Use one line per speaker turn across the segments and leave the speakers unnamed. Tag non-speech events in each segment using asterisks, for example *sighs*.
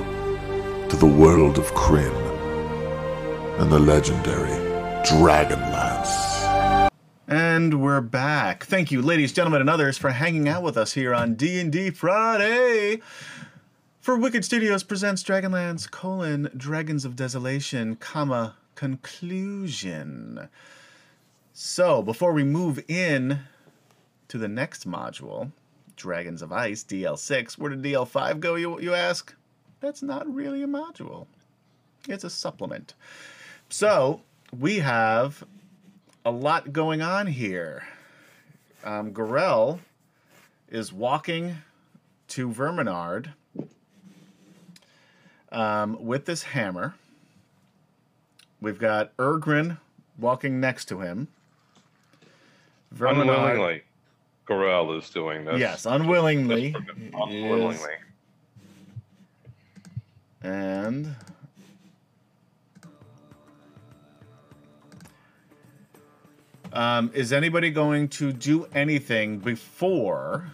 Welcome to the world of Kryn and the legendary Dragonlance.
And we're back. Thank you, ladies, gentlemen, and others, for hanging out with us here on D&D Friday. For Wicked Studios presents Dragonlance, colon, Dragons of Desolation, comma, conclusion. So, before we move in to the next module, Dragons of Ice, DL6, where did DL5 go, you, you ask? That's not really a module. It's a supplement. So, we have a lot going on here. Um, Gorell is walking to Verminard um, with this hammer. We've got Ergrin walking next to him. Verminard-
Unwillingly, Gorell is doing this.
uh, Yes, unwillingly.
Unwillingly.
Yes. And um, is anybody going to do anything before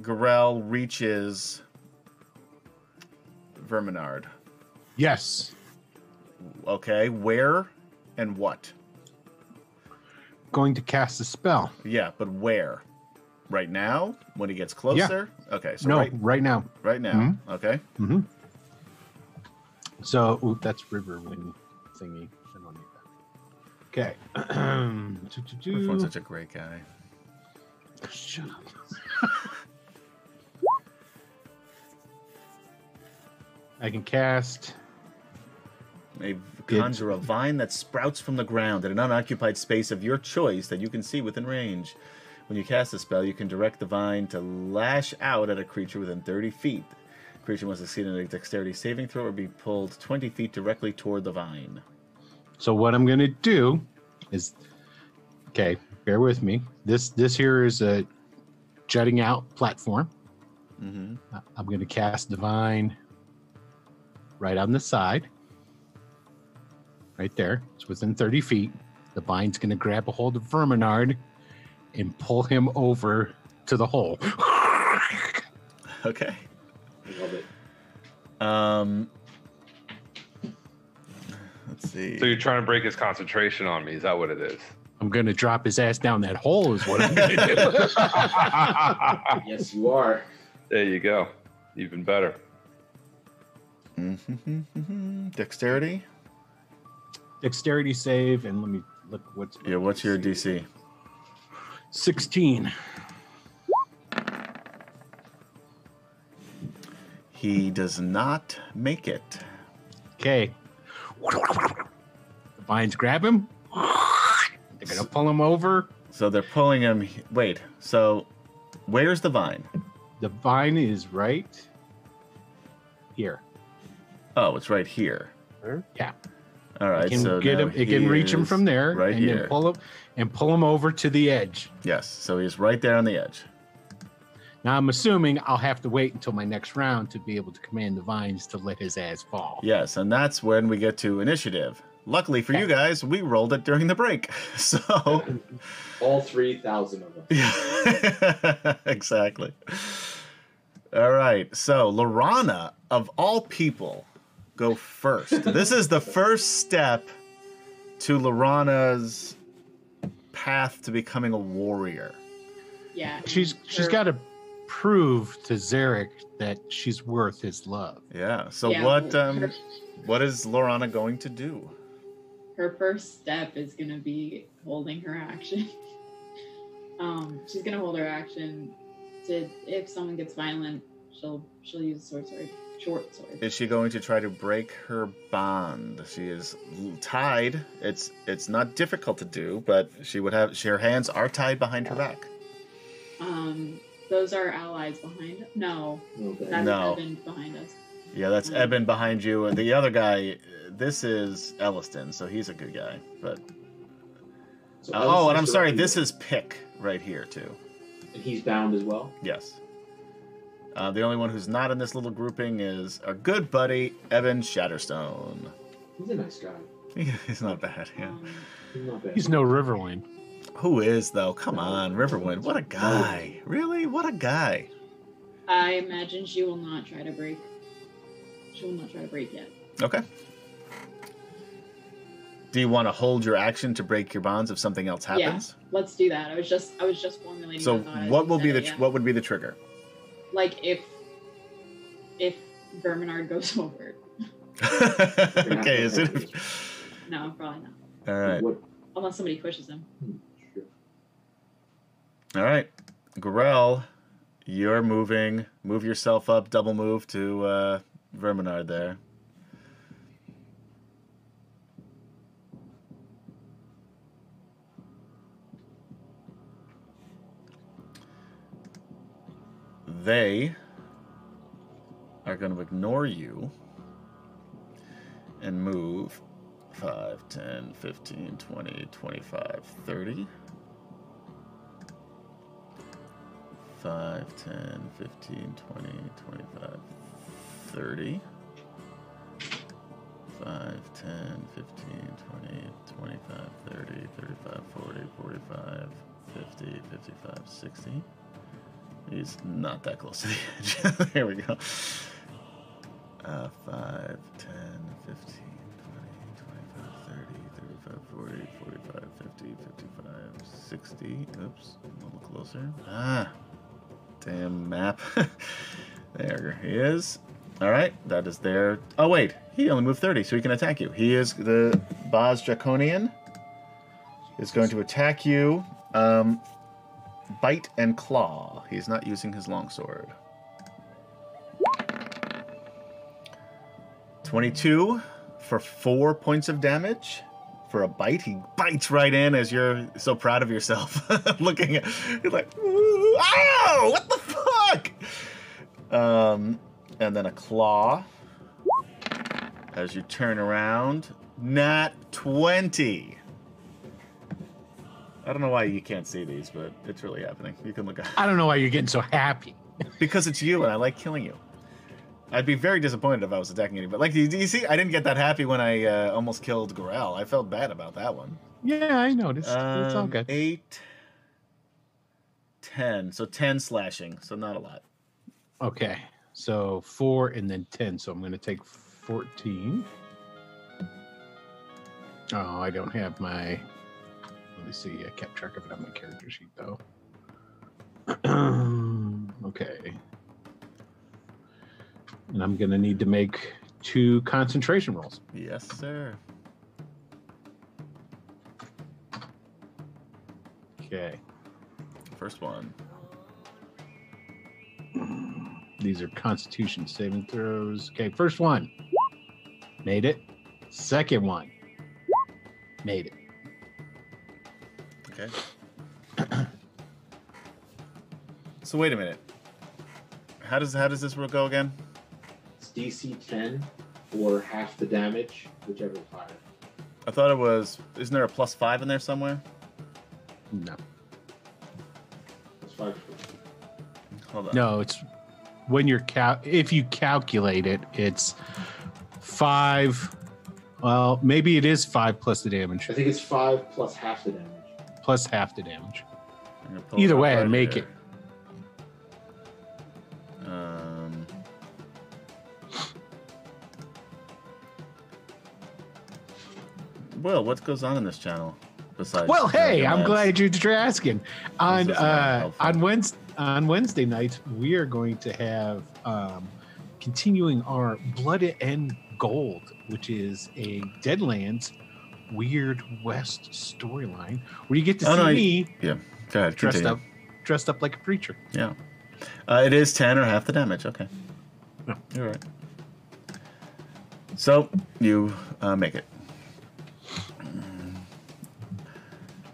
Gorell reaches Verminard?
Yes.
Okay, where and what?
Going to cast a spell.
Yeah, but where? Right now, when he gets closer. Okay, so
no, right,
right,
now.
right now. Okay.
hmm So ooh, that's river wind thingy. I don't *clears throat* need that. Okay.
Riff one's such a great guy.
Shut up. *laughs* I can cast.
They conjure a vine that sprouts from the ground in an unoccupied space of your choice that you can see within range. When you cast a spell, you can direct the vine to lash out at a creature within 30 feet. creature must succeed in a dexterity saving throw or be pulled 20 feet directly toward the vine.
So what I'm gonna do is, okay, bear with me. This this here is a jutting out platform.
Mm-hmm.
Uh, I'm going to cast Divine right on the side, right there. It's within 30 feet. Divine's going to grab a hold of Verminard and pull him over to the hole. *laughs*
Okay. Um, let's see.
So you're trying to break his concentration on me. Is that what it is?
I'm going to drop his ass down that hole, is what I'm going to do.
Yes, you are.
There you go. Even better.
Mm-hmm. Dexterity?
Dexterity save, and let me look what's.
Yeah, what's your DC?
16.
He does not make it.
Okay. Divine's grab him. They're going to pull him over.
So they're pulling him. Wait. So where's the vine?
The vine is right here.
Oh, it's right here.
Yeah,
All right.
it can
so
get
now
him. It
he
can reach him
is
from there,
Right
and
here.
then pull him and pull him over to the edge.
yes. So he's right there on the edge.
Now I'm assuming I'll have to wait until my next round to be able to command the vines to let his ass fall.
Yes, and that's when we get to initiative. Luckily for you guys, we rolled it during the break. *laughs* So
*laughs* All 3,000 of them.
Yeah, *laughs* exactly. All right. So, Lorana, of all people, go
*laughs*
first. this is the first step to Lorana's path to becoming a warrior.
Yeah.
She's she's got to prove to Zarek that she's worth his love.
Yeah. So
Yeah,
what um
her,
what is Lorana going to do?
her first step is gonna be holding her action. *laughs* um, she's gonna hold her action to if someone gets violent, she'll she'll use sword sword short sword.
Is she going to try to break her bond? She is l- tied. It's it's not difficult to do, but she would have she, her hands are tied behind her back.
Um, those are allies behind. No,
Okay.
that's
No.
Evan behind us.
Yeah, that's
Mhm.
Eben behind you. And the other guy, this is Elliston, so he's a good guy. But
So
oh, and I'm
Ellis is
sorry,
surrounded.
this is Pick right here too.
And he's bound as well.
Yes. Uh, the only one who's not in this little grouping is our good buddy Eben Shatterstone. *laughs*
He's a nice guy.
he's not bad. Yeah.
Um,
He's not bad.
He's no Riverwind.
Who is though? Come on, Riverwind. What a guy! Really, what a guy!
I imagine she will not try to break. She will not try to break yet.
Okay. Do you want to hold your action to break your bonds if something else
Yeah.
happens?
Let's do that. I was just I was just formulating.
So
my thought as
what
you
will be
said
the
it,
tr-
yeah.
what would be the trigger? *laughs*
like if if Verminard goes *laughs* over?
okay, is it?
No, probably not.
*laughs* All right,
What?
Unless somebody pushes him.
Sure.
all right. Gorel, you're moving. Move yourself up. Double move to uh, Verminard there. they are going to ignore you and move 5, 10, 15, 20, 25, 30. 5, 10, 15, 20, 25, 30. 5, 10, 15, 20, 25, 30, 35, 40, 45, 50, 55, 60. He's not that close to the edge. *laughs* there we go. Uh, 5, 10, 15, 20, 25, 30, 35, 40, 45, 50, 55, 60. Oops, a little closer. Ah, damn map. *laughs* there he is. All right, that is there. Oh, wait, he only moved 30, so he can attack you. He is the Boz Draconian. Is going to attack you. Um, bite and claw. He's not using his longsword. 22 for four points of damage. For a bite, he bites right in as you're so proud of yourself. *laughs* Looking at you're like, "Ooh, ow, what the fuck? Um, and then a claw as you turn around. Not 20. I don't know why you can't see these, but it's really happening. You can look at
I don't know why you're getting so happy.
because it's you, and I like killing you. I'd be very disappointed if I was attacking you, but like, do you, do you see? I didn't get that happy when I uh, almost killed Gorel. I felt bad about that one.
Yeah, I noticed. it's all
Um,
good.
Eight, ten. So ten slashing. So not a lot.
Okay, so four and then ten. So I'm going to take fourteen. Oh, I don't have my. Let me see. I kept track of it on my character sheet though. *clears throat* okay. And I'm going to need to make two concentration rolls.
Yes, sir.
Okay.
First one.
These are Constitution saving throws. Okay, first one. Made it. Second one. Made it.
Okay. *clears throat* so wait a minute. How does how does this rule go again?
It's DC 10 or half the damage, whichever is higher.
I thought it was. Isn't there a plus five in there somewhere?
No.
That's five. for-
Hold on.
No, it's when you're cal- if you calculate it, it's five. Well, maybe it is five plus the damage,
I think it's five plus half the damage.
plus half the damage.
I'm gonna pull
Either
up
way, I
right
make
here. Um, Will, what goes on in this channel besides?
Well, hey, I'm
Dragonlance?
glad you're you're asking. On
This is not
uh,
helpful.
on Wednesday on Wednesday nights, we are going to have um, continuing our Blood and Gold, which is a Deadlands Weird West storyline where you get to
Oh,
see
no, I-
me
Go ahead,
dressed
continue.
up dressed up like a preacher.
Yeah. Uh, it is 10 or half the damage. Okay.
Yeah.
You're right. So you uh, make it.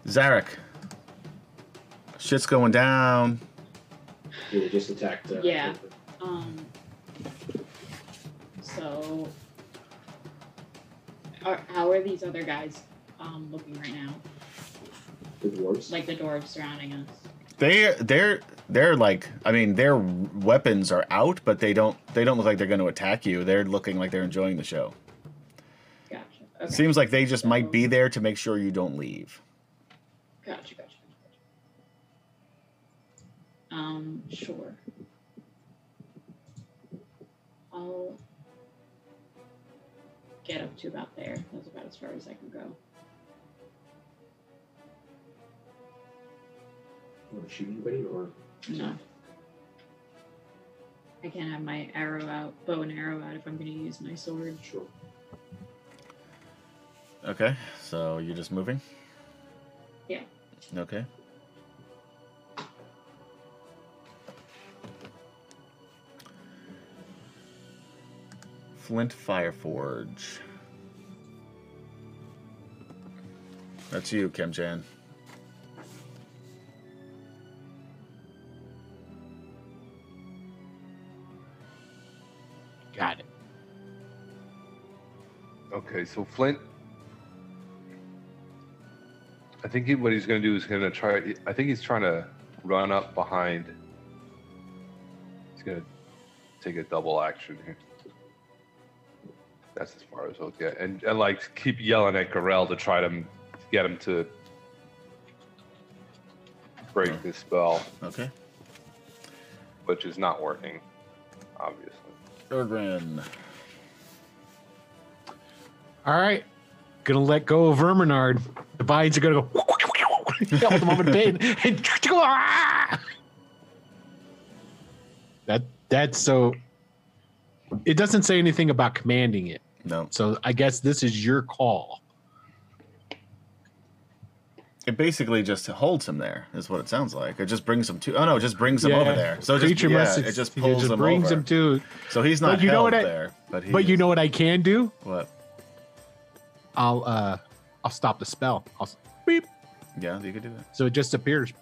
Zarek. Shit's going down.
Yeah, we just attacked. Uh,
Yeah. Um. So, are, how are these other guys um, looking right now?
The dwarves.
Like the dwarves surrounding us.
They they're they're like I mean their weapons are out, but they don't they don't look like they're going to attack you. They're looking like they're enjoying the show.
Gotcha. Okay.
Seems like they just might be there to make sure you don't leave.
Gotcha. Gotcha. Gotcha. gotcha. Um. Sure. get up to about there. That's about as far as I can go.
Want to shoot anybody or?
No. I can't have my arrow out, bow and arrow out if I'm going to use my sword.
Sure.
Okay, so you're just moving?
Yeah.
Okay. Flint Fireforge. That's you, Kim Jan.
Got it.
Okay, so Flint. I think he, what he's going to do is going to try. I think he's trying to run up behind. He's going to take a double action here. That's as far as he'll get, and, and like keep yelling at Gorell to try to m- get him to break this spell,
Okay.
which is not working, obviously.
Ergrin.
All right. Gonna let go of Verminard. The vines are gonna go *laughs* hold them up in pain. And that that's so it doesn't say anything about commanding it.
No.
So I guess this is your call.
It basically just holds him there, is what it sounds like. It just brings him to. Oh no, it just brings him over there. So it just,
creature
yeah,
must-
it just pulls him
brings
over.
him to
so he's not
But you know
held
what I-
there, but he.
But you
is-
know what I can do?
what?
I'll uh I'll stop the spell. I'll
Yeah, you could do that.
So it just appears.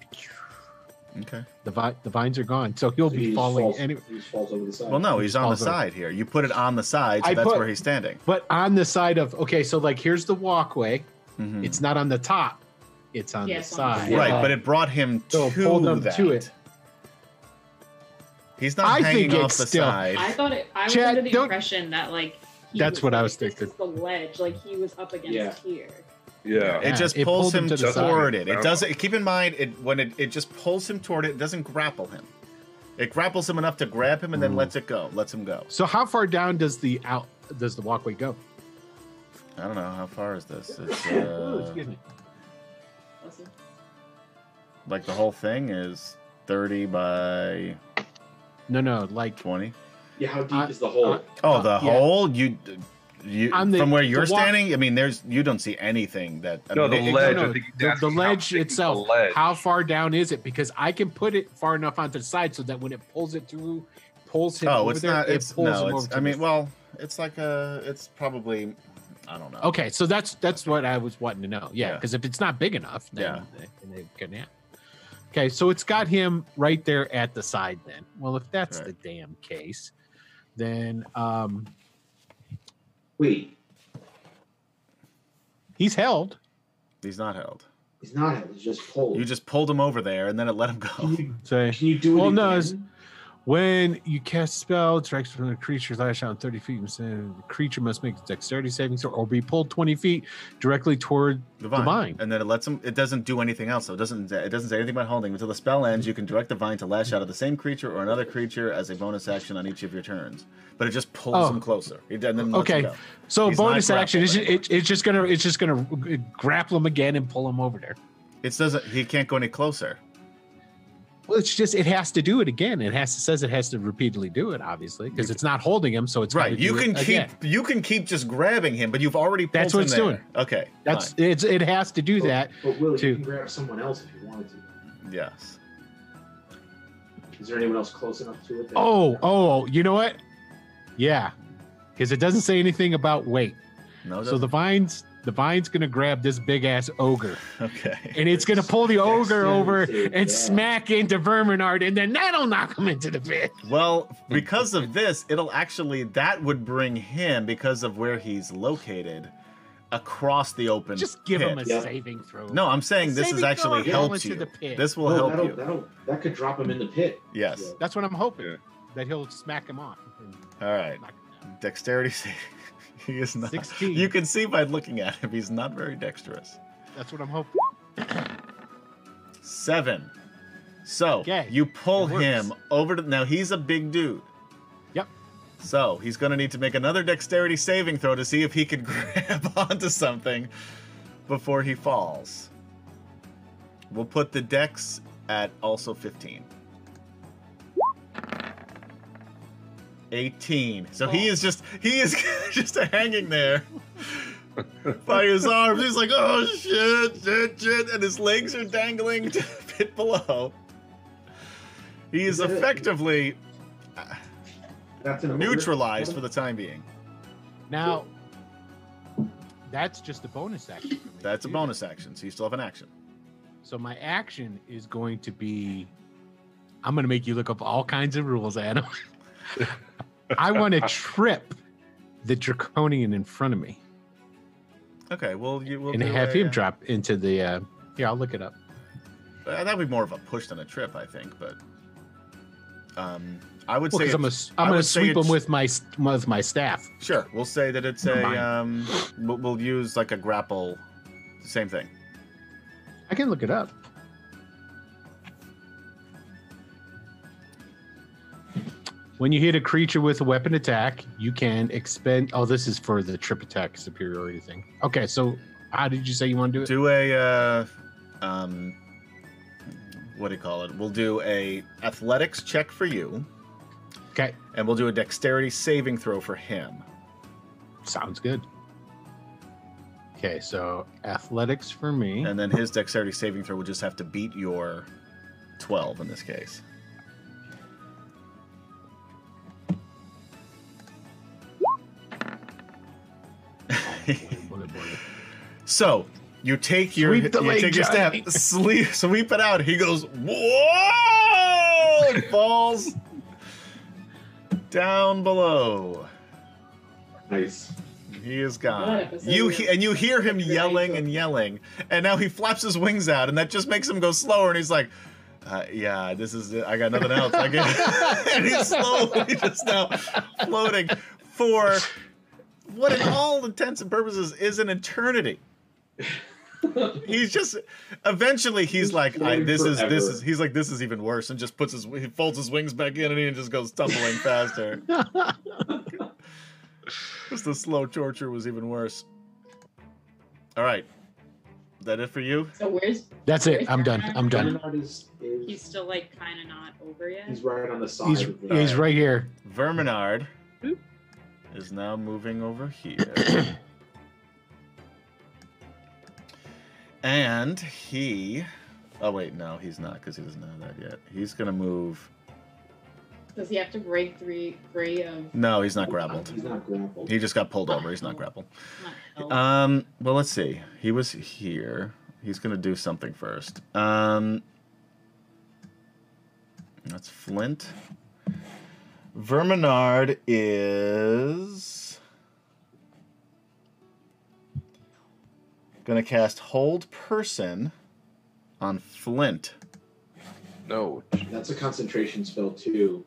Okay.
The, vi- the vines are gone, so he'll
He
be
just
falling
falls-
anyway.
He just falls over the side.
Well, no, he's on the
falls over.
side here. You put it on the side, so
Oh, I
that's
put-
where he's standing.
But on the side of okay, so like here's the walkway.
Mhm.
It's not on the top. It's on
Yeah,
the
it's on the
side.
side.
right, but it brought him
So
to
pulled him
that.
to it.
He's not
I
hanging
think
off
it's
the
still-
side.
I thought it. I was
Chad,
under the
don't-
impression that like. He
That's what I was
this
thinking.
is the ledge, like he was up against
Yeah.
here.
Yeah.
it just
it
pulls
pulled him
him,
to the side.
toward it. It
Wow.
doesn't. Keep in mind, it when it, it just pulls him toward it. It doesn't grapple him. It grapples him enough to grab him and then
Mm.
lets it go. Lets him go.
So how far down does the out does the walkway go?
I don't know how far is this. It's
Ooh,
uh,
excuse me.
Bless him.
like the whole thing is thirty by
No, no, like
twenty.
Yeah, how deep
I-
is the hole?
I-
Oh,
Uh,
the
yeah.
hole you. You,
On the-
from where
the
you're
walk-
standing, I mean, there's you don't see anything that. I
No,
mean,
the
it- it-
ledge.
no, no,
I think he's
the, the
asking how
ledge
thick is the
itself.
ledge.
How far down is it? Because I can put it far enough onto the side so that when it pulls it through, pulls him
Oh,
over
it's
there,
not.
it
It's
pulls
no.
him
It's.
over. to
I mean,
the-
well, it's like a. It's probably. I don't know.
Okay, so that's that's what I was wanting to know. Yeah,
Yeah.
because if it's not big enough,
Yeah.
then they- then they can yeah. Okay, so it's got him right there at the side. Then, well, if that's the damn case, then um
Wait,
he's held.
He's not held.
he's not held. He's just pulled.
You just pulled him over there, and then it let him go.
Can you,
So
can you do it
Well, no,
again?
it's- when you cast spell, strikes from the creature's lash out thirty feet. and so The creature must make a dexterity saving throw or be pulled twenty feet directly toward.
The vine.
vine.
and then it lets him. It doesn't do anything else. So it doesn't. It doesn't say anything about holding until the spell ends. You can direct the vine to lash out at the same creature or another creature as a bonus action on each of your turns. But it just pulls
Oh.
him closer. He doesn't. then lets
Okay.
him go.
So
He's not
bonus action. It's,
grappled
it, it's just gonna it's just gonna uh, grapple him again and pull him over there.
It doesn't. He can't go any closer.
Well, it's just it has to do it again. It has to says it has to repeatedly do it, obviously, because it's not holding him, so it's gotta
Right. You
do it
can keep.
again.
You can keep just grabbing him, but you've already. Pulled
That's what
him
it's
there.
doing.
Okay.
That's it's it has to do
Oh.
But-
that.
But Willie,
to-
you can grab someone else if you wanted to.
fine. yes.
Is there anyone else close enough to it? that-
Oh, oh, you know what? Yeah, because it doesn't say anything about weight.
No. it
So the vines, the vine's gonna grab this big ass ogre,
doesn't. *laughs* okay.
and it's gonna pull the ogre
Dexterity
over
save,
and
yeah.
smack into Verminard, and then that'll knock him into the pit.
Well, because of this, it'll actually that would bring him because of where he's located across the open.
Just give him a
pit.
Yeah.
saving throw.
No, I'm saying this
saving
is
throw
actually
or roll
helps
into
you.
the pit.
This will
No,
help
that'll,
you.
that'll that could drop him in the pit.
Yes.
That's what I'm hoping
Yeah.
that he'll smack him on.
All right. Dexterity *laughs* save. he is not.
16.
You can see by looking at him, he's not very dexterous.
That's what I'm hoping.
Seven. So
Okay,
you pull
it works.
him over to now. He's a big dude.
Yep.
So he's going to need to make another dexterity saving throw to see if he can *laughs* grab onto something before he falls. We'll put the dex at also 15. 18. So
Oh.
he is just he is *laughs* just hanging there by his arms. He's like, oh shit, shit, shit, and his legs are dangling *laughs* to the pit below. He is
Is that it?
effectively
That's an order.
neutralized for the time being.
Now, that's just a bonus action. For me
That's a
too.
bonus action, so you still have an action.
So my action is going to be I'm going to make you look up all kinds of rules, Adam. *laughs* I
*laughs*
want to trip the draconian in front of me
Okay, well you will
and
do
have
a,
him
uh,
drop into the. Uh, yeah, I'll look it up.
uh, that'd be more of a push than a trip, I think. But um, I would
Well,
say
because I'm
it's-
gonna, s-
I
I'm gonna
would say
sweep him
it's-
with my s- with my staff.
sure. We'll say that it's
Never
a
mind.
um, we'll, we'll use like a grapple, same thing.
I can look it up. When you hit a creature with a weapon attack, you can expend. Oh, this is for the trip attack superiority thing. Okay, so how did you say you want to do it?
Do a uh, um, what do you call it? We'll do a athletics check for you,
Okay,
and we'll do a dexterity saving throw for him.
sounds good. Okay, so athletics for me.
And then his dexterity saving throw would just have to beat your 12 in this case. *laughs*
Bullet, bullet.
so you take your
Sweep the
you
leg,
take your step,
Johnny. *laughs*
sleep, sweep it out. He goes whoa! and falls down below.
*laughs*
*laughs*
Nice.
He is
What
gone.
episode
You
is
he,
it?
and you hear him
It's
yelling
ridiculous.
and yelling, and now he flaps his wings out, and that just makes him go slower. And he's like, uh, "Yeah, this is it. I got nothing else." I
*laughs*
get, *laughs* and he's slowly just now floating for what, in all intents and purposes, is an eternity. He's just eventually he's
He's
like, I, "This is this
forever.
is." He's like, "This is even worse," and just puts his he folds his wings back in, and he just goes tumbling
*laughs*
faster. Just the slow torture was even worse. All right, is that it for you?
So where's
That's it. I'm done. I'm done.
Bernard is, is
he's
he's,
still like kind of not over yet?
right on the side.
He's
of the-
he's right here.
Verminard
Boop.
is now moving over
*clears throat*
here, and he. Oh wait, no, he's not because he doesn't have that yet. He's gonna move.
Does he have to break three free of
No, he's not grappled.
Oh, He's not grappled.
He just got pulled over. He's not grappled.
not hell?
Um. Well, let's see. He was here. He's gonna do something first. Um. That's Flint. Verminard is gonna cast Hold Person on Flint.
No.
That's a concentration spell too.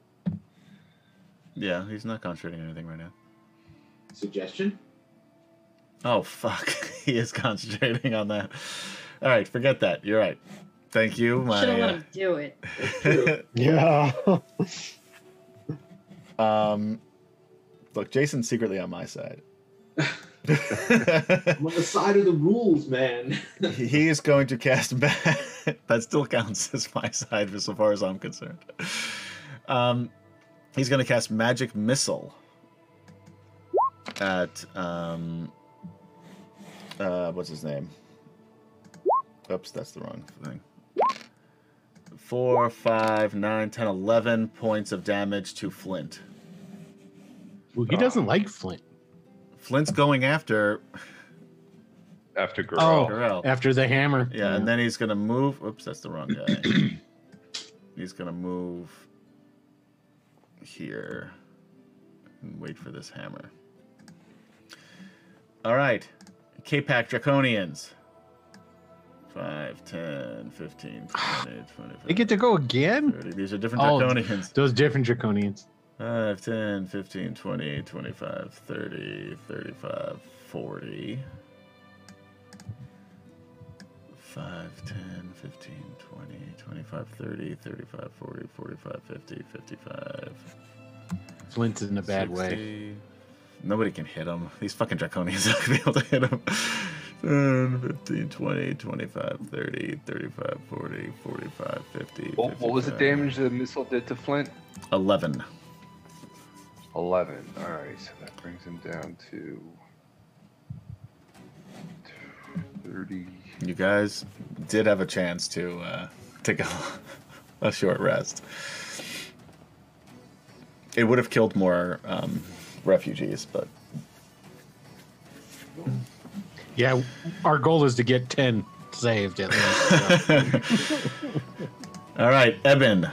Yeah, he's not concentrating on anything right now.
Suggestion?
Oh fuck, *laughs* he is concentrating on that. All right, forget that. You're right. Thank you. My,
Should have let
uh,
him do it.
*laughs*
True.
Yeah.
Um, look, Jason's secretly on my side. *laughs*
I'm on the side of the rules, man.
he is going to cast *laughs* ma- that still counts as my side, as far as I'm concerned. Um, he's going to cast magic missile at um, uh, what's his name? Oops, that's the wrong thing. Four, five, nine, ten, eleven points of damage to Flint.
Well, he
Oh.
doesn't like Flint.
Flint's going after
After Garel.
Oh.
Corel.
After the hammer.
Yeah, and then he's gonna move. Oops, that's the wrong guy.
*clears throat*
he's gonna move here and wait for this hammer. All right, K-Pack Draconians. 5, 10, 15, 20, 25.
They get to go again?
30. These are different
Oh.
Draconians.
Those different draconians.
5, 10, 15, 20, 25, 30, 35, 40. 5, 10, 15, 20, 25, 30, 35, 40, 45, 50, 55,
Flint's in a bad way.
60. Nobody can hit him. These fucking draconians *laughs* are not gonna be able to hit him. 10, 15, 20, 25, 30, 35, 40, 45, 50.
What, what was the
55.
damage the missile did to Flint?
11.
11. All right, so that brings him down to 30.
You guys did have a chance to uh, take a, *laughs* a short rest. It would have killed more um, refugees, but
Yeah, our goal is to get ten saved
*laughs*
at least. so.
All right, Eben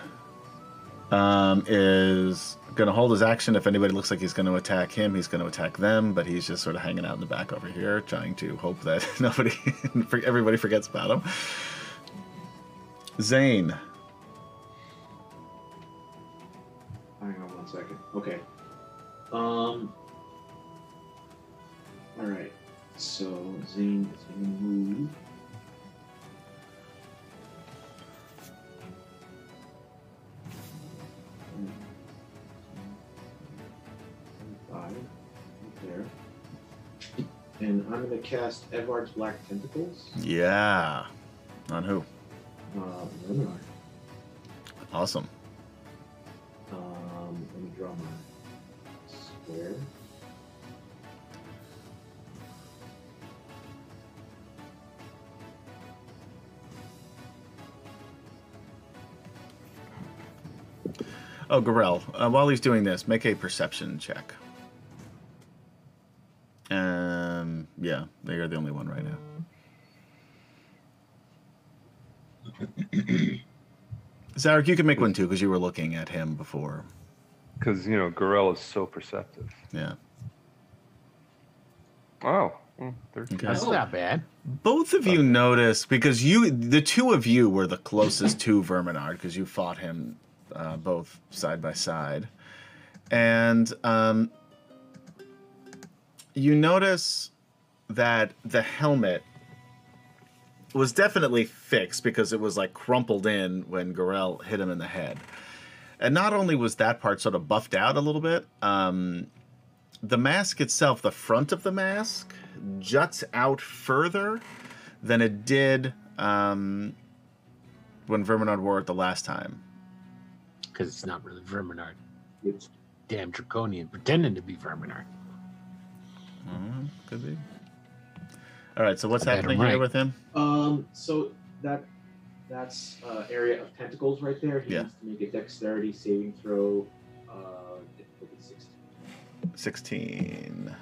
um, is going to hold his action. If anybody looks like he's going to attack him, he's going to attack them. But he's just sort of hanging out in the back over here, trying to hope that *laughs* nobody, for- everybody forgets about him. Zane,
Hang on one second. Okay. Um. All right. So Zane is gonna move. Five, right there. And I'm gonna cast Edward's Black Tentacles.
yeah, on who?
Uh, Luminar.
Awesome.
Um, let me draw my square.
Oh, Gorell, uh, while he's doing this, make a perception check. Um, yeah, you're the only one right now. Zarek, you can make one too because you were looking at him before.
Because, you know, Gorell is so perceptive.
Yeah.
Oh, mm, 13.
Okay.
That's not bad.
Both of you noticed because you, the two of you, were the closest to Verminard because you fought him uh, both side by side, and um, you notice that the helmet was definitely fixed because it was like crumpled in when Gorell hit him in the head, and not only was that part sort of buffed out a little bit, um, the mask itself, the front of the mask, juts out further than it did um, when Verminard wore it the last time.
Because it's not really Verminard.
It's
Damn draconian pretending to be Verminard.
Mm-hmm. could be. All right, so what's
I bet
happening
I'm
here
right.
with him?
Um, so that that's uh, area of tentacles right there. He
Yeah.
needs to make a dexterity saving throw. Uh, difficulty 16.
16.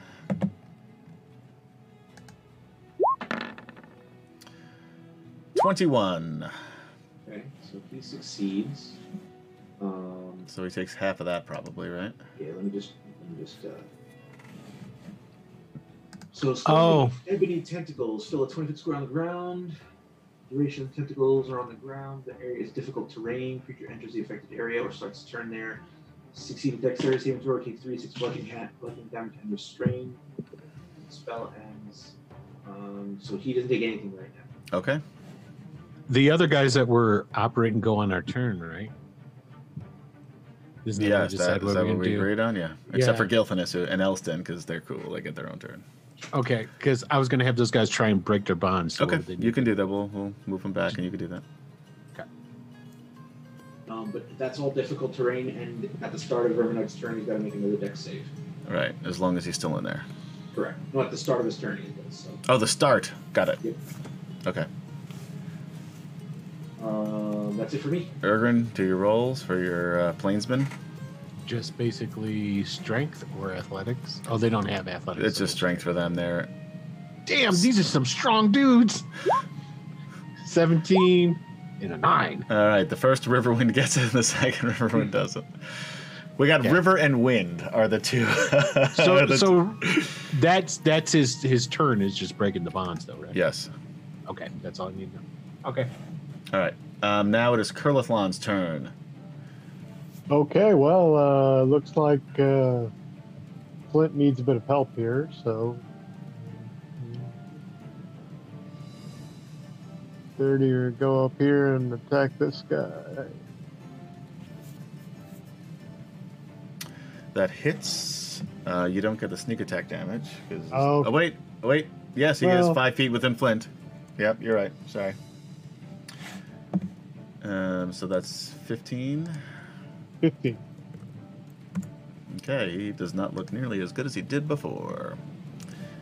Twenty-one.
Okay, so he succeeds. Um,
So he takes half of that, probably, right?
yeah, let me just let me just. Uh, so still
Oh.
ebony tentacles fill a 20 foot square on the ground. Duration of tentacles are on the ground. The area is difficult terrain. Creature enters the affected area or starts to turn there. Succeed dexterity saving throw, take three, six bludgeoning hat, bludgeoning damage, and restrain. Spell ends. Um, so he doesn't take anything right now.
Okay.
The other guys that were operating go on our turn, right? Isn't
Yeah,
we
is that,
decide
is
what
that
we're
what
gonna
we
do?
agreed on? Yeah. Except
Yeah.
for Gilfinus who- and Elston, because they're cool. They get their own turn.
Okay, because I was gonna have those guys try and break their bonds. So
okay,
they-
you can do that. We'll, we'll move them back, and you can do that.
Um, but that's all difficult terrain, and at the start of Verminard's turn, he's got to make another dex save.
All right, as long as he's still in there.
Correct. No, at the start of his turn, he does. So.
Oh, the start. Got it.
Yep.
Okay,
Um, that's it for me.
Ergrin, do your rolls for your uh, planesman.
just basically strength or athletics. Oh, they don't have athletics.
It's just strength for them there.
Damn, these are some strong dudes. *laughs* Seventeen and a nine.
All right, the first Riverwind *laughs* gets it, and the second Riverwind doesn't. We got
Yeah.
River and Wind are the two. *laughs*
So,
the-
so that's that's his his turn is just breaking the bonds, though, right?
yes.
Okay, that's all I need to know. Okay.
All right. Um, now it is Curlithlon's turn.
Okay, well, uh, looks like uh, Flint needs a bit of help here, so. 30 or go up here and attack this guy.
That hits. Uh, you don't get the sneak attack damage. 'cause-
Oh.
oh, wait. Oh, wait. Yes, he
Well-
is five feet within Flint. Yep, you're right. Sorry. Um, so that's 15.
15.
Okay, he does not look nearly as good as he did before.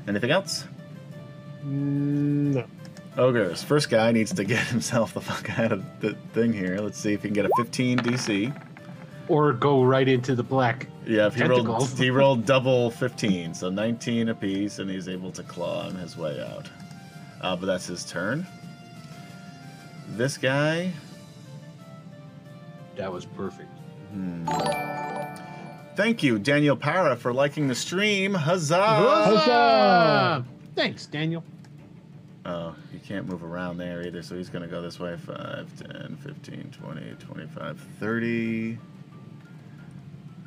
Anything else?
Mm, No.
Ogres. First guy needs to *laughs* get himself the fuck out of the thing here. Let's see if he can get a 15 DC.
Or go right into the black.
Yeah, if he rolled,
Tentacles.
he rolled double 15, so 19 apiece, and he's able to claw him his way out. Uh, but that's his turn. This guy,
That was perfect.
hmm. thank you, Daniel Para, for liking the stream. Huzzah!
Huzzah!
Thanks, Daniel.
Oh, you can't move around there either, so he's going to go this way 5, 10, 15, 20, 25, 30,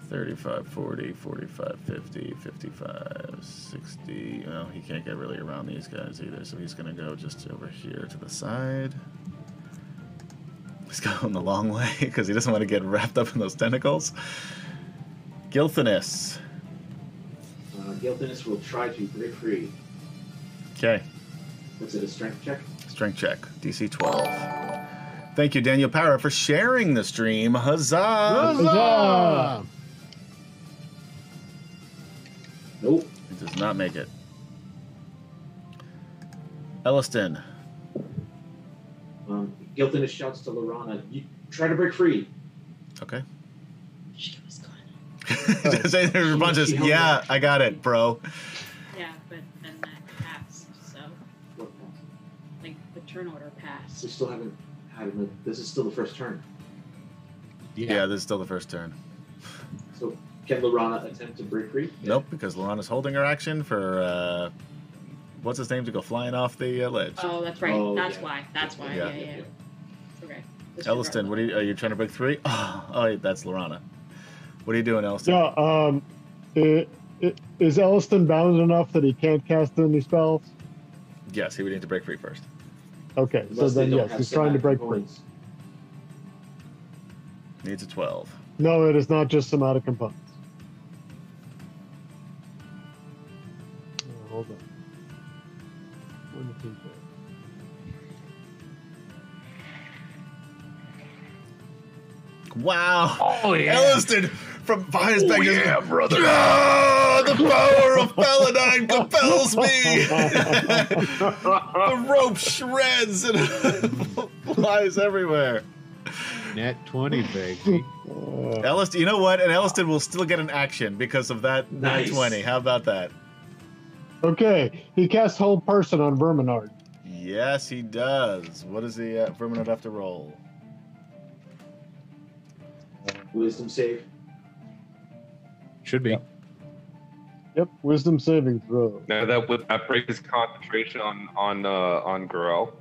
35, 40, 45, 50, 55, 60. Well, he can't get really around these guys either, so he's going to go just over here to the side. He's *laughs* going the long way because he doesn't want to get wrapped up in those tentacles. Gilthinus.
Uh, Gildenus will try to break free.
Okay.
What's it, a strength check?
Strength check, DC 12. Thank you, Daniel Para, for sharing the stream. Huzzah!
Huzzah!
Nope.
It does not make it. Elliston. *laughs*
Um, Gildenus shouts to Lorana, you try to break free.
Okay.
She was gone.
Just say the response is, yeah, I got it, bro.
Yeah, but then that passed. So
Look,
like the turn order
We
passed.
still haven't had him. This is still the first turn.
Yeah, this is still the first turn.
So can Lorana attempt to break free?
Nope, because Lorana's holding her action for, uh, what's his name, to go flying off the uh, ledge.
Oh, that's right.
Oh,
that's
yeah.
why. That's why.
Yeah.
Yeah, yeah. It's Okay. Just
Elliston, what are you, are you trying to break three? *laughs* Oh, wait, that's Lorana. What are you doing, Elliston?
Yeah, um, i- i- is Elliston bound enough that he can't cast any spells?
Yes, he would need to break free first.
Okay, so
Unless they
then
don't
yes,
have
he's trying to
somatic
break free.
components.
Needs a 12.
No, it is not just somatic components. Uh, Hold on. One, two, three.
Wow.
Oh,
Elliston from behind his back. yeah, brother. the power of Paladine compels me. the rope shreds and *laughs* flies everywhere.
Net 20, baby.
Uh,
Elliston, you know what? And Elliston will still get an action because of that
Nice.
20. How about that?
Uh, Okay, he casts whole person on Verminard.
Yes, he does. What does the uh, Verminard have to roll?
Wisdom save.
Should be.
Yep, wisdom saving throw.
Now that would that break his concentration on on uh, on Gorel.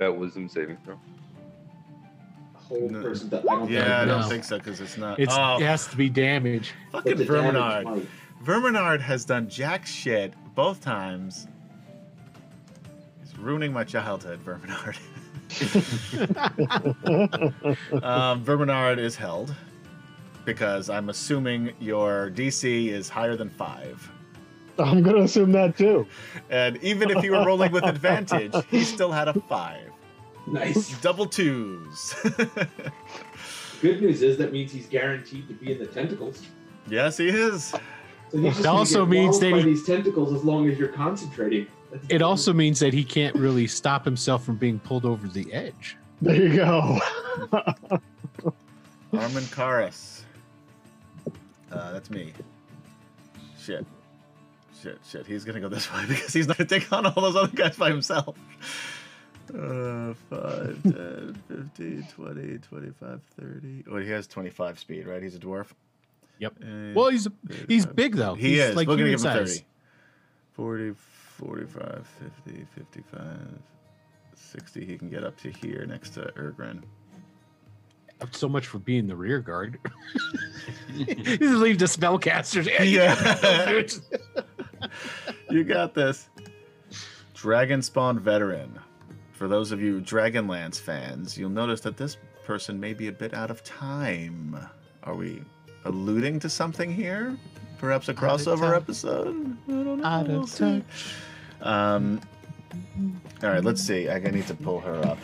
That wisdom saving throw.
A whole
No.
person. That I don't
Yeah, I
think
don't
No.
think so because it's not.
It's,
oh,
It has to be damage.
but
fucking
the damage
Verminard.
might.
Verminard has done jack shit both times. He's ruining my childhood, Verminard. *laughs* um, Verminard is held because I'm assuming your DC is higher than five.
I'm gonna assume that too.
And even if you were rolling with advantage, he still had a five.
Nice.
Double twos. *laughs*
Good news is that means he's guaranteed to be in the tentacles.
yes, he is.
So he's just
It
gonna
also
get
means
walloped
that
by
he-
these tentacles as long as you're concentrating. That's-
It also means that he can't really stop himself from being pulled over the edge.
There you go. *laughs*
Armin Karas. Uh, that's me. Shit. Shit, shit. He's gonna go this way *laughs* because he's not gonna take on all those other guys by himself. Uh, *laughs* 5, 10, 15, 20, 25, 30. Oh, he has 25 speed, right? He's a dwarf.
Yep.
Uh,
Well, he's he's
35.
big though.
He
he's
is. We're gonna
human
give him
size.
30. 40, 45, 50, 55, 60. He can get up to here next to Ergrin.
So much for being the rear guard. *laughs* you just leave the spellcasters.
Yeah.
*laughs*
*laughs* You got this. Dragon Spawn Veteran. For those of you Dragonlance fans, you'll notice that this person may be a bit out of time. Are we alluding to something here? Perhaps a
Out of
crossover
touch.
episode? I don't know.
Out
We'll
of
see.
touch.
Um, all right, let's see. I need to pull her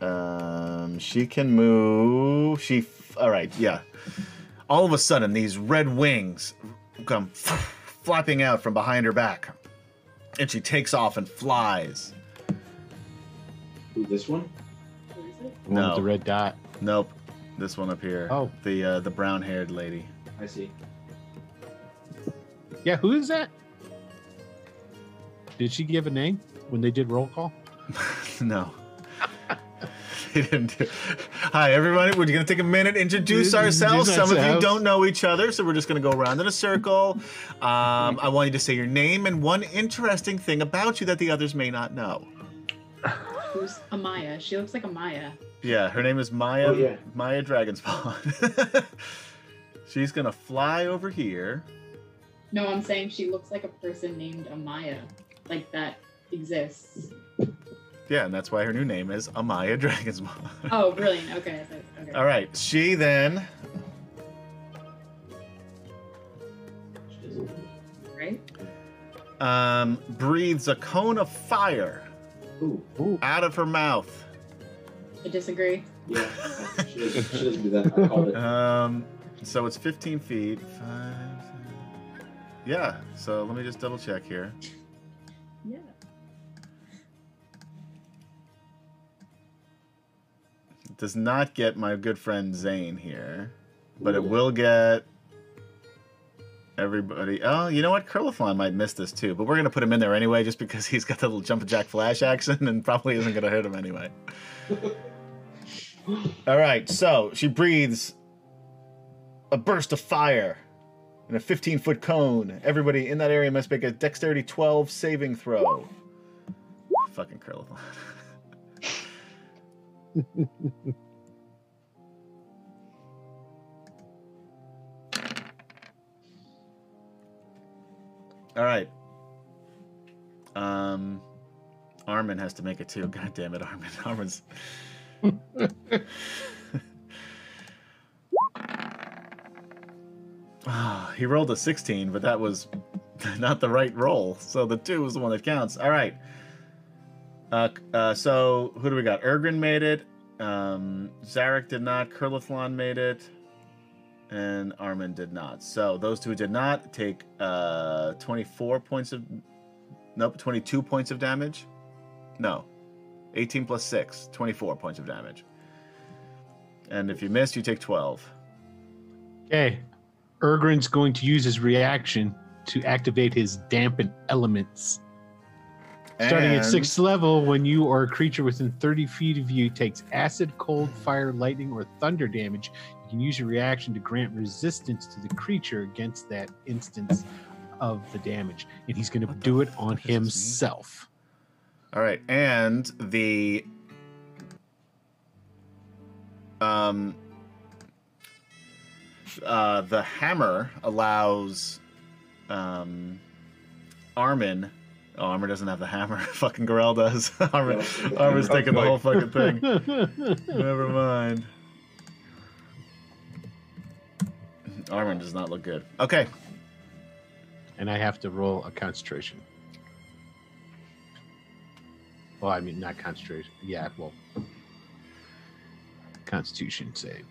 up. Um, she can move. She. F- all right, yeah. All of a sudden, these red wings come *laughs* flapping out from behind her back, and she takes off and flies.
Ooh, this one?
What is it?
The one
No.
with the red dot.
Nope, this one up here.
Oh.
the uh, the brown-haired lady.
I see.
Yeah, who is that? Did she give a name when they did roll call?
no. They didn't do- Hi, everybody. We're going to take a minute, introduce
Introduce
ourselves. Some of you
ourselves.
don't know each other, so we're just going to go around in a circle. Um, I want you to say your name and one interesting thing about you that the others may not know.
Who's Amaya? She looks like Amaya.
Yeah, her name is Maya.
Oh, yeah.
Maya Dragonspawn. *laughs* She's going to fly over here.
No, I'm saying she looks like a person named Amaya. Like that exists.
Yeah, and that's why her new name is Amaya Dragonspawn.
Oh, brilliant. Okay. I thought-
*laughs*
okay.
All right, she then.
Right?
um, breathes a cone of fire
Ooh,
out of her mouth.
I disagree.
*laughs*
yeah. she, doesn't, she doesn't do that. I called it.
Um, so it's 15 feet. Five, yeah, so let me just double check here.
Yeah.
It does not get my good friend Zane here, *laughs* but it will get everybody. Oh, you know what? Curliflon might miss this too, but we're going to put him in there anyway just because he's got the little Jump Jack Flash action and probably isn't going to hurt him anyway. All right, so she breathes a burst of fire in a 15 foot cone. Everybody in that area must make a dexterity 12 saving throw. Fucking Curliflon. All right. Um, Armin has to make it too. *laughs* God damn it, Armin. Armin's. Ah, he rolled a 16, but that was *laughs* not the right roll. So the two is the one that counts. All right. Uh, uh, so who do we got? Ergrin made it. Um, Zarek did not. Curlithlon made it and Armin did not. So those two did not take uh, 24 points of, nope, 22 points of damage. No, 18 plus 6, 24 points of damage. And if you miss, you take 12.
Okay. Ergrin's going to use his reaction to activate his dampen elements. Starting at
And-
sixth level, when you or a creature within 30 feet of you takes acid, cold, fire, lightning, or thunder damage, you can use your reaction to grant resistance to the creature against that instance of the damage. And he's going to
What the
do it
fuck does
on
this mean?
himself.
All right, and the um uh the hammer allows um Armin Oh, Armin doesn't have the hammer. *laughs* fucking Gorel does. *laughs* Armin,
Yeah.
Armin's taking the whole fucking thing.
Thing.
Never mind. Armin does not look good. Okay.
and I have to roll a concentration. Well, I mean, not concentration. Yeah, well, Constitution save.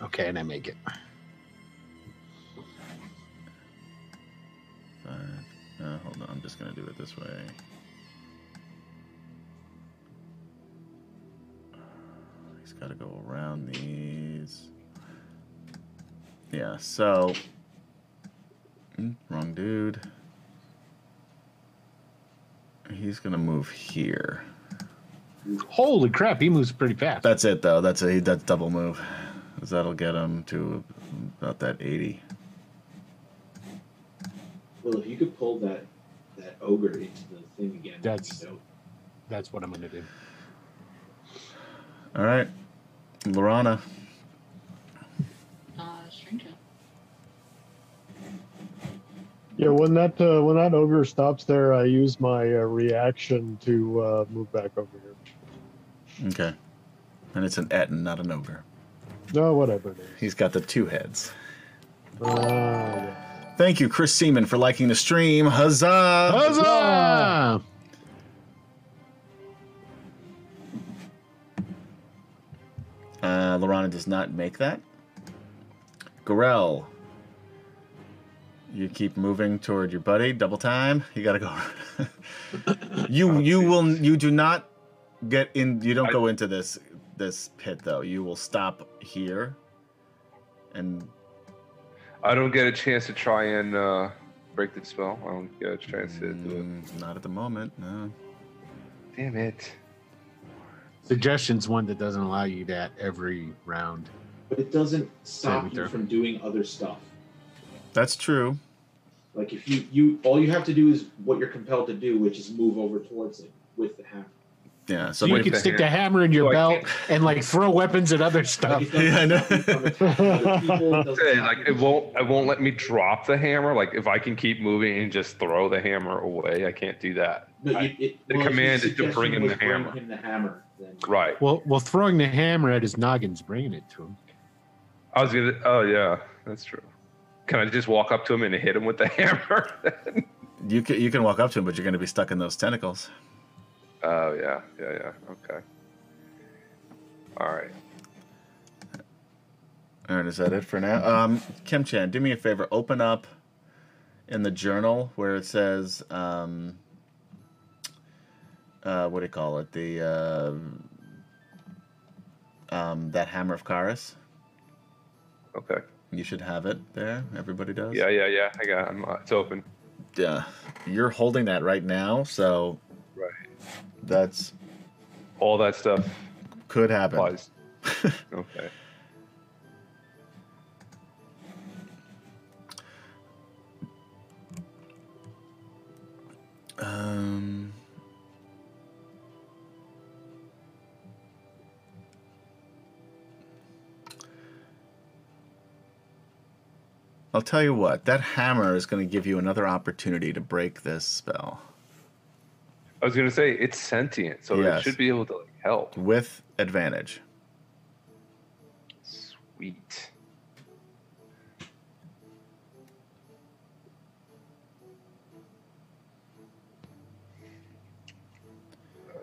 Okay, and I make it.
Uh, uh, hold on, I'm just gonna do it this way. Uh, He's gotta go around these. Yeah, so. Mm, Wrong dude. He's gonna move here.
Holy crap, he moves pretty fast.
That's it though. That's a that's double move. 'Cause That'll get him to about that 80.
Well, if you could pull that that ogre into the thing again, that'd be
That's-
dope.
That's what I'm gonna do.
All right, Lorana.
Uh, strange. huh?
Yeah, when that uh, when that ogre stops there, I use my uh, reaction to uh, move back over here.
Okay. And it's an Etin, not an ogre.
No, whatever it is.
He's got the two heads.
Oh, yeah.
Thank you, Chris Seaman, for liking the stream. Huzzah!
Ah. Huzzah!
Uh, Lorana does not make that. Gorel, you keep moving toward your buddy. Double time. You gotta go. *laughs* you you will you do not get in. You don't go into this this pit though. You will stop here, and
I don't get a chance to try and uh, break the spell. I don't get a chance to do
Mm, not at the moment. No.
it. Damn it.
Suggestions one that doesn't allow you that every round.
But it doesn't stop
Saving
you
throw.
from doing other stuff.
That's true.
Like if you you all you have to do is what you're compelled to do, which is move over towards it with the hammer.
Yeah. So
So you
wait-
can
the
stick
hand.
the hammer in your
So I
belt
can't-
and like throw weapons at other
Like
stuff.
it
*laughs*
doesn't
yeah, I know.
stop you from attacking other
*laughs*
people, it doesn't
Say,
stop
like
you
it
from-
won't it won't let me drop the hammer. Like if I can keep moving and just throw the hammer away, I can't do that.
No, you, it,
the
well, if your
command is to
suggestion
bring him
was
the hammer.
Bring him the hammer. Then
Right.
Well, well, throwing the hammer at his noggin's bringing it to him.
I was gonna oh yeah, that's true. Can I just walk up to him and hit him with the *laughs* hammer?
you can you can walk up to him, but you're gonna be stuck in those tentacles.
oh yeah, yeah, yeah. Okay. All right.
All right, is that it for now? Um, Kim Chan, do me a favor. Open up in the journal where it says, um, uh, what do you call it? The uh, um, that hammer of Karis.
Okay.
You should have it there. Everybody does.
Yeah, yeah, yeah. I got. I'm, uh, it's open.
Yeah. You're holding that right now, so
Right.
that's
All that stuff
could happen.
applies.
*laughs*
okay.
Um. I'll tell you what, that hammer is going to give you another opportunity to break this spell
I was gonna say it's sentient, so
Yes.
it should be able to like help.
with advantage.
Sweet. Uh,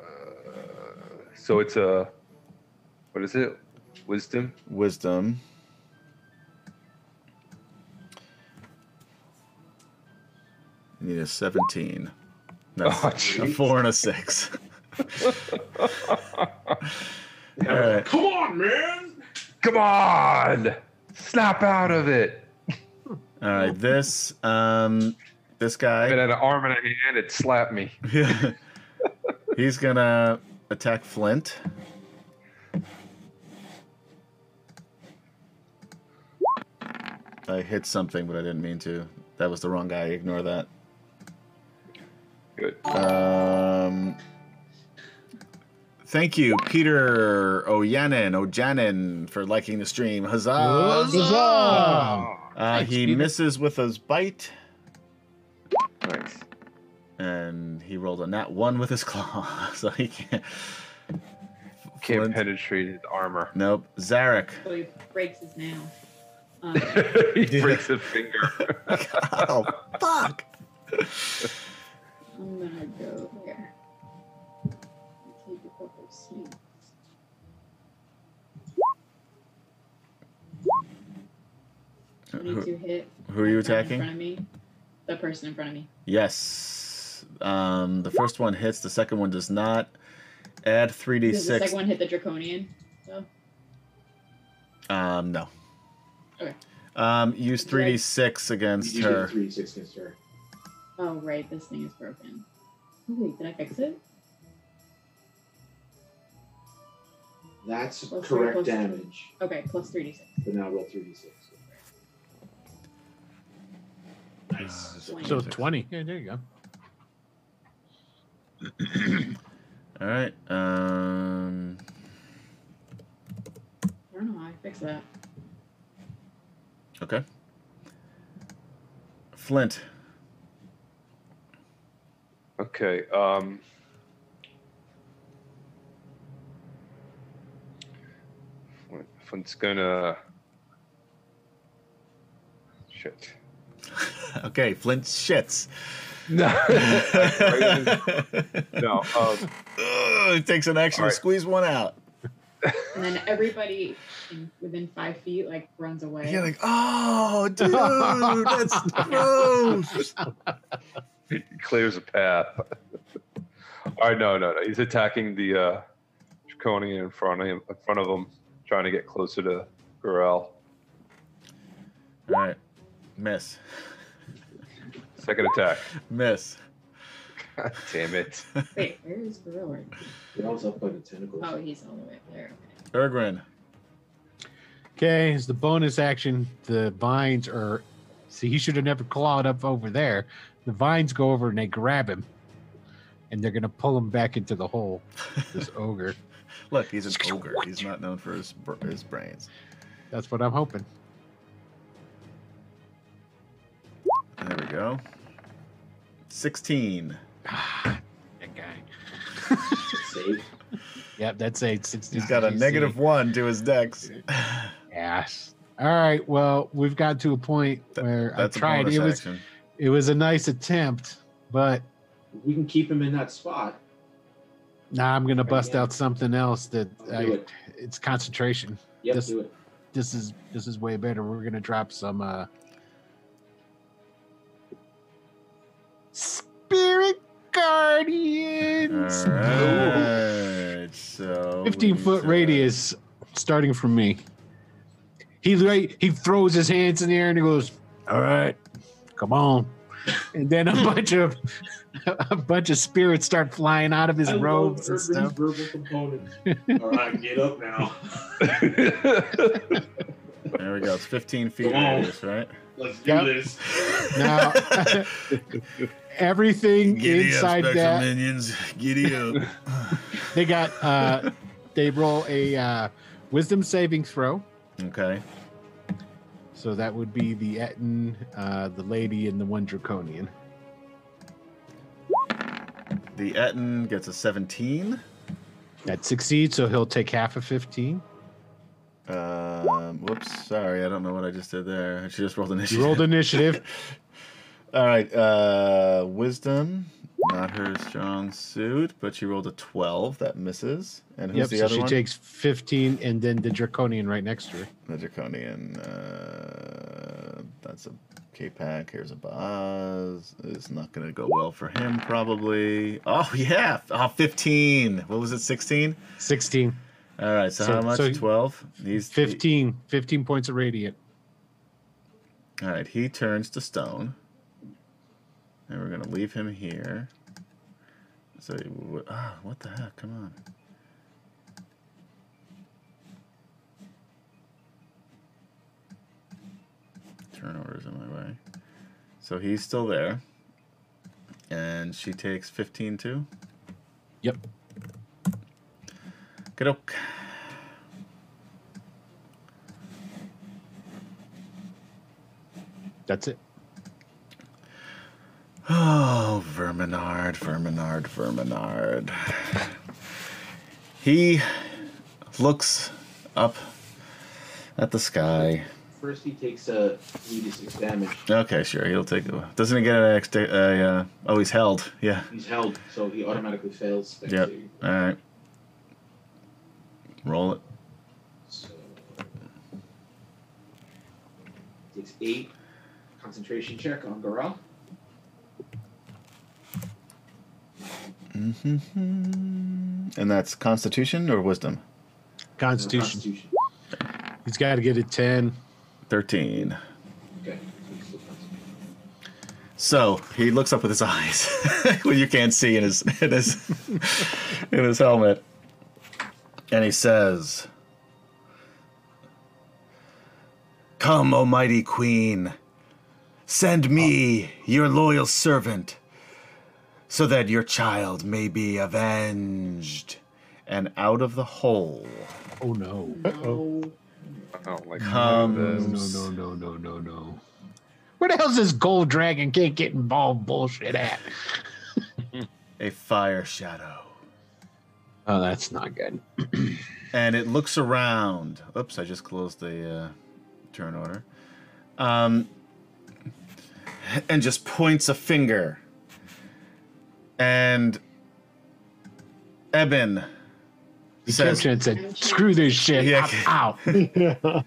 So it's a what is it? Wisdom.
Wisdom. You need a 17. No,
Oh,
a
jeez.
4 and a *laughs* 6.
The
All
hammer's like,
right.
Come on, man!
Come on, snap out of it.
All right, this um this guy
I had an arm and a hand. It slapped me.
Yeah. *laughs* He's gonna attack Flint. I hit something, but I didn't mean to. That was the wrong guy. Ignore that.
Good.
Um, thank you, Peter Oyanen, Ojanen, for liking the stream. Huzzah!
Huzzah!
Uh,
Thanks,
he
Peter.
misses with his bite,
Nice.
and he rolled a nat one with his *laughs* claw, so he can't.
Oh, Can't
Flint-
penetrate his armor. *laughs*
Nope. Zarek.
So he breaks his
*laughs*
nail. Um,
he
Yeah.
breaks a finger.
*laughs* oh, fuck.
I'm gonna go there. Take a couple of swings.
Who,
22 hit.
Uh, who are you
The guy In
attacking?
front of me. The person in front of me.
Yes. Um, the first one hits, the second one does not. Add
Does the second
3d6.
one hit the draconian?
Um, no.
Okay.
Um, use 3d6 against
You
her.
did three six against her.
Oh right, this thing is broken. Oh, wait, did I fix it?
That's
Plus three,
correct
plus three.
damage.
Okay, plus three d six.
But now roll three d six. Nice.
Uh,
So twenty. Yeah, there you go.
All right. Um,
I don't know how I fixed that.
okay. Flint. *laughs*
okay. Um. off and it's gonna. Shit.
Okay, Flint shits.
No.
Ugh,
*laughs* no. Um,
it takes an action
All right.
to squeeze one out.
And then everybody in, within five feet like runs away.
You're like, oh, dude,
*laughs*
that's gross.
clears a path. All right, no, no, no. He's attacking the uh, draconian in front of him, in front of him, trying to get closer to Gorel.
All right, miss,
Second attack. *laughs*
miss.
God damn it!
Wait, where is Gorilla?
They also have fucking tentacles.
Oh, he's all the way up there.
Ergrin,
Okay, as the bonus action, the vines are. See, he should have never clawed up over there. The vines go over and they grab him, and they're gonna pull him back into the hole.
*laughs*
This ogre.
look, he's an ogre. He's not known for his br- his brains.
That's what I'm hoping. *sighs*
There we go. Sixteen.
Ah, that guy.
Save.
Yep, that's a 60.
He's got a negative one to his dex.
Yes. All right. Well, we've got to a point
Th-
where I
*laughs* That's a
tried.
bonus
It was
action.
it was a nice attempt, but
If we can keep him in that spot,
now I'm gonna
Right,
bust
yeah.
out something else that
I'll do
I,
it.
it's concentration.
Yep,
This-
do it.
This is this is way better. We're gonna drop some uh Spirit Guardians.
All right. So
15
we
foot
said-
radius starting from me. He right, he throws his hands in the air and he goes, "All right, come on." And
*laughs*
then a bunch of a bunch of spirits start flying out of his
I love
robes and
Urban's
stuff.
verbal components. All right, get up now.
There we go. It's 15 feet
Come on.
radius, right?
Let's
Yep.
this.
Now
*laughs*
*laughs* everything inside that
minions. Giddy up.
*laughs* they got uh they roll a uh wisdom saving throw.
okay.
So that would be the Etin, uh the lady and the one draconian.
The Etin gets a 17.
That succeeds, so he'll take half of 15.
Um, whoops. Sorry. I don't know what I just did there. I should just rolled
You
initiative. *laughs*
rolled initiative.
All right. Uh, wisdom. Not her strong suit, but she rolled a 12. That misses. And who's
Yep.
the
so
other
she
one?
takes 15, and then the draconian right next to her.
The draconian. Uh, that's a K pack. Here's a Boz. It's not going to go well for him, probably. Oh, yeah. Oh, 15. What was it, 16?
16,
All right. So,
So-
how much?
so he-
12? He's
15, 15 points of radiant.
All right. He turns to stone. And we're going to leave him here. So, he w- ah, what the heck? Come on. turnovers in my way. So he's still there. And she takes 15 too?
Yep.
Good oak.
That's it.
Oh, Verminard, Verminard, Verminard. He looks up at the sky.
First, he takes a uh, 3d6 damage.
Okay, sure. He'll take. Doesn't he get an extra? Uh, uh, oh, he's held. Yeah.
He's held, so he automatically fails. dex
Yep.
saving.
All right. Roll it.
So, takes eight. Concentration check on Garal.
Hmm. And that's Constitution or Wisdom?
Constitution. He's got to get a 10.
13.
Okay. so he's still concentrating.
So he looks up with his *laughs* eyes, what you can't see in his in his in his helmet, and he says, "Come, O mighty Queen, send me your loyal servant, so that your child may be avenged." And out of the hole
Oh, no.
Uh,
No.
I don't like
No,
comes
no, no, no, no, no. Where the hell's this gold dragon can't get involved bullshit at?
a fire shadow.
Oh, that's not good.
and it looks around. Oops, I just closed the uh, turn order. Um, and just points a finger. And Eben says,
Deception said, "Screw this shit.
Yeah.
I'm out."
*laughs*
yeah.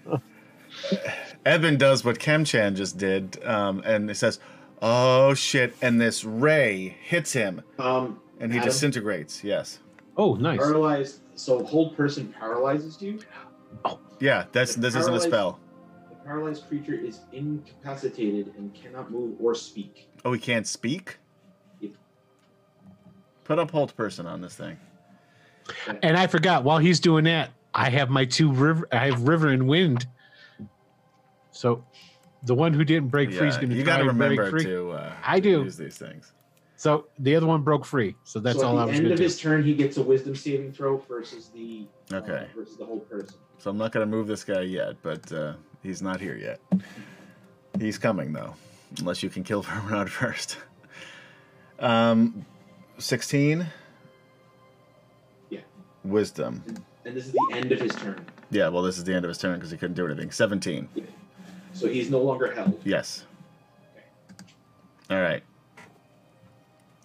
Eben does what Kemchan just did, um, and it says, "Oh shit!" And this ray hits him,
Um,
and he
Adam?
disintegrates. Yes,
Oh, nice.
paralyzed. So hold person paralyzes you.
yeah, that's this isn't a
Paralyzed-
spell.
The paralyzed creature is incapacitated and cannot move or speak.
Oh, he can't speak.
Yep.
Put up hold person on this thing.
And I forgot while he's doing that, I have my two river. I have river and wind. So, the one who didn't break free is
Yeah,
going
you
try
got to
and break
remember
free.
to. Uh,
I
to
do.
use these things.
So the other one broke free. So that's
so
all I
at the
was
end
going to
of
do.
his turn, he gets a wisdom saving throw versus the uh,
Okay.
versus the whole person.
So I'm not going to move this guy yet, but uh, he's not here yet. He's coming though, unless you can kill *laughs* Verminod first. um, sixteen.
Yeah.
Wisdom.
And this is the end of his turn,
Yeah. Well, this is the end of his turn because he couldn't do anything. Seventeen.
so he's no longer held.
Yes. All right.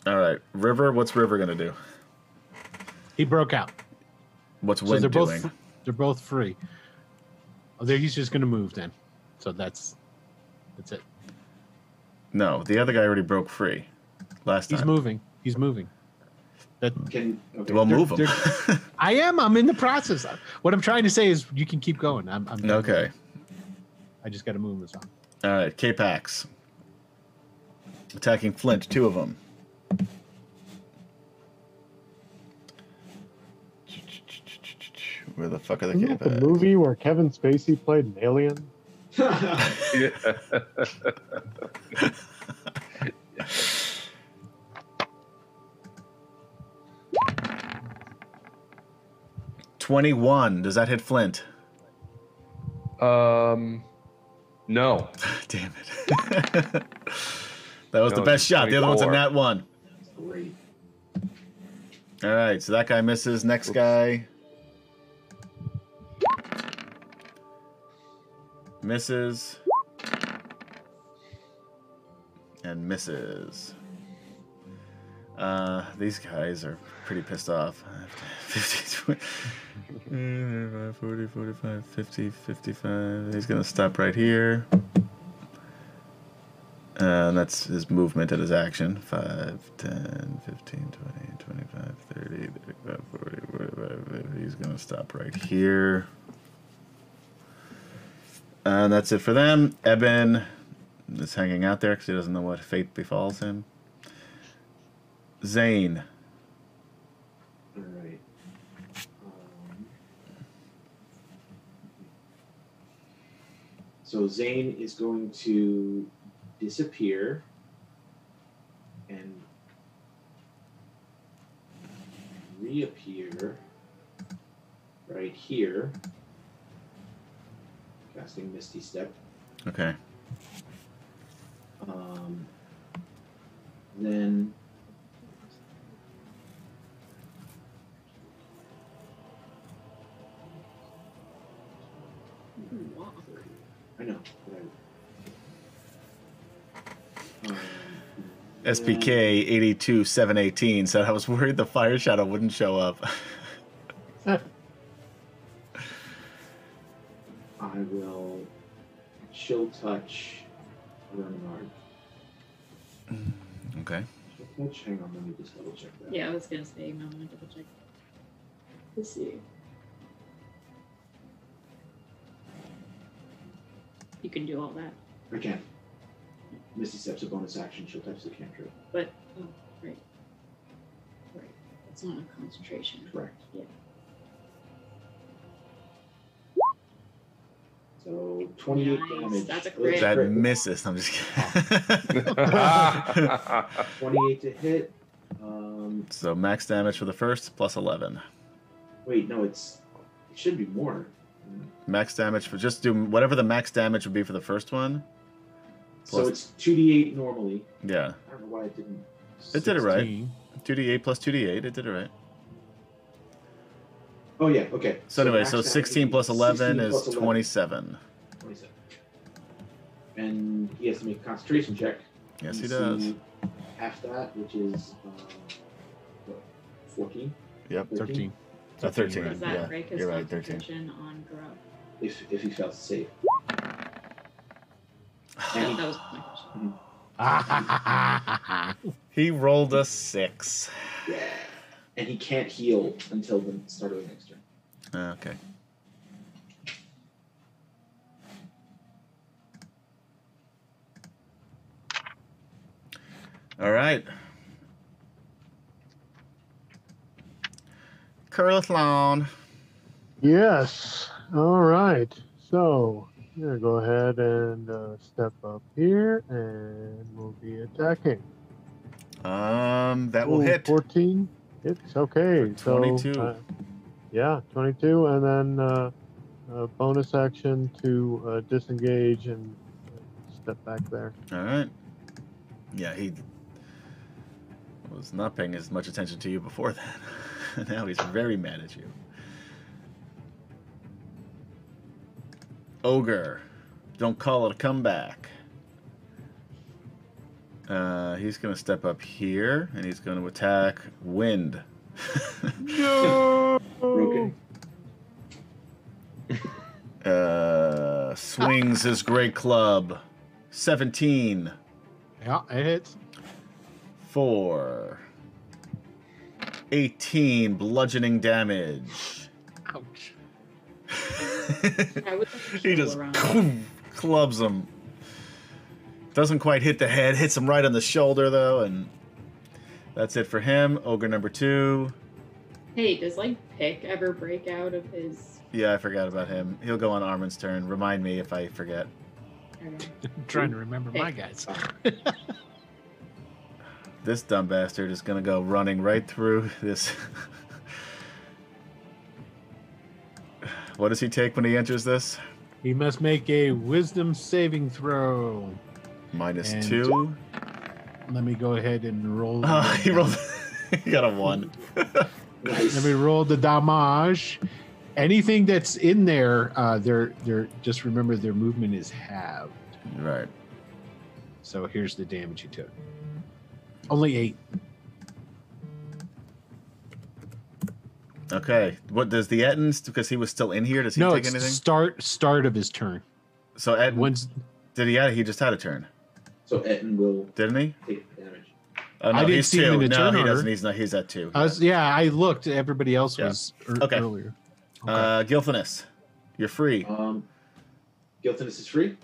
All right. River. What's River going to do?
He broke out.
What's
So
Wind
they're both
doing?
fr- they're both free. Oh, there he's just going to move then. So that's that's it.
No, the other guy already broke free last
He's
time.
moving. He's moving. That
Can okay.
Well,
They're-
move him. *laughs*
I am. I'm in the process. What I'm trying to say is you can keep going. I'm. I'm
okay.
I just got to move this on.
All right, K-Pax. Attacking Flint, two of them. Where the fuck are the
Isn't that the
K-Pax?
movie where Kevin Spacey played an alien?
Yeah.
Twenty-one. Does that hit Flint? *laughs*
*laughs* um, no.
Damn it. *laughs* that was
No,
the best
it's
shot. The other one's a
24.
nat one.
Great.
All right, so that guy misses. Next
Oops.
guy misses and misses. Uh, these guys are pretty pissed off. *laughs* 50, *laughs* 20, 40, 45, 50, 55. He's gonna stop right here. Uh, and that's his movement and his action. 5, 10, 15, 20, 25, 30, 35, 40, 45, 50. He's going to stop right here. And that's it for them. Eben is hanging out there because he doesn't know what fate befalls him. Zane.
All right. Um, so Zane is going to disappear and reappear right here, casting Misty Step.
Okay.
Um, then I know. but I- Um,
SPK 82 718 said, I was worried the fire shadow wouldn't show up.
I will chill touch Renard.
okay.
Chill touch? Hang on, let me just double check that.
Yeah, I was gonna say, no, I'm gonna double check. Let's see. You can do all that,
I can. Misty steps a bonus action, chill touch the cantrip.
but oh, right, right. It's not a concentration.
Correct.
Yeah.
So 28
Nice,
damage.
that's a
It was
crit.
That misses. I'm just kidding.
*laughs* Ah. That's
28 to hit. Um,
so max damage for the first, plus 11.
wait, no, it's it should be more.
Max damage for just do whatever the max damage would be for the first one.
So
Plus-
it's 2d8 normally.
Yeah,
I don't know why it didn't.
it did it right.
16.
Two d eight plus two d eight. It did it right.
Oh yeah. Okay.
So anyway, so
max damage
16 plus 11
16 plus
is 27.
27. And he has to make a concentration check.
Yes, he
DC
does.
Half that, which is uh, what, 14.
Yep.
13.
Uh, 13.
Does that
Yeah.
break his
You're right. 13.
concentration on grub?
If if he fails to save.
That,
And
that was my question.
He rolled a six.
he, yeah. And he can't heal until the start of the next turn.
Okay. All right. Curlithlon.
Yes. All right. So I'm gonna go ahead and uh, step up here, and we'll be attacking.
Um, that will
Ooh,
hit.
Fourteen hits. Okay.
For
so,
22.
uh, yeah, twenty-two, and then uh, a bonus action to uh, disengage and step back there.
All right. Yeah, he was not paying as much attention to you before that. *laughs* now he's very mad at you. Ogre. Don't call it a comeback. Uh, he's going to step up here and he's going to attack Wind.
Broken.
uh, swings his great club. 17.
*laughs* yeah, it hits.
four. 18 bludgeoning damage.
Ouch.
I would
*laughs* he *laughs* just clubs him. Doesn't quite hit the head, hits him right on the shoulder though, and that's it for him. Ogre number two.
Hey, does like pick ever break out of his?
Yeah, I forgot about him. He'll go on Armin's turn. Remind me if I forget.
Okay.
trying to remember my guys.
This dumb bastard is gonna go running right through *laughs* this. what does he take when he enters this?
He must make a wisdom saving throw.
Minus
And-
two.
*laughs* Let me go ahead and roll.
*laughs*
the
Uh, he rolled. he got a one.
*laughs* Let me roll the damage. Anything that's in there, uh, they're they're just remember their movement is halved.
Right.
So here's the damage he took. Only eight.
Okay. What does the Ettins? Because he was still in here. Does he
no,
take
it's the
anything?
start start of his turn.
so Etten
When's
did he? Yeah, he just had a turn,
So Etten will
didn't he?
take the damage.
Oh,
I didn't
he's
see him
two.
in
no,
the turn
he
order.
doesn't. He's not. He's at two.
I was, yeah, I looked. Everybody else
Yeah.
was ear-
Okay.
earlier. Okay.
Uh, Gilfinus, you're free.
Um, Giltinus is free.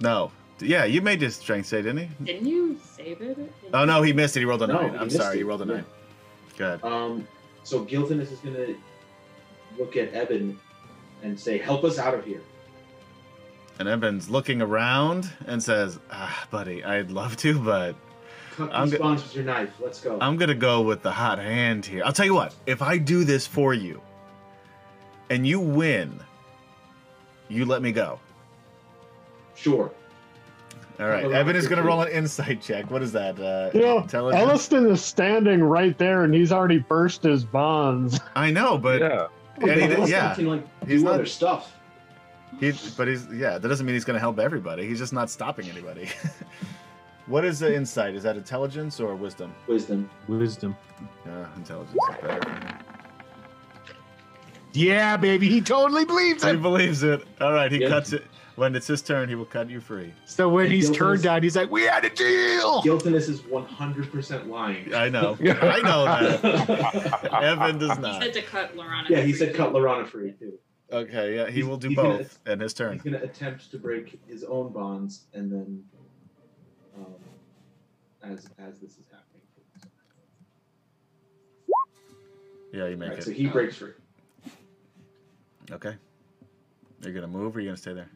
No. Yeah, you made his strength say, didn't he?
Didn't you save it?
Oh no, he missed it. He rolled a
No,
nine.
he
I'm
missed
sorry,
it.
he rolled a
Yeah.
nine. Good.
Um, so Giltinus is going to look at Eben and say, "Help us out of here."
And Eben's looking around and says, "Ah, buddy, I'd love to, but
Cut
I'm
these
go-
bonds with your knife. Let's go.
I'm gonna go with the hot hand here. I'll tell you what, if I do this for you and you win, you let me go.
sure.
All right.
Well,
Evan is
that's your
gonna roll
choice.
an insight check. What is that? Uh,
You know,
intelligence?
Elliston is standing right there, and he's already burst his bonds.
I know, but
yeah.
Yeah, he did-
Unless
yeah.
they Can, like,
He's
do
not-
other stuff.
he, but he's yeah. That doesn't mean he's gonna help everybody. He's just not stopping anybody. *laughs* what is the insight? Is that intelligence or wisdom?
Wisdom.
Wisdom.
Uh, intelligence is better. for me.
Yeah, baby, he totally believes
He
it.
believes it. All right, he
Yeah.
cuts it. When it's his turn, he will cut you free.
So when
And
he's
Giltinus-
turned down, he's like, "We had a
Oh.
deal."
Giltinus is 100% lying.
I know. I know
*laughs*
that. *laughs* Evan does
He
not.
said to cut Lorana.
yeah, he said cut Lorana free too.
Okay, yeah, he
He's-
will do
he's gonna-
both in his turn.
He's going to attempt to break his own bonds, and then, um, as as this is happening,
Yeah, you make
Alright,
it.
so he breaks free.
Okay. You're gonna move or you're gonna stay there?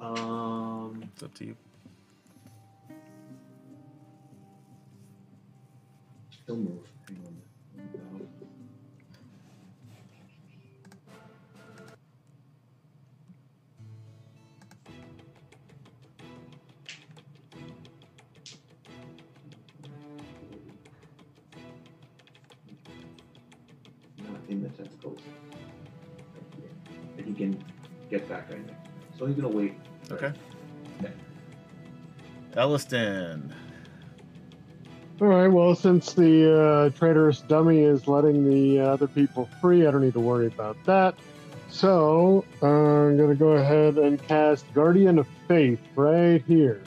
Um,
It's up to you.
he'll move. Hang on. No. Not in the tentacles. And he can get that guy next. So he's gonna wait.
Okay. Elliston.
All right. Well, since the uh, traitorous dummy is letting the uh, other people free, I don't need to worry about that. So uh, I'm going to go ahead and cast Guardian of Faith right here.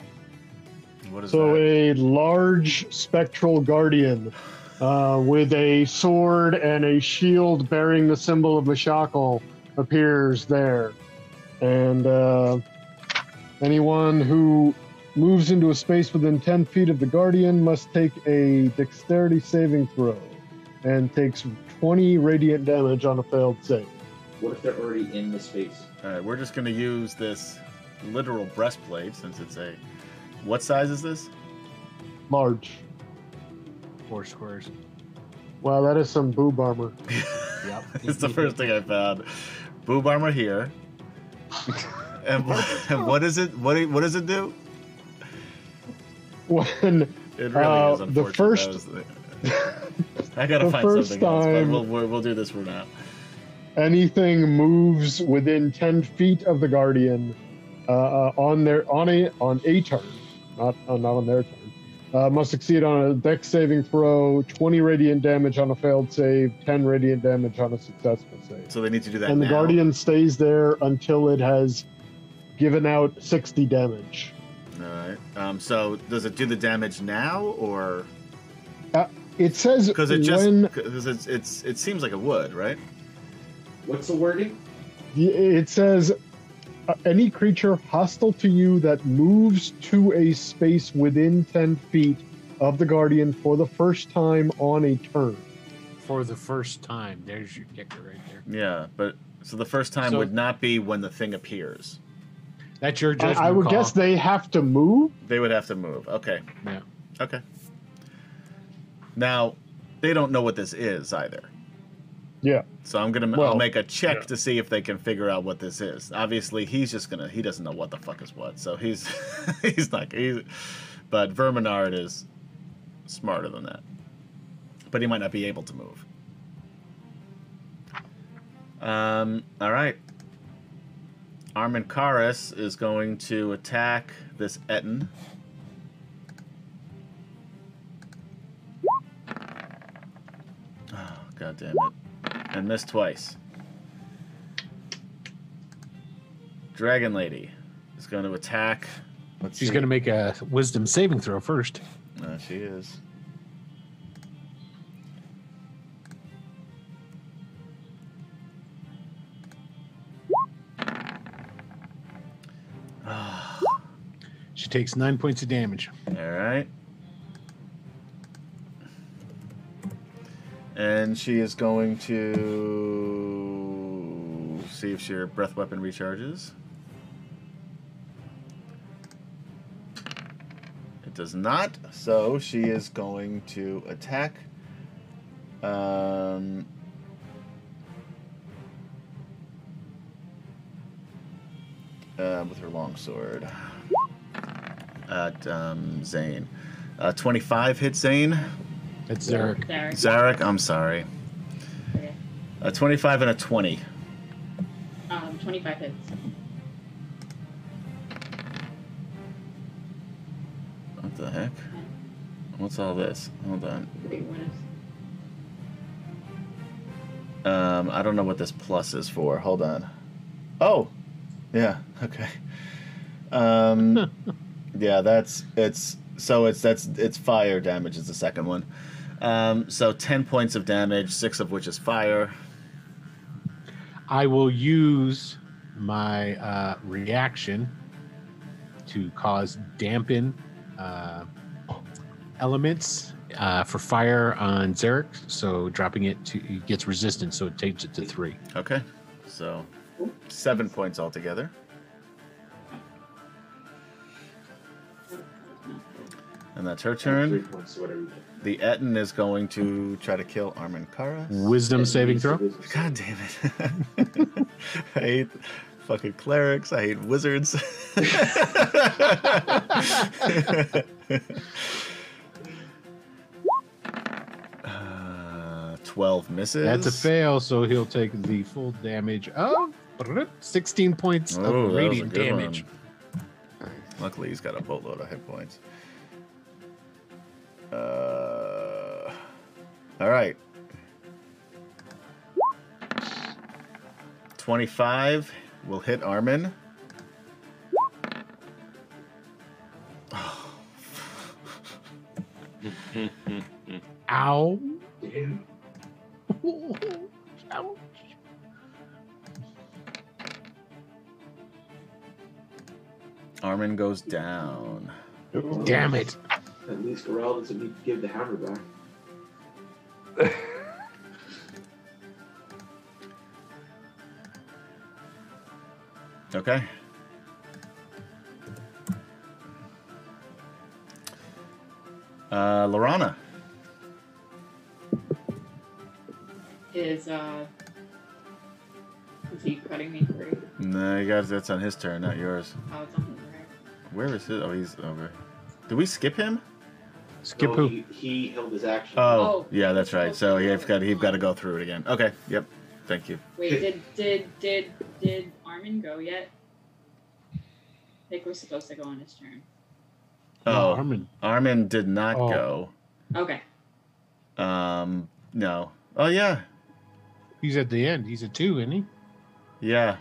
What is
So
that?
a large spectral guardian uh, with a sword and a shield bearing the symbol of Mashakal appears there, and uh, anyone who moves into a space within ten feet of the guardian must take a Dexterity saving throw and takes twenty radiant damage on a failed save.
What if they're already in the space?
All right, we're just going to use this literal breastplate since it's a. What size is this? *laughs*
Large.
Four squares.
Wow, that is some boob armor. *laughs*
*laughs* Yep.
it's the first thing I found. Boob armor here. and, what, and what is it? What, do- what does it do?
When
It really
Uh,
is
the
unfortunate.
first-
That was the-
*laughs*
I gotta
the
find
first
something else, but
time-
we'll, we'll, we'll do this for now.
anything moves within 10 feet of the guardian uh, uh, on their on a on a turn not uh, not on their turn uh, must succeed on a dex saving throw 20 radiant damage on a failed save 10 radiant damage on a successful save
So they need to do that.
and the
now.
guardian stays there until it has given out 60 damage
All right. Um, so does it do the damage now, or
it says
because it just
when
because it's, it's it seems like it would, right?
What's the wording?
Y- It says uh, any creature hostile to you that moves to a space within 10 feet of the guardian for the first time on a turn.
For the first time. There's your kicker right there.
Yeah, but so the first time
So-
would not be when the thing appears.
That's your
I,
judgment.
I would
call.
guess they have to move.
They would have to move. Okay.
Yeah.
Okay. Now, they don't know what this is either.
Yeah.
So I'm gonna I'll
Well,
make a check
yeah.
to see if they can figure out what this is. Obviously, he's just gonna he doesn't know what the fuck is what, so he's *laughs* he's not he's, but Verminard is smarter than that. But he might not be able to move. Um. All right. Armin Karis is going to attack this Etten. Oh, God damn it. And missed twice. Dragon Lady is going to attack. Let's
She's
see.
going to make a wisdom saving throw first.
Uh, she is. Ah,
She takes nine points of damage.
All right. And she is going to see if she- her breath weapon recharges. It does not, so she is going to attack. Um, uh, with her longsword at um, Zane. Uh, 25 hit Zane.
That's Zarek.
Sorry.
Zarek, I'm sorry.
Okay.
A 25 and a 20.
Um, 25 hits.
What the heck? What's all this? Hold on.
Wait, what is?
Um, I don't know what this plus is for. Hold on. Oh, yeah. *laughs* Okay. Um, yeah, that's it's so it's that's it's fire damage is the second one. Um, so 10 points of damage, six of which is fire.
I will use my uh, reaction to cause dampen uh, elements uh, for fire on Zarek. So dropping it to it gets resistance, so it takes it to three.
Okay. So seven points altogether. And that's her
Three
turn.
points, whatever. you get.
The Etten is going to try to kill Armin Kara.
Wisdom saving throw.
God damn it. *laughs* I hate fucking clerics. I hate wizards. *laughs* uh, 12 misses.
That's a fail, so he'll take the full damage of 16 points
Ooh,
of
Oh, that was a
radiant
good
damage.
one. Luckily, he's got a boatload of hit points. Uh, all right. 25 will hit Armin.
Ow.
Damn.
Ow.
Armin goes down.
Damn it.
At least Gorell doesn't need to give the hammer back.
Okay. Uh, Lorana.
Is uh, is he cutting me free?
No, you guys, that's on his turn, not yours.
Oh, it's on him, right?
Where is his? Oh, he's over. Did we skip him?
Skip
No,
who?
He, he held his action.
Oh,
Oh.
yeah, that's right. So he's got he's got to go through it again. Okay. Yep. Thank you.
Wait, did did did did Armin go yet? I think we're supposed to go on his turn.
No,
Oh,
Armin.
Armin did not
Oh.
Okay.
go. Um, no. Oh yeah,
He's at the end. He's a two, isn't he?
yeah.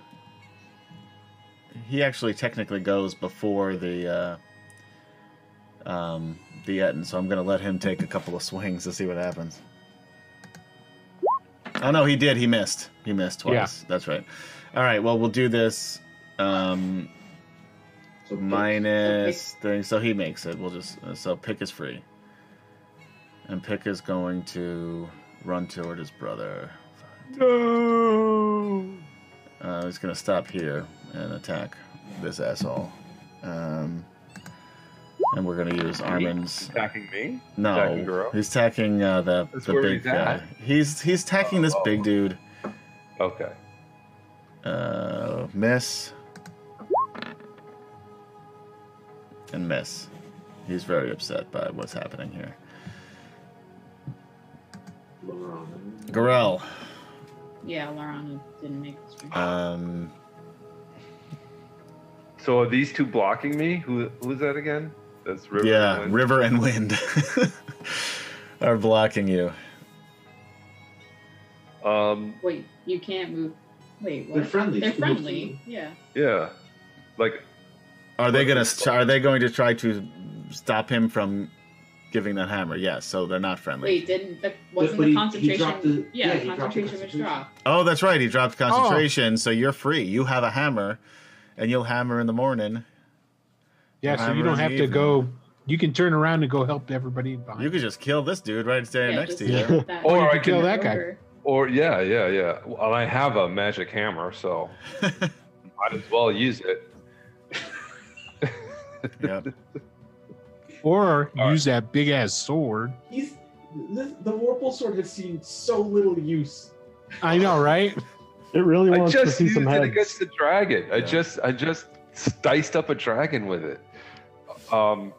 He actually technically goes before the uh, um the Etten, so I'm gonna let him take a couple of swings to see what happens. Oh no, he did. He missed. He missed
Yeah.
twice. That's right. All right. Well, we'll do this. Um,
*laughs*
so
minus thing, so he makes it. We'll just so pick is free, and pick is going to run toward his brother.
No.
Uh, he's gonna stop here and attack this asshole, um, and we're gonna use Armin's.
Attacking me? Attacking
No,
Goro?
he's attacking uh, the
That's
the
where
big
he's at.
guy. He's he's attacking this
Oh.
big dude.
Okay.
Uh, miss and miss. He's very upset by what's happening here.
Lauren.
Gorell.
Yeah, Lorana didn't make his turn.
Um,
So are these two blocking me? Who who's that again? That's River.
yeah,
and-
river and wind *laughs* are blocking you.
Um.
Wait, you can't move. Wait, what?
They're friendly.
They're
She moves
friendly.
to-
Yeah.
Yeah. Like
Are they gonna? st- Are they going to try to stop him from giving that hammer? Yes. so they're not friendly.
Wait, didn't the, wasn't the
but he- he
concentration?
dropped the-
yeah,
yeah,
the
he dropped the
concentration was
concentration.
dropped.
Oh, that's right. He dropped concentration, so you're free. You have a hammer, and you'll hammer in the morning.
Yeah, so you
Armin
don't have
leaving.
to go. You can turn around and go help everybody behind.
You could just kill this dude right standing
Yeah,
next to
just
you.
Yeah.
drop that.
Or
you
I
could kill
can-
that guy.
Over.
Or yeah, yeah, yeah. Well, I have a magic
*laughs*
hammer, so might as well use it.
*laughs*
yep.
Or
All right.
use that big ass sword.
He's the, the Warple sword has seen so little use.
I know, right?
It really
I
wants to
just
see
used
some
it
heads.
against the dragon. I
Yeah.
just I just diced up a dragon with it. Um,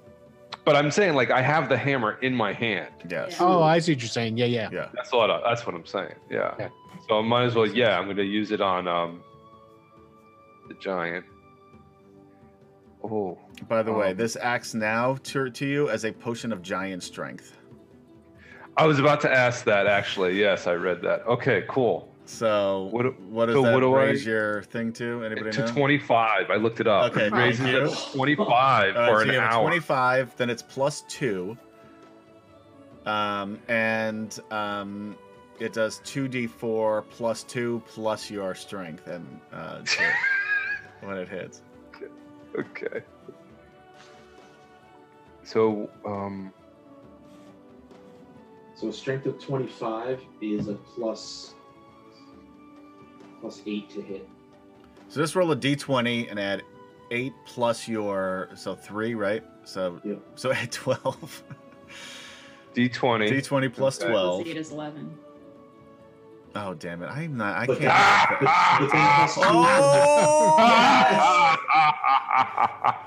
but I'm saying like I have the hammer in my hand.
Yes.
*laughs*
Yeah.
Oh, I see what you're saying. Yeah, yeah.
That's what I, that's what I'm saying. Yeah.
Yeah.
So I might as well. Yeah, I'm going to use it on um, the giant. Oh,
By the way,
Um,
this acts now to, to you as a potion of giant strength.
I was about to ask that actually. Yes, I read that. Okay, cool.
So
What do-
what does
so
that
what do I-
raise your thing to? Anybody
to
know?
25. I looked it up.
Okay,
It raises
thank
it
you.
to 25
All right,
for
Uh, so
an
you have a
hour.
25, then it's plus two. Um, and um, it does 2d4 plus two plus your strength and uh, so
*laughs*
when it hits.
Okay. So, um,
So a strength of 25 is a plus plus 8 to hit.
So just roll a d20 and add eight plus your so three, right? So
Yeah.
so *laughs* add 12.
D20.
*laughs*
*laughs*
d20 plus
Okay.
Plus
12.
eight is eleven.
Oh damn it! I'm not. I
But-
can't.
Ah, *laughs*
do that.
ah,
But then
ah,
plus two-
oh!
*laughs* ah, ah, ah, ah,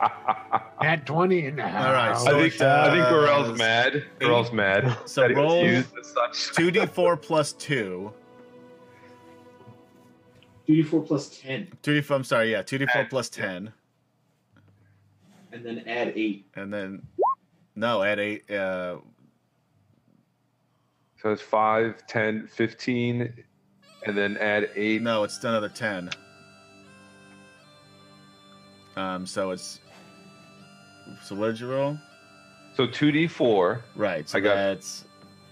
ah, ah, ah,
At 20 in the
All right,
house.
so
I think uh,
it
I think
does
Gorel's mad. Gorel's mad.
So
that he was
roll
used as such.
2d4 plus 2.
Duty four plus ten,
2d4, I'm sorry, yeah, 2d4 plus 10.
and then add eight.
And then, no, add 8. Uh,
So it's 5, 10, 15, and then add 8.
no, it's another 10. Um, so it's. So what did you roll?
So 2d4.
Right, so
I got-
that's.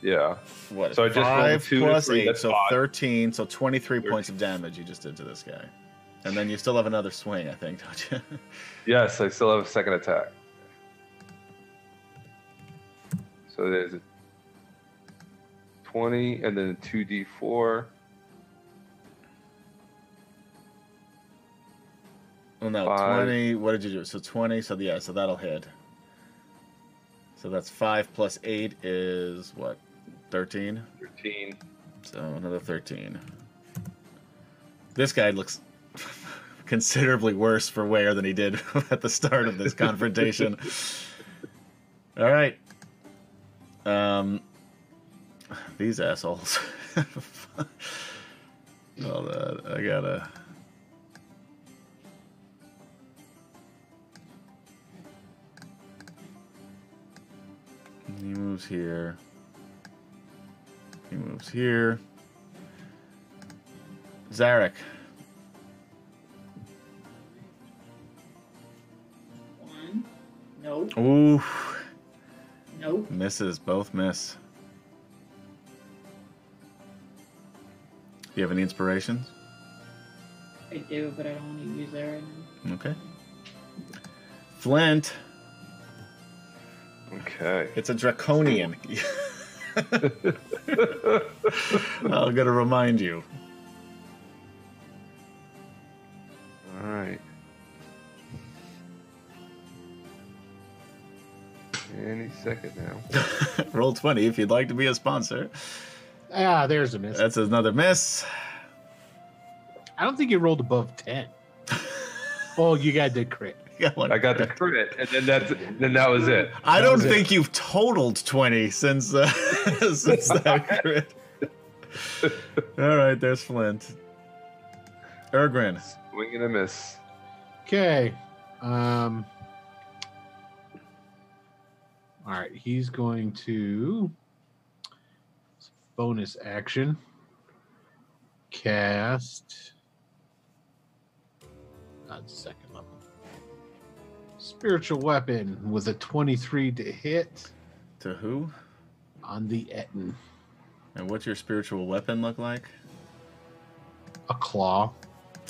Yeah.
What?
So I just rolled
five
two and
plus
three,
eight,
that's
so
five.
thirteen, so twenty-three points of damage you just did to this guy, and then you still have another swing, I think, don't you? *laughs*
Yes, I still have a second attack. So there's a 20 and then a 2d4.
Well, no,
Five.
twenty. What did you do? So twenty. So yeah, so that'll hit. So that's five plus eight is what? Thirteen.
13.
So another thirteen. This guy looks *laughs* considerably worse for wear than he did *laughs* at the start of this confrontation. All right. Um, these assholes. *laughs* Hold on, I gotta. He moves here. He moves here. Zarek.
One. Nope.
Ooh,
Nope.
misses. Both miss. You have any inspirations?
I do, but I don't want to use that right now.
Okay. Flint.
Okay.
It's a draconian. *laughs* I'm gonna remind you. *laughs*
All right. Any second now.
Roll twenty if you'd like to be a sponsor.
Ah, there's a miss.
That's another miss. *laughs*
I don't think you rolled above
*laughs*
10. oh, you got the crit.
Got one
I got the
correct.
crit, and then that's then that was it.
I
That
don't
was it.
think you've totaled twenty since uh, *laughs* since
*laughs*
that crit. All right, there's Flint. Ergrin.
Swing and a miss.
Okay. Um. All right. He's going to bonus action cast not second level spiritual weapon with a 23 to hit
To who?
on the Etten.
And what's your spiritual weapon look like?
A claw.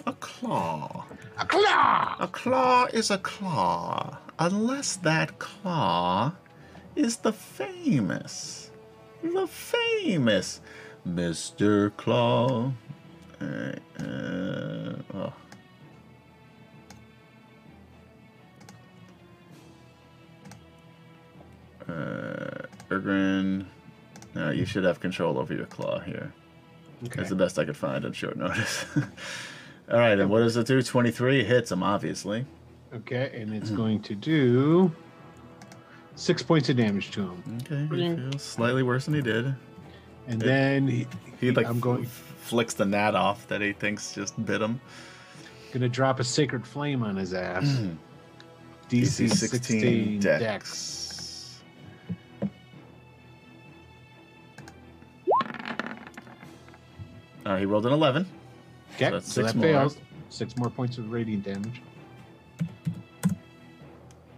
A claw.
A claw.
A claw is a claw, unless that claw is the famous, the famous Mr. Claw. Uh, uh, oh. Uh, Ergrin, no, you should have control over your claw here.
Okay.
That's the best I could find on short notice. *laughs* All right, and what does it do? 23 hits him, obviously.
Okay, and it's going to do six points of damage to him,
Okay, he feels slightly worse than he did.
and then he,
He like
I'm going
f- flicks the gnat off that he thinks just bit him.
gonna drop a sacred flame on his ass.
Mm. *clears throat* DC 16,
16
dex. Uh, he rolled an 11.
Okay,
So
so,
that's six
that
more.
fails. Six more points of radiant damage,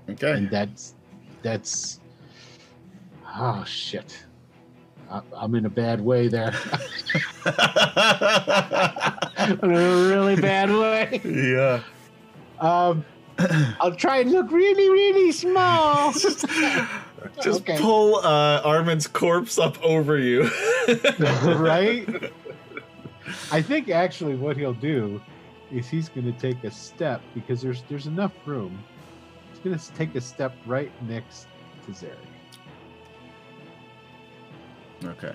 Okay.
and that's that's oh shit. I, I'm in a bad way there. *laughs* I'm in a really bad way.
*laughs* yeah.
Um, I'll try and look really, really small. *laughs*
just just
Okay.
pull uh, Armin's corpse up over you. *laughs*
*laughs* right? I think actually what he'll do is he's going to take a step because there's there's enough room. He's going to take a step right next to Zarek.
okay.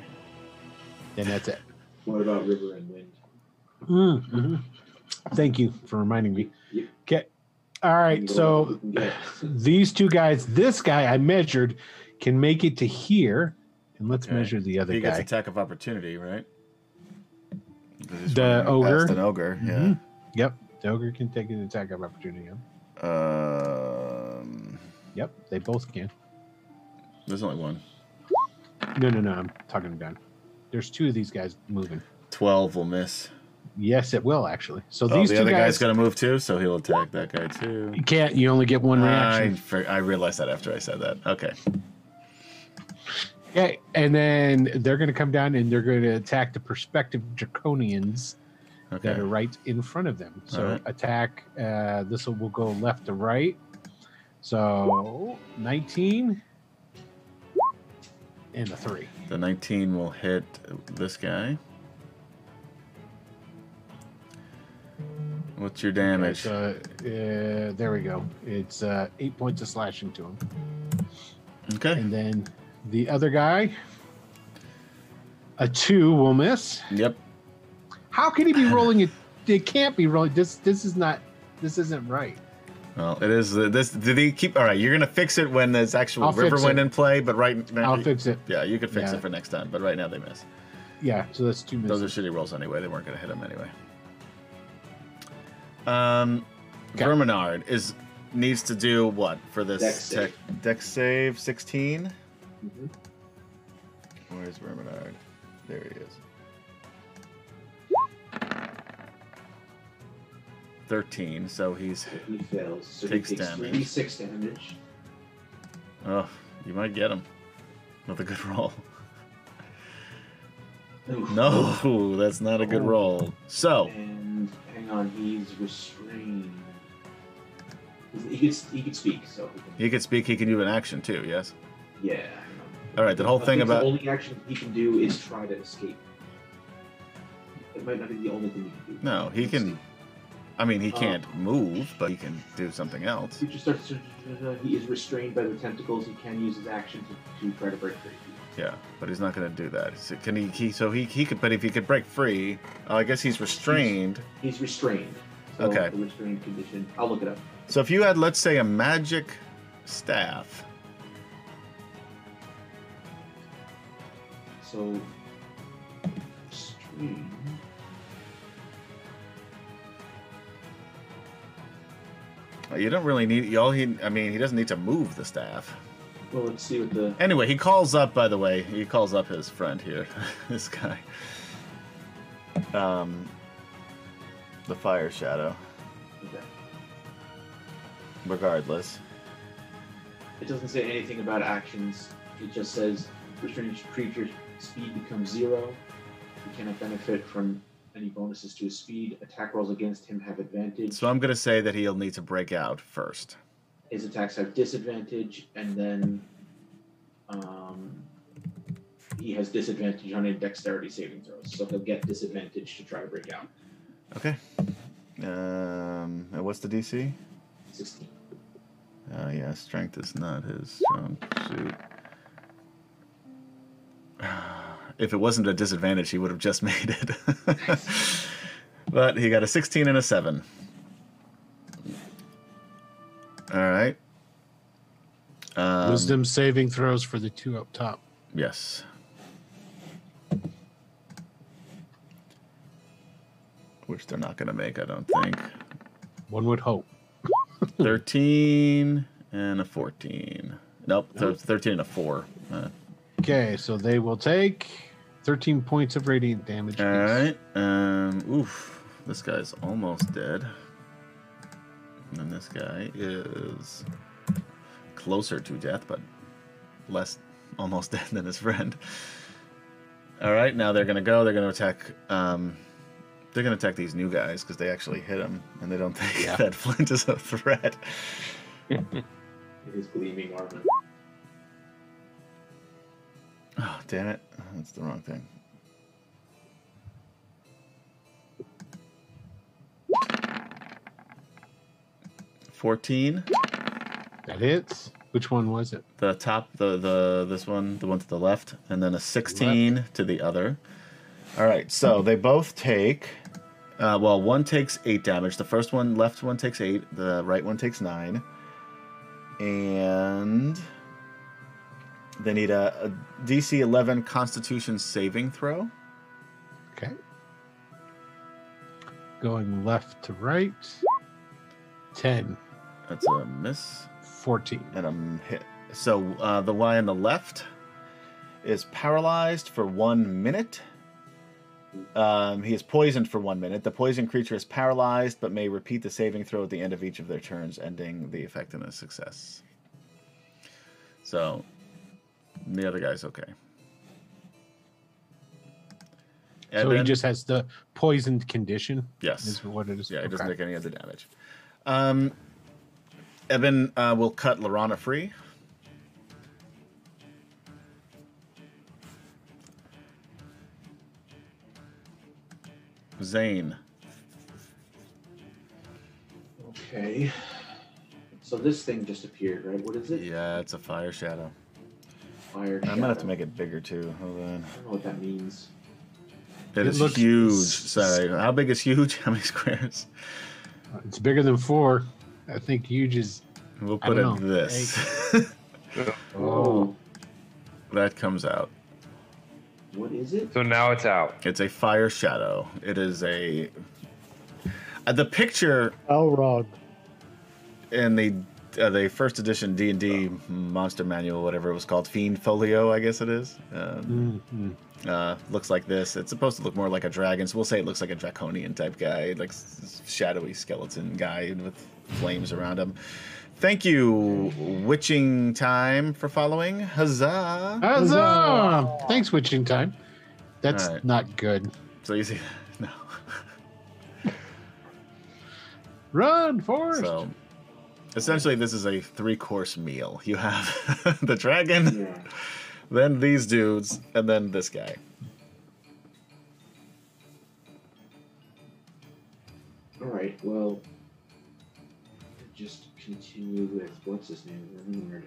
And that's *laughs* it.
What about river and wind?
Thank you Mm-hmm. for reminding me.
Yep.
Okay. All right, so
Yeah.
these two guys, this guy I measured can make it to here, and let's
Okay.
measure the other
he gets
guy.
attack of opportunity, right? 'Cause he's
The
running
ogre?
Past an ogre, yeah.
Mhm. Yep, the ogre can take an attack of opportunity. on. Mm-hmm.
Um,
Yep, they both can.
there's only one.
No, no, no, I'm talking about. There's two of these guys moving.
Twelve will miss.
Yes, it will actually. So
Oh,
these
the
two
other guy's
guys
gonna move too, so he'll attack that guy too.
you can't. You only get one
I,
reaction.
fir- I realized that after I said that. Okay.
Yeah, and then they're going to come down and they're going to attack the prospective draconians that
Okay.
are right in front of them. So
Alright.
attack. Uh, this will will go left to right. So nineteen and a three.
The 19 will hit this guy. What's your damage?
So uh, there we go. It's uh, eight points of slashing to him,
Okay.
and then the other guy. A two will miss.
Yep.
How
*laughs*
can he be rolling it? It can't be rolling. This this is not. This isn't right.
Well, it is the- this. Did he keep? All right, you're gonna fix it when there's actual
I'll fix
Riverwind
it.
in play, but right now,
I'll fix it.
yeah, you could fix
Yeah.
it for next time. But right now they miss.
Yeah, so that's two
Those are
misses.
shitty rolls anyway. They weren't gonna hit him anyway. Um,
Okay.
Verminard is needs to do what for this
Dex save.
tech- dex save 16.
Mhm. Mm-hmm.
Where's Verminard? There he is. 13, so he's.
He fails. So
Takes
he takes
damage.
36 damage.
Oh, you might get him. With a good *laughs* roll.
Oof.
No, that's not a good
Oh.
roll. So,
And hang on, he's restrained. He gets he can speak, so he can,
he could speak, he can do an action too, yes?
yeah. hang on.
Alright, the whole
I
thing
think
about.
the only action he can do is try to escape. It might not be the only thing he can do.
No, he can. I mean, he can't move, but he can do something
*laughs*
else.
Creature starts to, he is restrained by the tentacles. He can use his action to, to try to break free.
Yeah, but he's not going to do that. So can he, he? So he he could. But if he could break free, uh, I guess he's restrained.
He's restrained. So
Okay.
The restrained condition. I'll look it up.
So if you had, let's say, a magic staff,
So, stream.
uh, you don't really need. All he. I mean, he doesn't need to move the staff.
Well, let's see what the
Anyway, he calls up. By the way, he calls up his friend here, *laughs* this guy, um, the fire shadow.
okay.
Regardless,
It doesn't say anything about actions. It just says restrained creature speed becomes zero. He cannot benefit from any bonuses to his speed. Attack rolls against him have advantage.
so I'm going to say that he'll need to break out first.
His attacks have disadvantage, and then um, he has disadvantage on any dexterity saving throws. So he'll get disadvantage to try to break out.
Okay. Um, and what's the DC?
16.
Uh, yeah, strength is not his strong suit. *sighs* If it wasn't a disadvantage, he would have just *laughs* made it. but he got a 16 and a 7. All right. Um,
Wisdom saving throws for the two up top.
Yes. Which they're not going to make, I don't think.
One would hope.
13 and a 14. Nope, thir- 13 and a 4. Uh,
Okay, so they will take 13 points of radiant damage.
All
apiece.
right. Um. Oof. This guy's almost dead. And this guy is closer to death, but less almost *laughs* dead than his friend. All right. Now they're gonna go. They're gonna attack. Um. They're gonna attack these new guys because they actually hit him, and they don't *laughs* think
Yeah.
that Flint is a threat.
It is gleaming armor.
Oh, damn it. That's the wrong thing. Fourteen.
That hits. Which one was it?
The top, the the this one, the one to the left, and then a sixteen to the other. All right, so they both take Uh, well, one takes eight damage. The first one, left one takes eight. The right one takes nine. And they need a, a DC 11 Constitution saving throw.
Okay. Going left to right. 10,
That's a miss
14.
and a hit. So uh, the one on the left is paralyzed for one minute. Um, he is poisoned for one minute. The poisoned creature is paralyzed, but may repeat the saving throw at the end of each of their turns, ending the effect in a success. So the other guy's okay. And
so he
then-
just has the poisoned condition,
yes.
is what it is.
Yeah, it doesn't
Okay.
take any other damage. Um, Eben uh, will cut Lorana free. Zane.
Okay. So this thing just appeared, right? What is it?
Yeah, it's a fire shadow.
Fire.
I'm gonna have to make it bigger too. Hold on.
I don't know what that means.
it
It
is
looks-
huge. Sorry. How big is huge? *laughs* How many squares?
It's bigger than four. I think huge is.
We'll
I
put it
don't know.
this.
Oh,
*laughs* that comes out.
what is it?
So now it's out.
It's a fire shadow. It is a. Uh, the picture
Elrod.
in the uh, the first edition D and D Monster Manual, whatever it was called, Fiend Folio, I guess it is. Um,
Mm-hmm.
uh, looks like this. It's supposed to look more like a dragon, so we'll say it looks like a draconian type guy, like s- shadowy skeleton guy with flames around him. Thank you, Witching Time, for following. Huzzah!
Huzzah! Thanks, Witching Time. That's
All right.
not good.
So you see, *laughs* no.
Run, Forrest!
So essentially, this is a three-course meal. You have *laughs* the dragon.
Yeah.
then these dudes, and then this guy.
All right. Well, just continue with what's his name? Renard.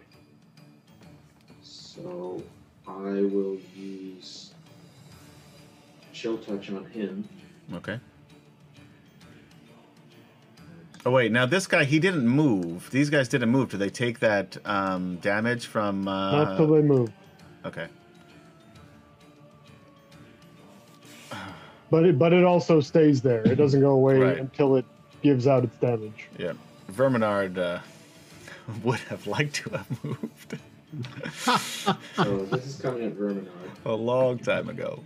So I will use chill touch on him.
Okay. Oh wait, now this guy he didn't move. These guys didn't move. Do they take that um, damage from?
Not till
Uh...
they move.
Okay.
But it, but it also stays there. It doesn't go away
Right.
until it gives out its damage.
Yeah. Verminard uh, *laughs* would have liked to have moved *laughs*
So this is coming at Verminard.
a long time ago.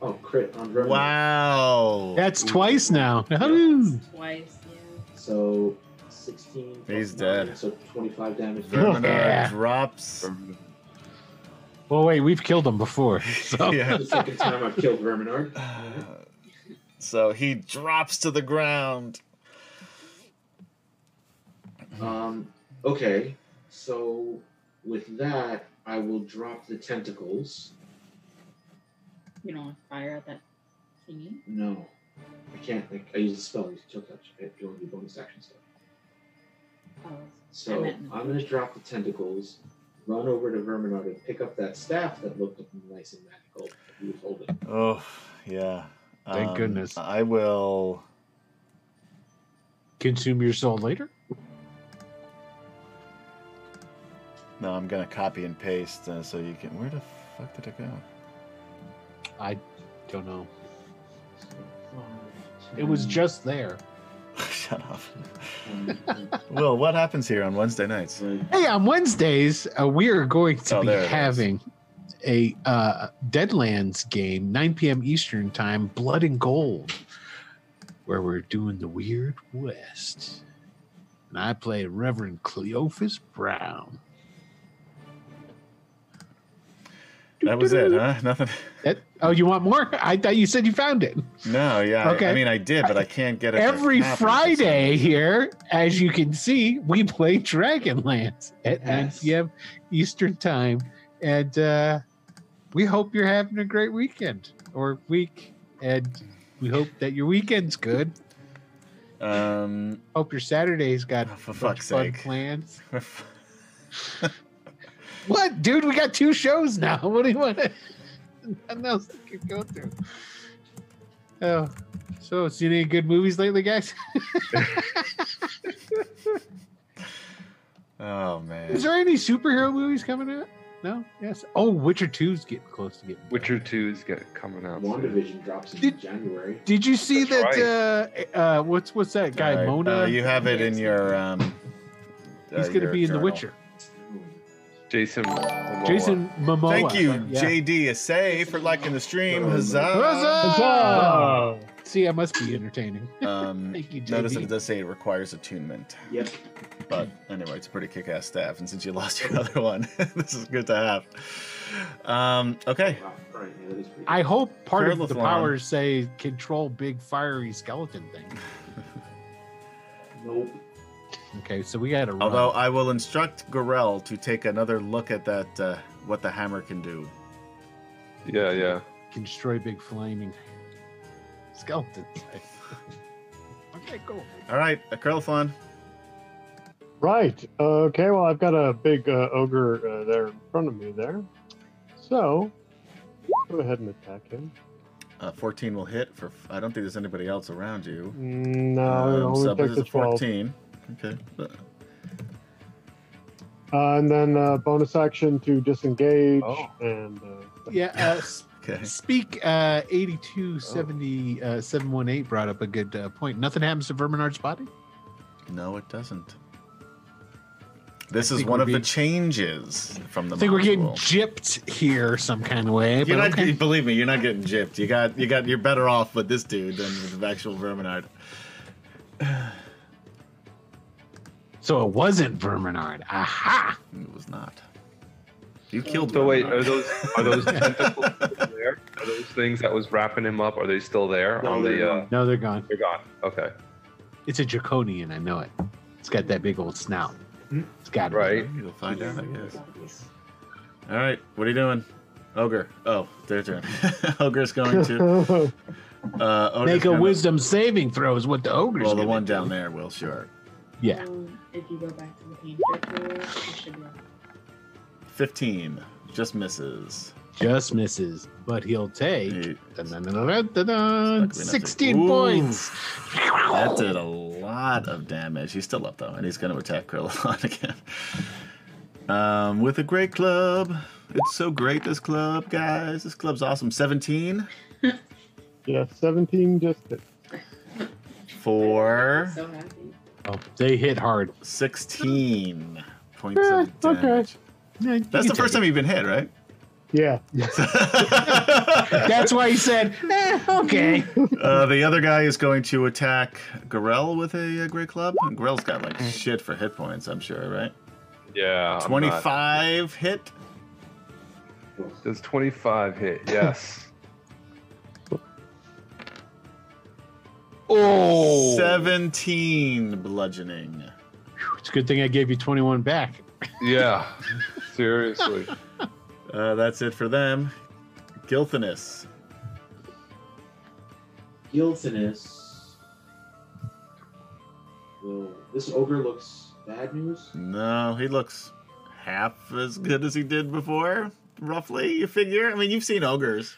Oh, crit on Verminard.
Wow.
That's twice now. Woo!
Twice, yeah.
So 16. plus
He's
nine,
dead.
So
*laughs*
25 damage.
Verminard
Yeah.
drops.
Um,
Well, wait, we've killed him before. *laughs*
*laughs*
So.
Yeah.
the second time I've killed Verminard.
So he drops to the ground.
Um, okay, so with that, I will drop the tentacles.
You don't want to fire at that thingy.
No, I can't. Like, I use a spell. I use chill touch. I do only do bonus action stuff.
Oh, I
So
meant
I'm gonna drop the tentacles, run over to Verminard and pick up that staff that looked nice and magical that he was holding.
Oh, yeah. Um,
Thank goodness.
I will.
Consume your soul later.
No, I'm gonna copy and paste uh, so you can. Where the fuck did it go? *laughs*
I don't know. It was
Mm.
just there.
Shut
*laughs*
up.
Um,
Will, what happens here on Wednesday nights?
um,
Hey, on Wednesdays, uh, we are going to
Oh,
be
there it is.
having a uh, Deadlands game, 9 p.m. Eastern time, Blood and Gold, where we're doing the Weird West. And I play Reverend Cleophas Brown.
That was it, huh? Nothing. *laughs*
That- oh, you want more? *laughs* I thought you said you found it.
No, yeah. I- I,
Okay.
mean, I did, but I can't get it. to
Every
happen for some-
Friday here, as you can see, we play Dragonlance at 9
Yes.
p.m. Eastern Time. And uh, we hope you're having a great weekend or week. And we hope that your weekend's good.
Um. *laughs*
Hope your Saturday's got
Oh, for
a bunch
fuck's
of fun
sake.
plans. What, dude? We got two shows now. *laughs* What do you want? Nothing else to go through. Oh, So, seen any good movies lately, guys?
Oh man.
Is there any superhero movies coming out? No. Yes. Oh, Witcher Two's getting close to getting.
Witcher Two is get coming out. soon.
*laughs* WandaVision drops in
Did-
January.
Did you see
That's
that? Uh, uh, what's what's that guy
All right,
Mona?
uh, you have it in your. Um, uh,
He's going to
your
be in
journal.
The Witcher.
Oh,
Jason. Momoa.
Jason Momoa.
Thank you,
uh, Yeah.
JD Assay, for liking the stream.
Oh,
Huzzah!
Huzzah!
Huzzah!
See, I must be entertaining.
Um,
Thank you, JD.
notice that it does say it requires attunement,
Yep.
but anyway, it's a pretty kick-ass staff. And since you lost your *laughs* other one, this is good to have. Um, okay,
Wow. All right. Yeah, that is pretty.
I hope part of
Fearless
the
one.
powers say control big fiery skeleton thing.
nope.
Okay, so we got to.
although I will instruct Gorel to take another look at that uh, what the hammer can do.
Yeah, yeah.
can destroy big flaming skeletons. *laughs* okay, cool.
All right, a curlathon.
Right. Okay. Well, I've got a big uh, ogre uh, there in front of me there. So go ahead and attack him.
Uh, 14 will hit for. F- I don't think there's anybody else around you.
Mm, No,
Um,
it Uh, only
so, but
takes
it's
a
a
twelve.
14. Okay.
Uh, and then uh, bonus action to disengage
Oh.
and uh, *laughs*
Yeah. Uh, s-
Okay.
Speak uh, 8270
Oh.
uh, 718 brought up a good uh, point. Nothing happens to Verminard's body.
No, it doesn't. This is
think
one
we're
of the
being-
changes from the.
I think we're getting
module.
gypped here some kind of way.
You're
But
not,
okay.
Believe me, you're not getting gypped. You got, you got, you're better off with this dude than with the actual Verminard.
So it wasn't Verminard. Aha!
It was not. You killed.
So wait,
Verminard.
are those are those tentacles still there? Are those things that was wrapping him up? Are they still there?
No,
on
they're
the, uh,
gone.
No, they're gone.
they're gone. Okay,
It's a draconian. I know it. It's got that big old snout.
Hmm?
It's got
right.
You'll
Oh,
find out, I guess. All right, what are you doing, Ogre? Oh, their turn. *laughs* Ogre's going to. Uh, Ogre's
Make a
gonna-
wisdom saving throw is what the ogre's
Well, the
gonna
one
do.
down there will sure.
Yeah.
Um, if you go back to the paint circle, you should roll.
15 just misses.
Just misses, but he'll take.
Eight.
Dun, dun, dun, dun, dun, dun,
Luckily not
16
too-
points.
That did a lot of damage. He's still up though, and he's going to attack *laughs* Krillon again. Um, with a great club. It's so great, this club, guys. This club's awesome. 17
yeah, seventeen just hit.
for
So happy.
Oh, they hit hard.
16 points
Eh,
of damage.
okay.
Yeah, you
That's
can
the first
take
time you've been hit, right? *laughs*
Yeah.
it. That's why he said, eh, okay.
uh, the other guy is going to attack Gorel with a, uh great club. Gorel's got like shit for hit points, I'm sure, right?
Yeah. I'm not-
25 hit.
Does 25 hit? Yes.
Oh.
17 bludgeoning.
It's a good thing I gave you 21 back.
yeah. Seriously.
Uh, that's it for them. Gilthinus.
Guiltiness. Well, this ogre looks bad news.
No, he looks half as good as he did before, roughly, you figure. I mean, you've seen ogres.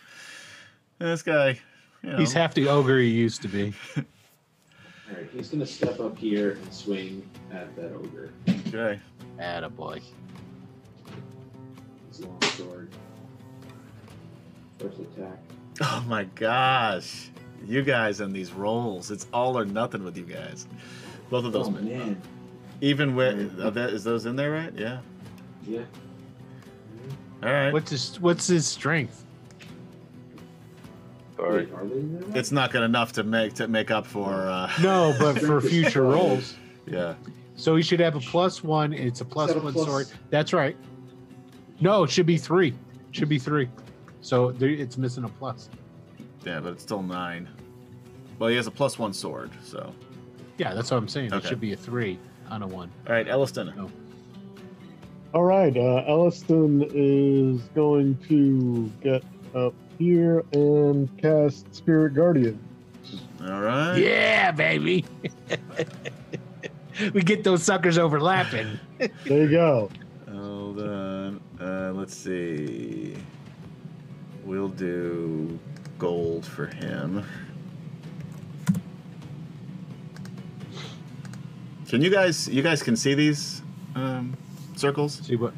This guy, you know,
He's half the ogre he used to be.
All right, he's gonna step up here and swing at that ogre.
okay.
Attaboy.
His long sword. First attack.
Oh my gosh. You guys and these rolls. It's all or nothing with you guys. Both of those.
oh
men.
man.
Even with. Are that, is those in there, right? Yeah.
Yeah.
All right.
What's his, what's his strength?
Sorry.
Wait, are they in there? now?
It's not good enough to make to make up for. Uh, *laughs*
No, but
Strength *laughs*
for
is
future
twelve.
rolls.
yeah.
So he should have a plus one. It's a plus
Is that a
one
plus-
sword. That's right. No, it should be three. Should be three. So there, it's missing a plus.
Yeah, but it's still nine. Well, he has a plus one sword, so.
Yeah, that's what I'm saying. It
Okay.
should be a three on a one.
All right, Elliston.
All right, uh, Elliston is going to get up here and cast Spirit Guardian.
All
Uh,
right.
Yeah, baby. *laughs* we get those suckers overlapping.
There you go.
Hold on. Uh, let's see. We'll do gold for him. Can you guys? You guys can see these um, circles.
See what?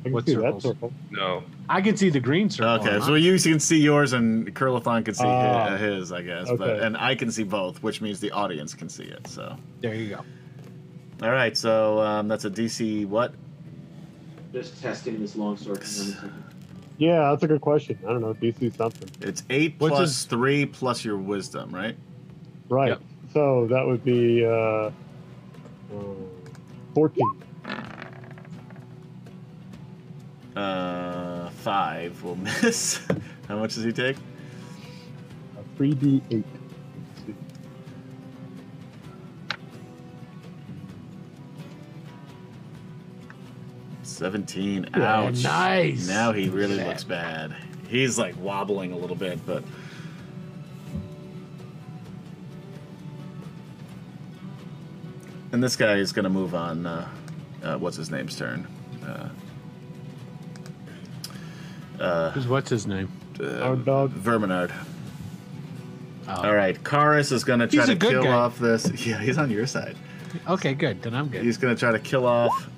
I can
What
see that
circles?
circle.
No.
I can see the green circle.
Okay,
on
so
mine.
you can see yours, and Curlathon can see hi- uh,
Ah.
his, I guess. But
Okay.
and I can see both, which means the audience can see it. So,
there you go.
all right, so um, that's a DC what?
Just testing this long sword. Hang on a second.
Yeah, that's a good question. I don't know. DC something.
It's eight
What's
plus
his-
three plus your wisdom, right?
Right.
Yep.
So that would be uh, uh, 14.
Uh, five will *laughs* miss. How much does he take?
A 3d8.
Seventeen.
Yeah,
Ouch.
nice.
Now he really
Bad.
looks bad. He's like wobbling a little bit, but and this guy is gonna move on. Uh, uh, what's his name's turn? Uh, uh,
Because what's his name?
Our
uh,
dog.
Verminard.
Oh.
All right, Karis is gonna try
He's a
to
good
kill
guy.
off this. *laughs* Yeah, he's on your side.
Okay, good. Then I'm good.
He's gonna try to kill off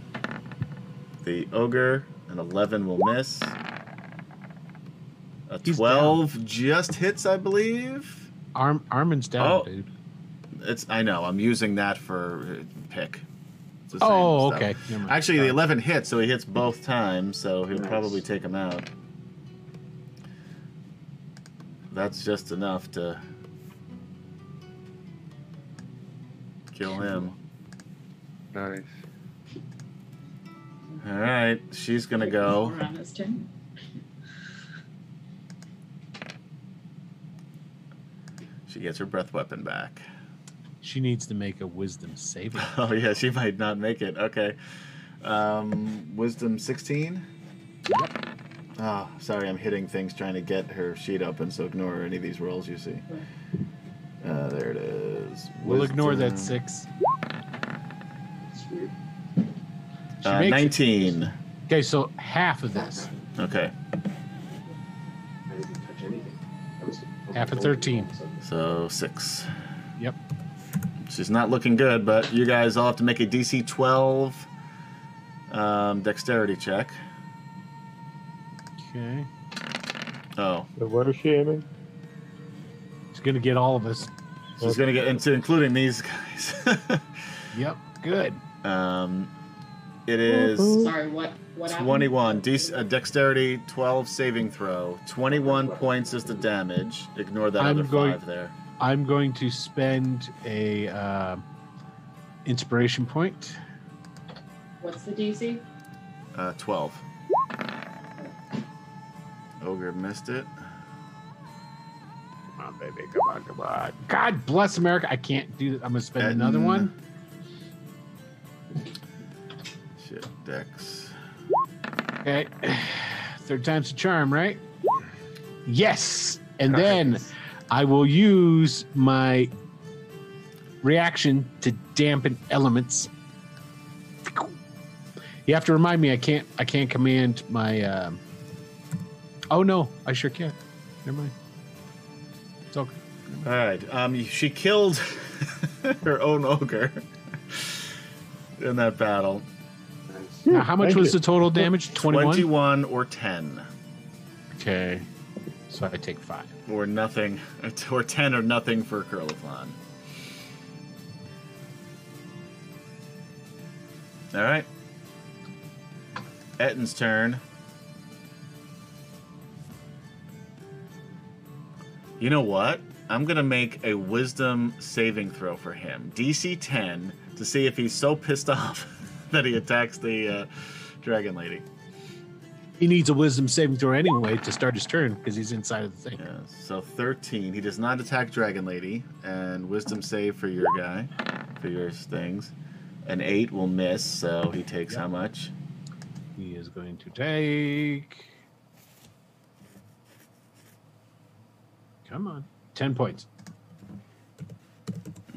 the ogre. An eleven will miss. A
He's
twelve just hits, I believe.
Arm Armin's down,
Oh.
dude.
It's I know I'm using that for uh, pick. It's the same
Oh,
stuff.
okay. Never mind.
Actually, the
Sorry.
eleven hits, so he hits both times, so he'll
Nice.
probably take him out. That's just enough to kill him.
Nice.
All right, she's gonna go.
Around this turn.
She gets her breath weapon back. *laughs*
she needs to make a wisdom saving. *laughs*
Oh yeah, she might not make it. Okay. Um, wisdom sixteen. Oh, sorry, I'm hitting things trying to get her sheet open, so ignore any of these rolls you see. Uh, there it is.
We'll ignore that
Wisdom.
six.
It's weird.
She
Uh,
makes it.
Nineteen.
Okay, so half of this,
Okay,
I didn't touch anything. I was
Half a 13.
so six.
Yep.
She's not looking good, but you guys all have to make a DC 12 um, dexterity check.
okay,
Oh,
But What is she aiming?
it's gonna get all of us.
she's gonna get into including these guys. *laughs*
Yep, good.
um, it is
Sorry, what? What? happened?
21 dec- uh, dexterity 12 saving throw 21 points is the damage ignore that
I'm
other
going-
five there
I'm going to spend a uh, inspiration point.
What's the DC?
uh, 12 ogre missed it
Come on, baby, come on, come on. God bless America. I can't do. that. I'm gonna spend
And-
another one.
shit dex
Okay, *sighs* third time's a charm, right? Yes, and then I will use my reaction to dampen elements. You have to remind me. I can't. I can't command my. Um, oh no, I sure can. Never mind. It's okay.
all right um, she killed *laughs* her own ogre in that battle *laughs*
Nice.
Now, how much
Thank
was
you.
the total damage? Twenty-one.
21 or 10
Okay, so I take five.
or nothing *laughs* or 10 or nothing for curliflon all right etten's turn you know what i'm gonna make a wisdom saving throw for him dc 10 to see if he's so pissed *laughs* off that he attacks the uh, dragon lady
He needs a wisdom saving throw anyway to start his turn because he's inside of the thing.
Yeah, so 13. He does not attack Dragon Lady. And wisdom save for your guy, for your things. An 8 will miss, so he takes how much?
He is going to take. Come on. 10 points.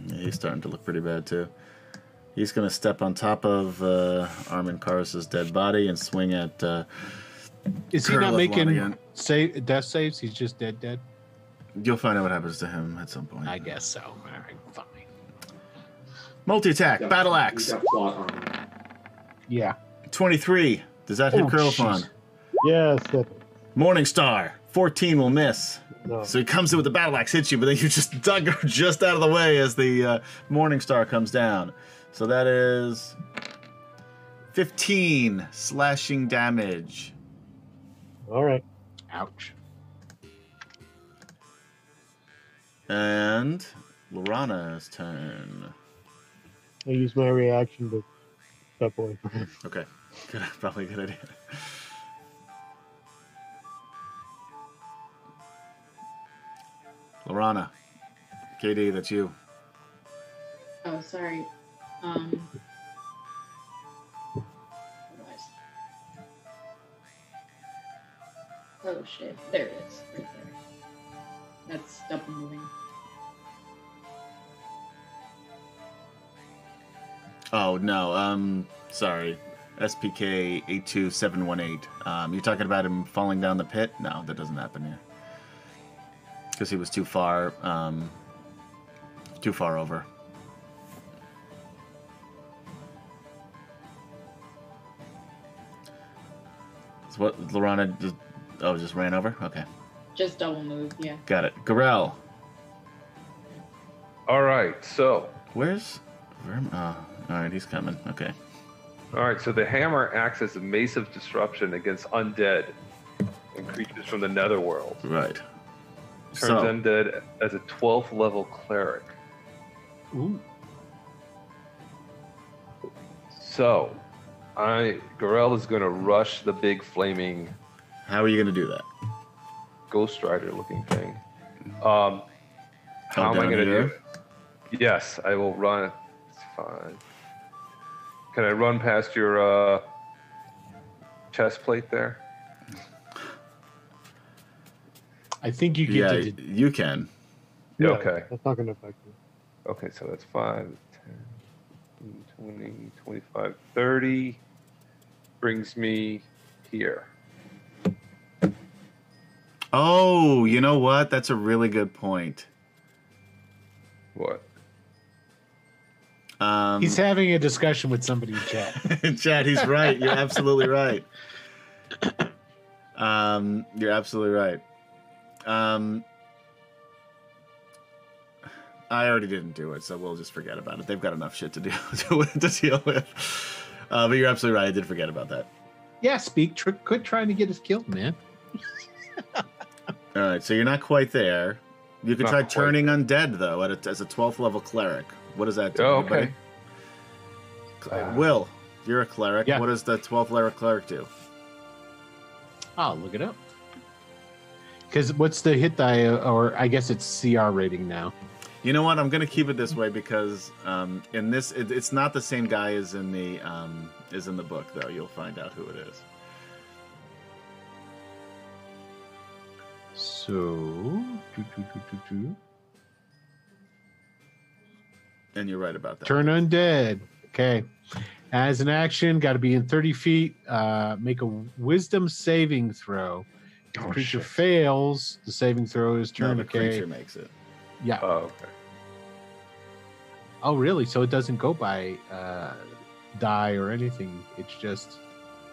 Yeah, he's starting to look pretty bad, too. He's going to step on top of uh, Armin Karras' dead body and swing at. Uh,
Is he
Curl
not
of one
making
again.
save, death saves? He's just dead, dead?
Mm-hmm. you'll find out what happens to him at some point.
I guess so. All right, fine.
Multi attack,
Got-
battle
we
axe.
got plot armor.
Yeah.
23. Does that hit
Oh,
Curlfon?
jeez.
Yes, that,
Morning Star. 14 will miss.
no.
So he comes in with the battle axe, hits you, but then you just *laughs* dug her just out of the way as the uh, Morning Star comes down. So that is 15 slashing damage.
All right.
Ouch.
And Lorana's turn.
I use my reaction to step away.
Okay, *laughs* good, probably a good idea. Lorana, KD, that's you.
Oh, sorry. Um. what do I s- Oh shit! There it is, right there. That's double moving.
Oh no, um, sorry. SPK 82718. Um, you're talking about him falling down the pit? No, that doesn't happen here. Because he was too far, um, too far over. So what, Lorana just, oh, just ran over? Okay,
Just double move. Yeah.
got it. Gorell,
All right, so
where's, where am, oh, alright, he's coming, okay.
all right, so the hammer acts as a mace of disruption against undead and creatures from the netherworld.
Right.
Turns
So-
undead as a 12th level cleric.
Ooh.
So, I Gorell is going to rush the big flaming
How are you gonna do that?
Ghost Rider looking thing. Um, how am I
Oh, down
going to
here?
do it? Yes, I will run. It's fine. Can I run past your uh, chest plate there?
I think you get
Yeah,
to.
you can.
Yeah, okay.
That's not going to affect me.
Okay, so that's 5, 10, 20, 25, 30. Brings me here.
Oh, you know what? That's a really good point.
What?
Um,
He's having a discussion with somebody in chat.
*laughs* Chad, he's right. You're absolutely right. Um, you're absolutely right. Um, I already didn't do it, so we'll just forget about it. They've got enough shit to deal *laughs* to deal with. Uh, but you're absolutely right. I did forget about that.
yeah, speak. Tr- quit trying to get us killed, man.
All right, so you're not quite there. You could
Not
try
quite
turning undead though, at a, as a 12th level cleric. What does that do?
Oh,
anybody?
okay.
Uh, Will, you're a cleric.
Yeah.
What does the 12th level cleric do?
I'll look it up. Because what's the hit die, uh, or I guess it's CR rating now.
You know what? I'm gonna keep it this way because um, in this, it, it's not the same guy as in the um, is in the book though. You'll find out who it is.
So, doo, doo, doo, doo, doo.
And you're right about that.
turn undead. Okay. As an action, got to be in 30 feet. Uh, make a wisdom saving throw. If the
Oh,
creature
shit.
fails, the saving throw is
No,
turned.
the
okay.
creature makes it.
Yeah.
Oh, okay.
Oh, really? So it doesn't go by uh, die or anything. It's just.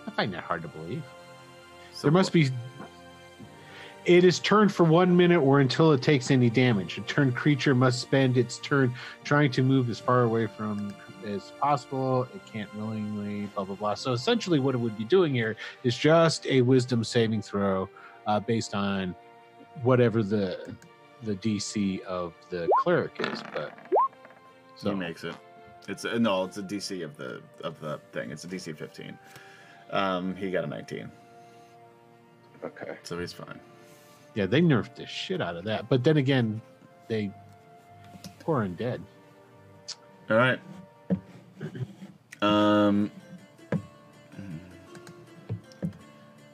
I find that hard to believe.
So
There must be. It is turned for one minute or until it takes any damage. A turned creature must spend its turn trying to move as far away from as possible. It can't willingly, blah, blah, blah. So essentially, what it would be doing here is just a wisdom saving throw uh, based on whatever the the DC of the cleric is. But
He makes it. It's a, no, it's a DC of the of the thing. It's a DC 15. Um, he got a 19,
Okay.
so he's fine.
yeah, they nerfed the shit out of that. But then again, they poor undead.
All right. Um.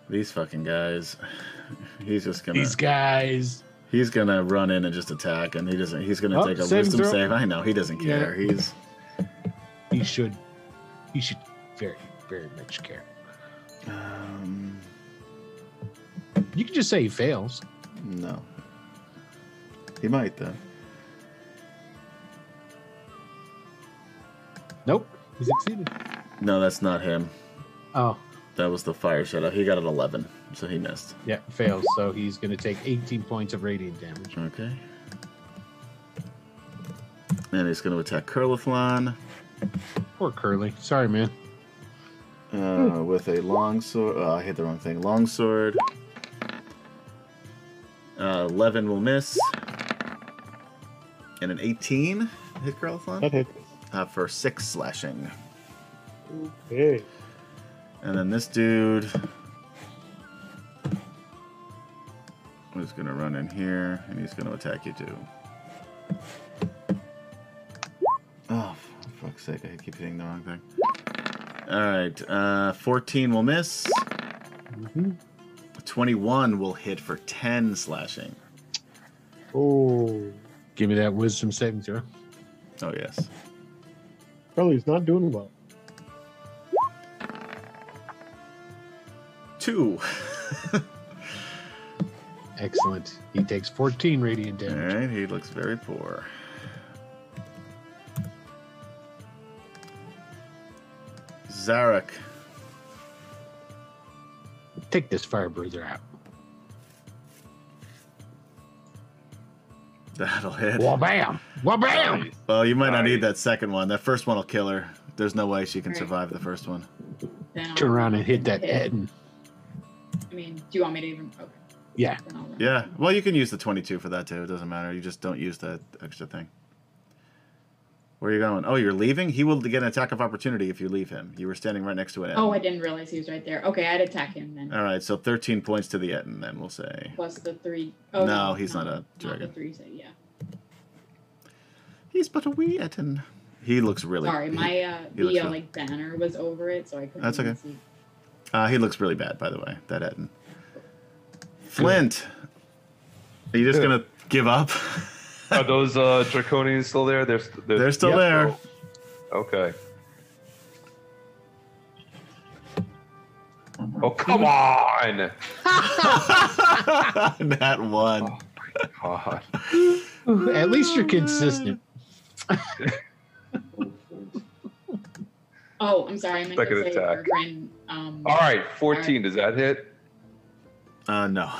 These fucking guys. He's just gonna.
These guys.
He's gonna run in and just attack, and he doesn't. He's gonna
Oh,
take a
saving
wisdom
throw.
save. I know he doesn't
Yeah.
care. He's
he should he should very very much care
um,
you can just say he fails
no. He might though.
Nope. He succeeded.
No, that's not him.
Oh,
That was the fire shadow. He got an 11, so he missed.
yeah, fails. So he's going to take 18 points of radiant damage.
Okay. And he's going to attack Curlithlon
Poor Curly. Sorry, man.
uh, with a long sword. Oh, I hit the wrong thing. Long sword. Uh, 11 will miss. And an 18 hit Curlithlon
That hit.
uh, for 6 slashing.
Hey.
And then this dude is gonna run in here and he's gonna attack you too. Oh, for fuck's sake, I keep hitting the wrong thing. Alright, uh, 14 will miss. 21 will hit for 10 slashing.
Oh.
Give me that wisdom saving throw.
Oh, yes.
Charlie's not doing well.
Two.
Excellent. He takes 14 radiant damage.
Alright, he looks very poor. Zarek.
Take this fire breather out.
That'll hit.
Wabam! Wabam!
Nice.
Well, you might not need
Nice.
that second one. That first one will kill her. There's no way she can
Right.
survive the first one.
Then I'll-
Turn around and hit that head. And
I mean, do you want me to even? Okay.
Yeah.
Then I'll run.
Yeah. Well, you can use the 22 for that too. It doesn't matter. You just don't use that extra thing. Where are you going? Oh, you're leaving? He will get an attack of opportunity if you leave him. You were standing right next to an
Oh, I
Etin.
didn't realize he was right there. Okay, I'd attack him then.
All right, so 13 points to the Etin, then we'll say.
Plus the three oh
No, he's not a
Not
dragon.
the three, so yeah.
He's but a wee Etin. He looks really.
Sorry,
he-
my uh,
he looks
the uh,
fine.
like banner was over it, so I couldn't.
That's
even
okay.
See.
*laughs* Uh, he looks really bad, by the way, that Etin. Flint! Are you just going to give up?
Are those uh, draconians still there? They're, st- they're,
They're still
Yep.
there.
Okay. Oh come on!
*laughs* Not one.
God.
At least you're consistent.
Oh, I'm sorry. I meant
Second
to say
attack.
Bergrin, um,
All right, fourteen. Does that hit?
Uh, no.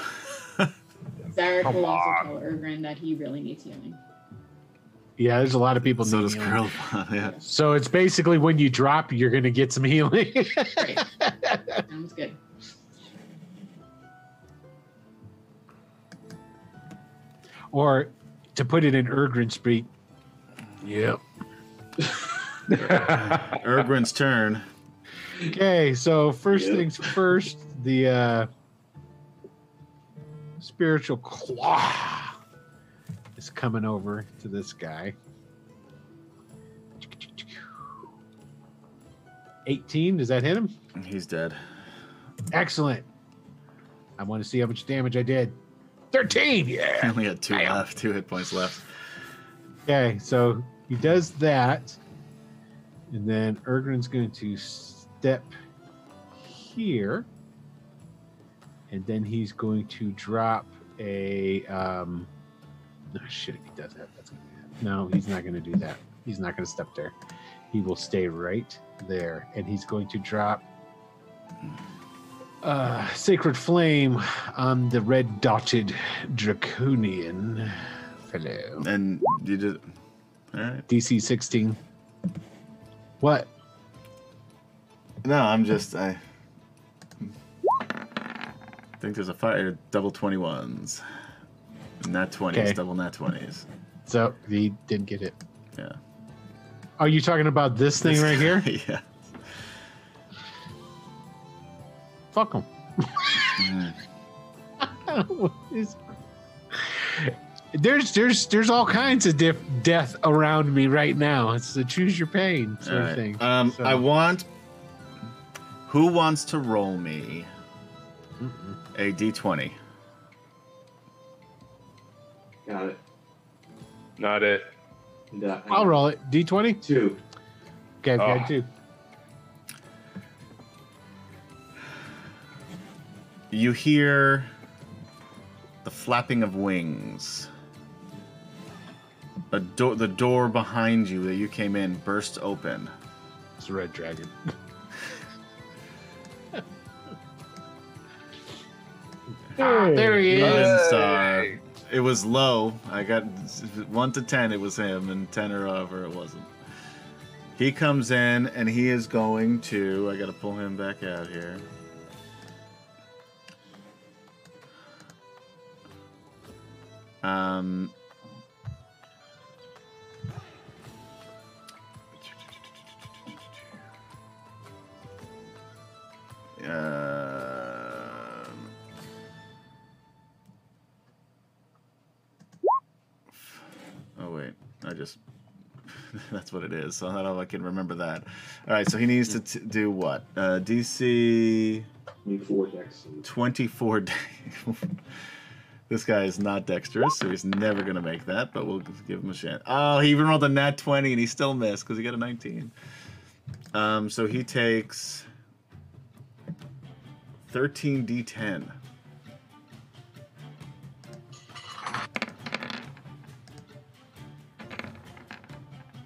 Zarek
Come
will also
on.
tell Ergrin that he really needs healing.
Yeah, there's a lot of people.
so does
needing healing.
Curl. *laughs* yeah.
So it's basically when you drop, you're going to get some healing. *laughs*
Great. Sounds good.
or to put it in Ergrin speak, yep.
Ergrin's turn.
Okay, so first
Yep.
things first, the uh, spiritual claw is coming over to this guy. 18, does that hit him?
He's dead. *laughs*
Excellent. I want to see how much damage I did. 13,
He
yeah.
only had two
Damn.
left, two hit points left.
Okay, so he does that. And then Ergrin's going to step here. And then he's going to drop a. Um, oh, shit, if he does that, that's going to be it. No, he's not going to do that. He's not going to step there. He will stay right there. And he's going to drop uh, Sacred Flame on the red dotted draconian fellow.
And you just. All right.
DC 16. What?
No, I'm just. I think there's a fire. Double 21s. Not 20s,
Okay.
double not 20s.
So he didn't get it.
Yeah.
Are you talking about this thing right here?
*laughs* yeah.
Fuck him.
Mm.
*laughs* there's there's there's all kinds of diff- death around me right now. It's the choose your pain sort
All
of
right.
thing.
Um,
So-
I want. Who wants to roll me
Mm-mm.
a d20?
Got it.
Not it.
And, uh, I
I'll
got
roll it. D20.
Two.
Okay, I've got
Oh.
two.
You hear the flapping of wings. A door, the door behind you that you came in bursts open,
the red dragon.
Hey.
Ah, there he is.
And, uh, it was low. I got one to ten. It was him, and ten or over it wasn't. He comes in, and he is going to. I got to pull him back out here. Um. Um, Oh wait, I just *laughs* that's what it is. So I don't know if I can remember that. All right, so he needs to t- do what? Uh, DC
Need four decks.
twenty-four. *laughs* da- this guy is not dexterous, so he's never gonna make that. But we'll give him a chance. Oh, he even rolled a nat twenty and he still missed because he got a nineteen. Um, so he takes thirteen d10.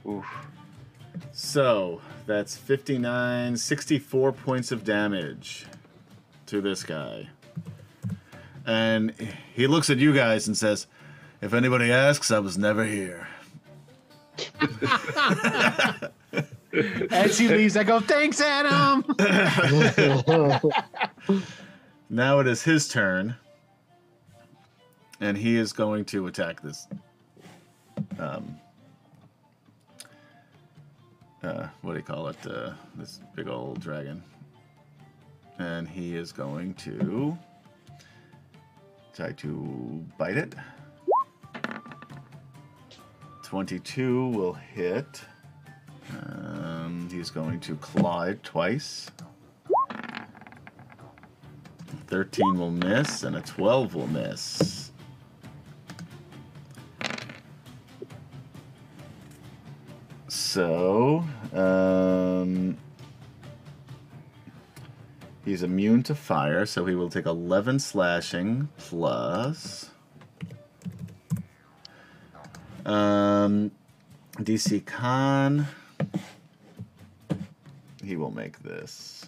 Oof.
So that's 59, 64 points of damage to this guy. And he looks at you guys and says, If anybody asks, I was never here.
As he leaves, I go,
*laughs*
"Thanks, Adam."
Now it is his turn. And he is going to attack this. Um, uh, what do you call it? Uh, this big old dragon. And he is going to try to bite it. 22 will hit. Um, he's going to claw it twice. 13 will miss, and a 12 will miss. So, um, he's immune to fire, so he will take 11 slashing plus. Um, DC Con. He will make this.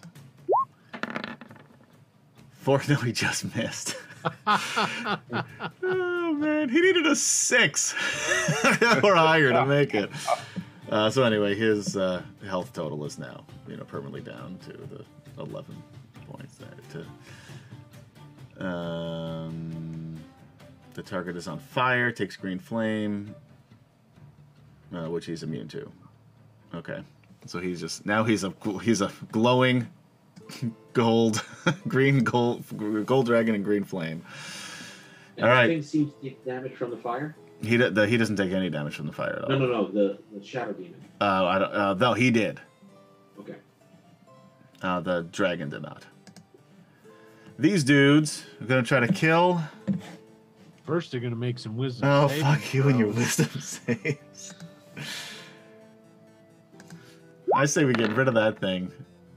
Four. No, he just missed. *laughs* oh man, he needed a six *laughs* or higher to make it. Uh, so anyway, his uh, health total is now you know permanently down to the eleven points there. To um, the target is on fire, takes green flame, uh, which he's immune to. Okay, so he's just now he's a gl- he's a glowing gold, *laughs* green gold, gold dragon and green flame. All right.
Thing seems to take damage from the fire.
He do- the, he doesn't take any damage from the fire at all.
No, no, no. The the shadow demon.
Uh, I don't, uh, no, he did.
Okay.
Uh, the dragon did not. These dudes are gonna try to kill.
First, they're gonna make some wisdom.
Oh
saving
fuck you and your
throws.
wisdom *laughs* saves. I say we get rid of that thing.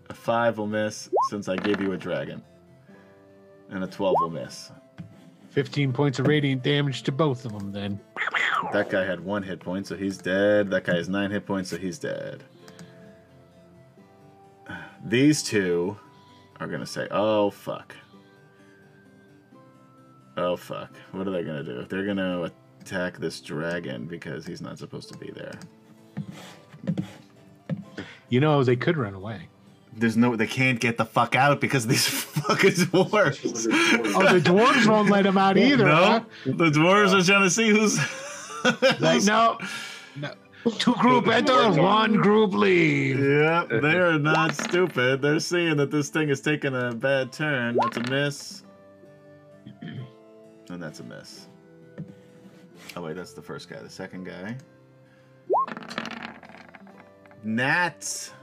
A five will miss since I gave you a dragon, and a twelve will miss.
Fifteen points of radiant damage to both of them. Then
That guy had one hit point, so he's dead. That guy has nine hit points, so he's dead. *sighs* These two are gonna say, "Oh fuck, oh fuck." What are they gonna do? They're gonna attack this dragon because he's not supposed to be there.
you know they could run away.
There's no, they can't get the fuck out because of these *laughs* fucking dwarves.
Oh,
*laughs*
the dwarves won't let him out *laughs* either. huh?
no, the dwarves are trying to see who's.
Like, no, no. Two group enter, one group leave.
Yeah, they are not stupid. They're seeing that this thing is taking a bad turn. That's a miss. *clears throat* And that's a miss. Oh, wait, that's the first guy. The second guy. Nats!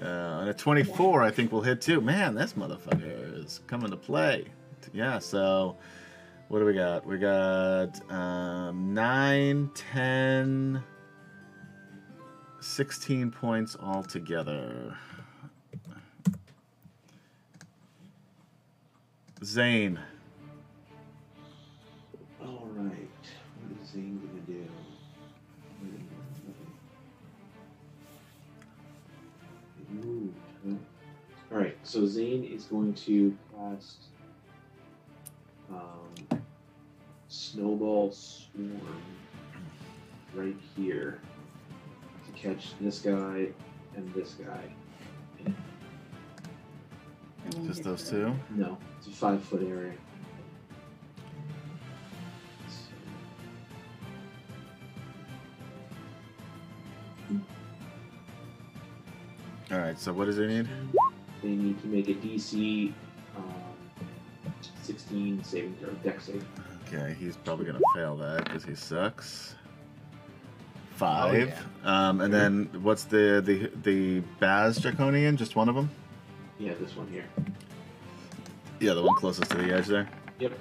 Uh, and a 24, I think, will hit too. Man, this motherfucker is coming to play. Yeah, so. What do we got? We got um, 9, 10, 16 points altogether. Zane.
All right. What is Zane gonna do? All right, so Zane is going to cast um, Snowball Swarm right here to catch this guy and this guy.
I won't
Just
get
those
hurt.
two?
No, it's a five foot area. So,
All right, so what does it need?
They need to make a DC um, 16 saving throw, deck save.
Okay, he's probably gonna fail that because he sucks. Five. Um, and then what's the the the Baz Draconian? Just one of them?
Yeah, this one here.
Yeah, the one closest to the edge there.
Yep.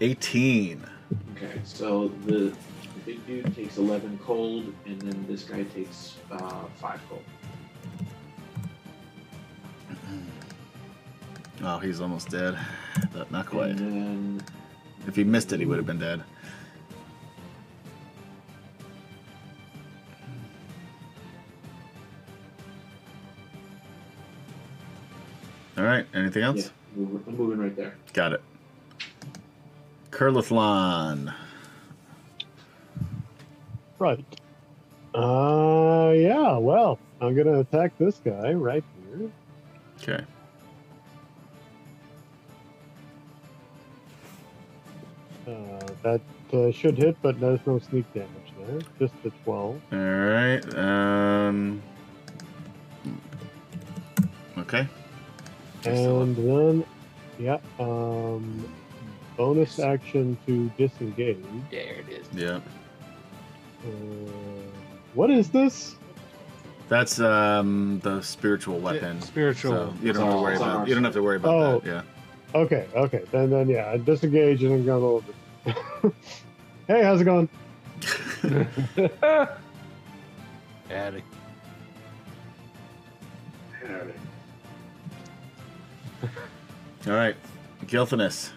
Eighteen.
Okay, so the, the big dude takes 11 cold, and then this guy takes uh, 5 cold.
Oh, he's almost dead, but not quite.
And then
If he missed it, he would have been dead. All right. Anything else?
yeah, we're, I'm moving right there.
Got it. Curlithlon.
Right. Uh, yeah, well, I'm going to attack this guy right here.
Okay.
Uh, that uh, should hit, but there's no sneak damage there. Just the 12.
All right. Um. Okay.
And then, yeah, um, bonus action to disengage.
There it is.
Yeah.
Uh, what is this?
That's um the spiritual weapon.
Spiritual.
So you don't have to worry
It's
about
arms.
you don't have to worry about
Oh.
that. Yeah.
Okay, okay. Then, then yeah, I disengage and I'm going over. *laughs* hey, how's it going?
Attic.
All right. Gilfinus.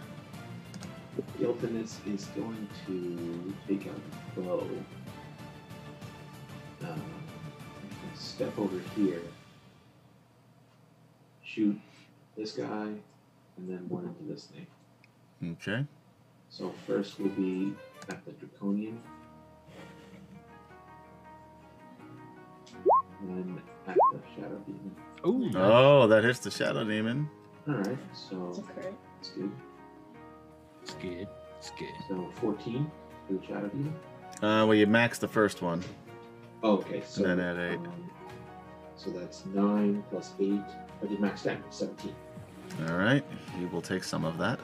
Gilfinus is going to take out the bow. Um, step over here. Shoot this guy, and then one into this thing.
Okay.
So first will be at the draconian. And then at the shadow demon.
Ooh,
Oh, that hits the shadow demon.
Alright,
It's
so
okay.
that's good.
It's good. It's good.
So 14 for the shadow demon.
Uh, well, you max the first one.
Oh, okay. So
then add eight.
um, so that's nine plus eight. I did max damage, seventeen.
All right. You will take some of that.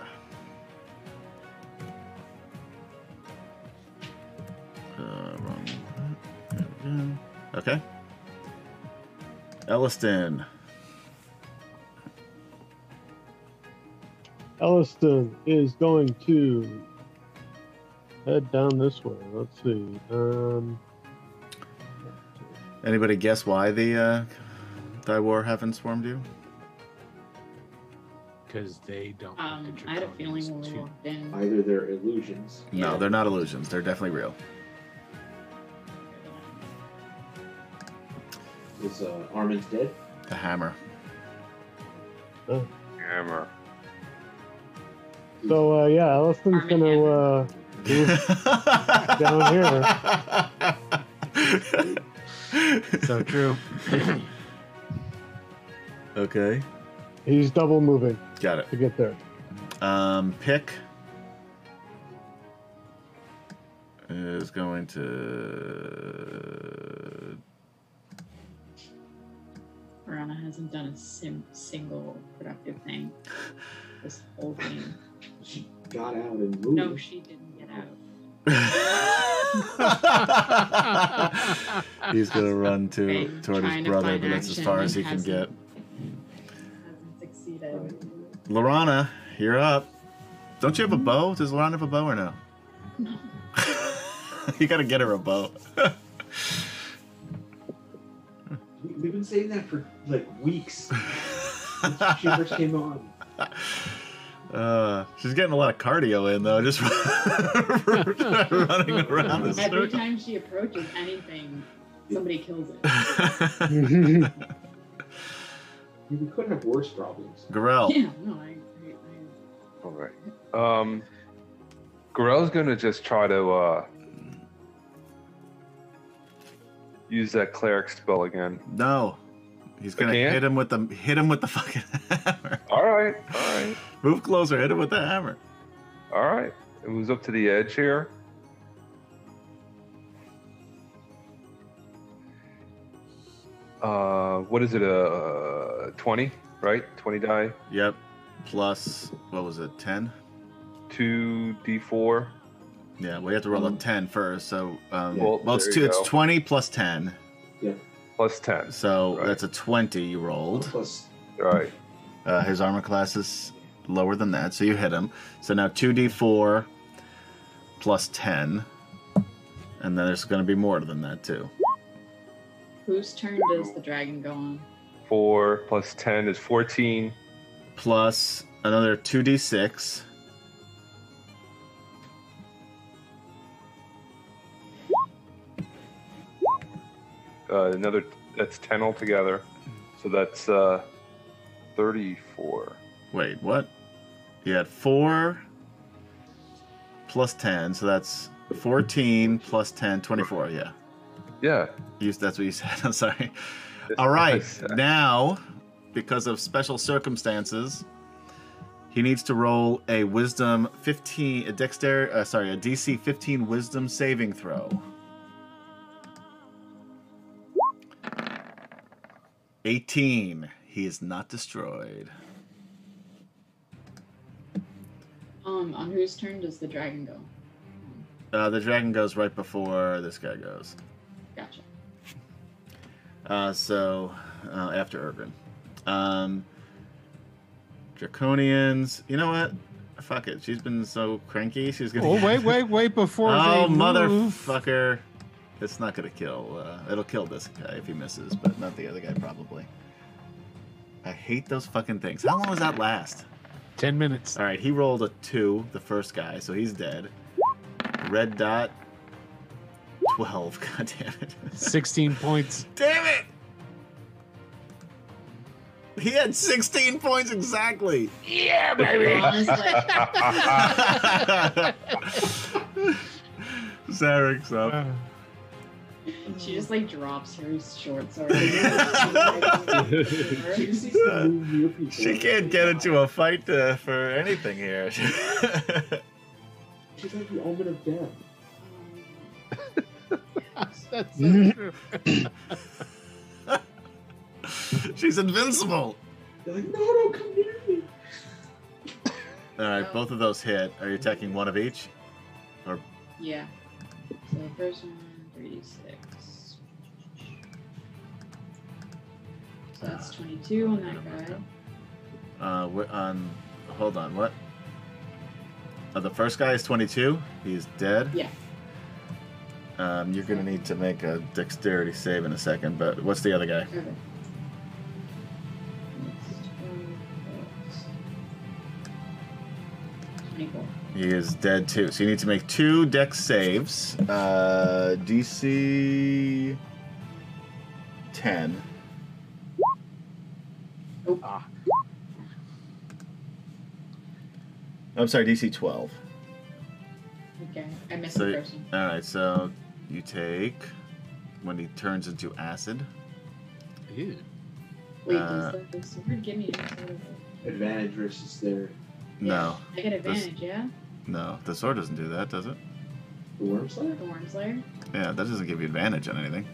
Uh, wrong. There we go. Okay. Elliston.
Elliston is going to head down this way. Let's see. Um,
Anybody guess why the uh, thy war haven't swarmed you?
because they don't.
Um, I had a feeling when we walked in.
Either they're illusions.
No, they're not illusions. They're definitely real.
Is uh, Armin's dead?
The hammer.
*laughs* Hammer.
so uh, yeah, Elliston's
Armin
going to uh,
*laughs*
move down
So *laughs* true.
*laughs* okay.
He's double moving
Got it.
to get there. *laughs*
Um, pick is going to.
Piranha hasn't done a sim- single productive thing this whole game.
She got out and moved.
No, she didn't get out.
Oh,
He's
*laughs*
gonna run to
Right,
toward
trying
his
to
brother,
find
but that's as
action
far
and
as he can get.
hasn't- Hasn't succeeded.
Lorana, you're up. Don't you have a
Mm-hmm.
bow? Does Lorana have a bow or no? *laughs*
No.
you gotta get her a bow.
We- We've been saying that for like
*laughs*
weeks since she first came on.
Uh, she's getting a lot of cardio in though, just *laughs*
*laughs*
running around the
Every
circle.
time she approaches
*laughs*
anything, somebody kills it.
All
We could have worse problems.
Gorell.
Yeah, no, I, I,
All right. Um, Gorell's gonna just try to uh, use that cleric spell again.
No. He's gonna
can't?
hit him with the hit him with the fucking *laughs* hammer.
All right. All right.
Move closer, hit him with the hammer.
All right. It moves up to the edge here. Uh, what is it? uh, twenty, right? Twenty die,
Yep. Plus what was it, ten?
two d four.
Yeah, well you have to roll a 10 first, so um
Um, Well,
well, it's
there
two
you
it's
go.
twenty plus ten.
Plus ten.
So
Right.
that's a twenty you rolled.
Plus,
All right.
Uh, his armor class is lower than that, so you hit him. So now two D four plus ten. And then there's gonna be more than that too.
whose turn does the dragon go on?
Four plus ten is fourteen.
plus another 2d6
Uh, another. That's ten altogether. So that's uh, thirty-four.
wait what you had 4 plus 10 so that's 14 plus 10 24 yeah
Yeah.
you, that's what you *laughs* said i'm sorry all right now because of special circumstances he needs to roll a wisdom 15 a dexter uh, sorry a dc 15 wisdom saving throw 18 he is not destroyed
Um, on whose turn does the dragon go?
Uh, the dragon goes right before this guy goes.
Gotcha.
Uh, so uh, after Ergrin. Um, Draconians. You know what? Fuck it. She's been so cranky. She's gonna.
Oh
get-
wait, wait, wait!
*laughs*
Before
oh
they move.
motherfucker! It's not gonna kill. Uh, it'll kill this guy if he misses, but not the other guy probably. I hate those fucking things. How long does that last?
Ten minutes.
All right, he rolled a two, the first guy, so he's dead. Red dot. Twelve. *laughs* God damn it.
Sixteen points.
Damn it! He had 16 points exactly.
Yeah, baby.
*laughs*
Honestly,
Zarek's up.
Uh,
*laughs* she just like drops her short sword. Sure. *laughs*
she just needs to move near people.
She can't get into a fight uh, for anything here. *laughs*
She's like the omen of death.
*laughs* that's so true.
She's invincible.
They're like, no, don't come near me.
All right, both of those hit. Are you attacking one of each?
yeah. So the first one, 36. So that's 22 on that guy.
Uh, wh- on, hold on, what? Uh, the first guy is 22. He's dead.
Yeah.
Um, you're gonna need to make a dexterity save in a second. But what's the other guy?
Okay. Twenty-four.
He is dead too. So you need to make two dex saves. Uh, DC 10.
Nope.
Ah.
I'm sorry, DC 12.
Okay, I missed
So-
the first one.
All right, so you take when he turns into acid.
Ew.
Wait,
uh,
does the, the sword give me advantage?
Advantage versus their
No,
I get advantage, yeah?
no, the sword doesn't do that, does it?
the worm slayer.
The Worm Slayer?
Yeah, that doesn't give you advantage on anything.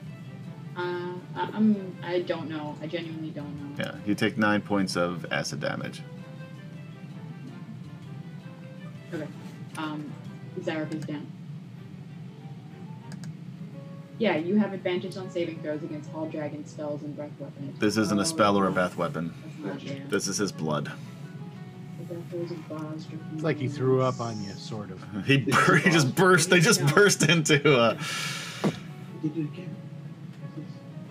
Uh, I, I'm, I don't know. I genuinely don't know.
Yeah, you take nine points of acid damage.
Um, Zarek is down. Yeah, you have advantage on saving throws against all dragon spells and breath weapons. Oh,
This isn't a spell or a breath weapon.
That's not there.
This is his blood. *laughs*
Breath throws and bars,
It's like he threw up on you, sort of.
He, bur- he just burst. They just burst into. Uh,
They did it again. *laughs*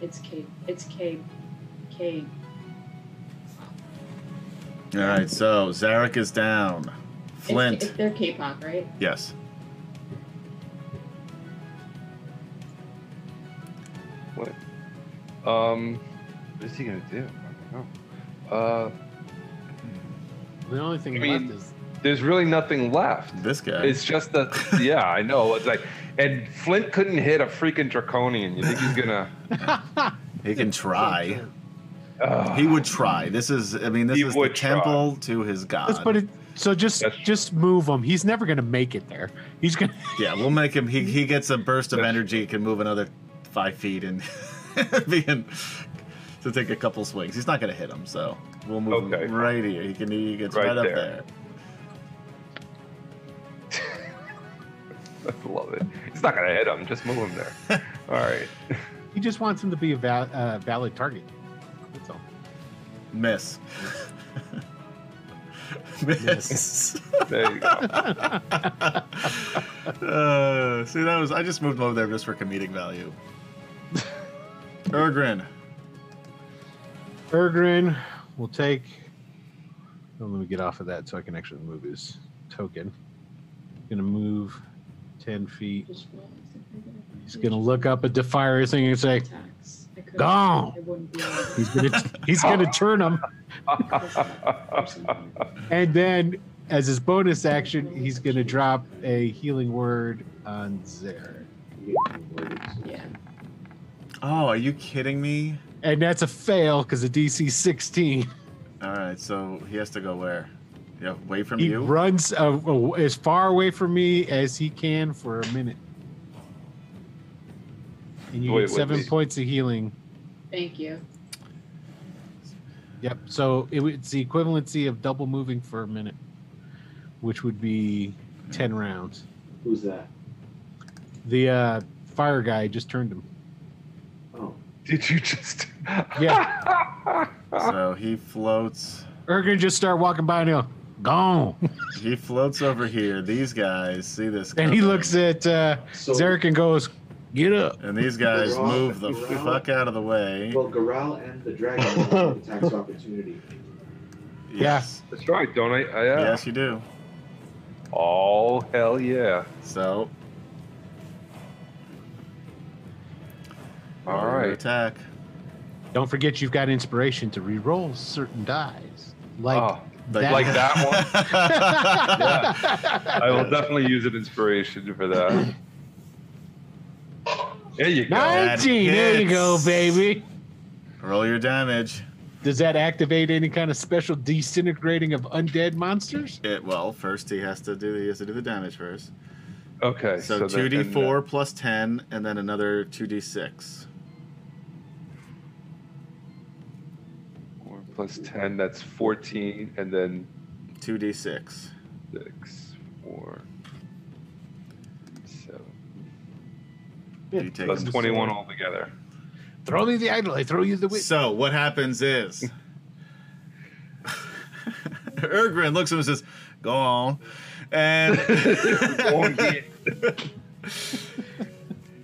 It's Kate. It's Kate. Kate.
all right, so Zarek is down.
It's-
Flint.
It's, they're K-pop, right?
Yes.
Um, what is he gonna do? I don't know. Uh,
The only thing
I mean-
left is
there's really nothing left.
This guy.
It's
*laughs*
just that, yeah, I know. It's like, and Flint couldn't hit a freaking draconian. You think he's gonna?
he can try.
Uh,
*laughs* He would try. This is, I mean, this
He
is the
would try.
temple to his god.
Let's put it. So just
That's-
just move him. He's never gonna make it there. He's gonna.
Yeah, we'll make him. He, he gets a burst of
That's-
energy, can move another five feet, and *laughs* be in, to take a couple swings. He's not going to hit him, so we'll move
Okay.
him right here. He can. He gets right,
Right
up
there.
there.
I love it. He's not gonna hit him. Just move him
*laughs*
there. All right.
He just wants him to be a val, uh, valid target. That's all.
Miss. *laughs* Miss.
There you go.
uh, see, that was. I just moved him over there just for comedic value. Ergrin.
Ergrin will take. Oh, let me get off of that so I can actually move his token. Gonna move ten feet.
Just roll.
He's gonna look up at the fire thing and say,
Attacks. I couldn't-
Gone.
I wouldn't be
*laughs* "He's gonna he's gonna turn him."
*laughs*
able to.
And then, as his bonus action, he's gonna drop a healing word on Zare.
Yeah.
Oh, are you kidding me?
And that's a fail because the DC 16.
All right, so he has to go where? Yeah, away from
He
you.
runs a, a- as far away from me as he can for a minute. And you
Wait,
get
wait,
seven
wait.
points of healing.
Thank you.
Yep. So it, would- it's the equivalency of double moving for a minute, which would be 10 rounds.
Who's that?
The uh, fire guy just turned him.
Oh,
Did you just? *laughs*
Yeah.
So he floats.
Ergen just start walking by and he'll gone.
He floats over here. These guys see this,
And he
coming,
looks at uh,
so
Zarek and goes, Get up.
and these guys
Wrong,
move the
wrong.
fuck out of the way.
well, Goral and the dragon have an attack of opportunity.
Yes,
That's right, don't I? I uh,
yes, you do.
Oh hell yeah!
So,
All
roll your
right.
attack.
Don't forget you've got inspiration to re-roll certain dies. Like
oh,
that.
like that one.
*laughs* one.
*laughs*
I will definitely use an inspiration for that. There you go.
Nice.
19. There you go,
hits.
baby.
Roll your damage.
Does that activate any kind of special disintegrating of undead monsters?
It well, first he has to do he has to do the damage first.
Okay.
So
that-
two d
and, uh,
four plus ten, and then another two d six.
four plus ten. That's fourteen, and then
Two d six.
six, four, seven.
You take
That's
him.
twenty-one altogether.
Throw me the idol, I throw you the witch.
So what happens is *laughs* Ergrin looks at him and says, Go on. And *laughs*
Won't hit.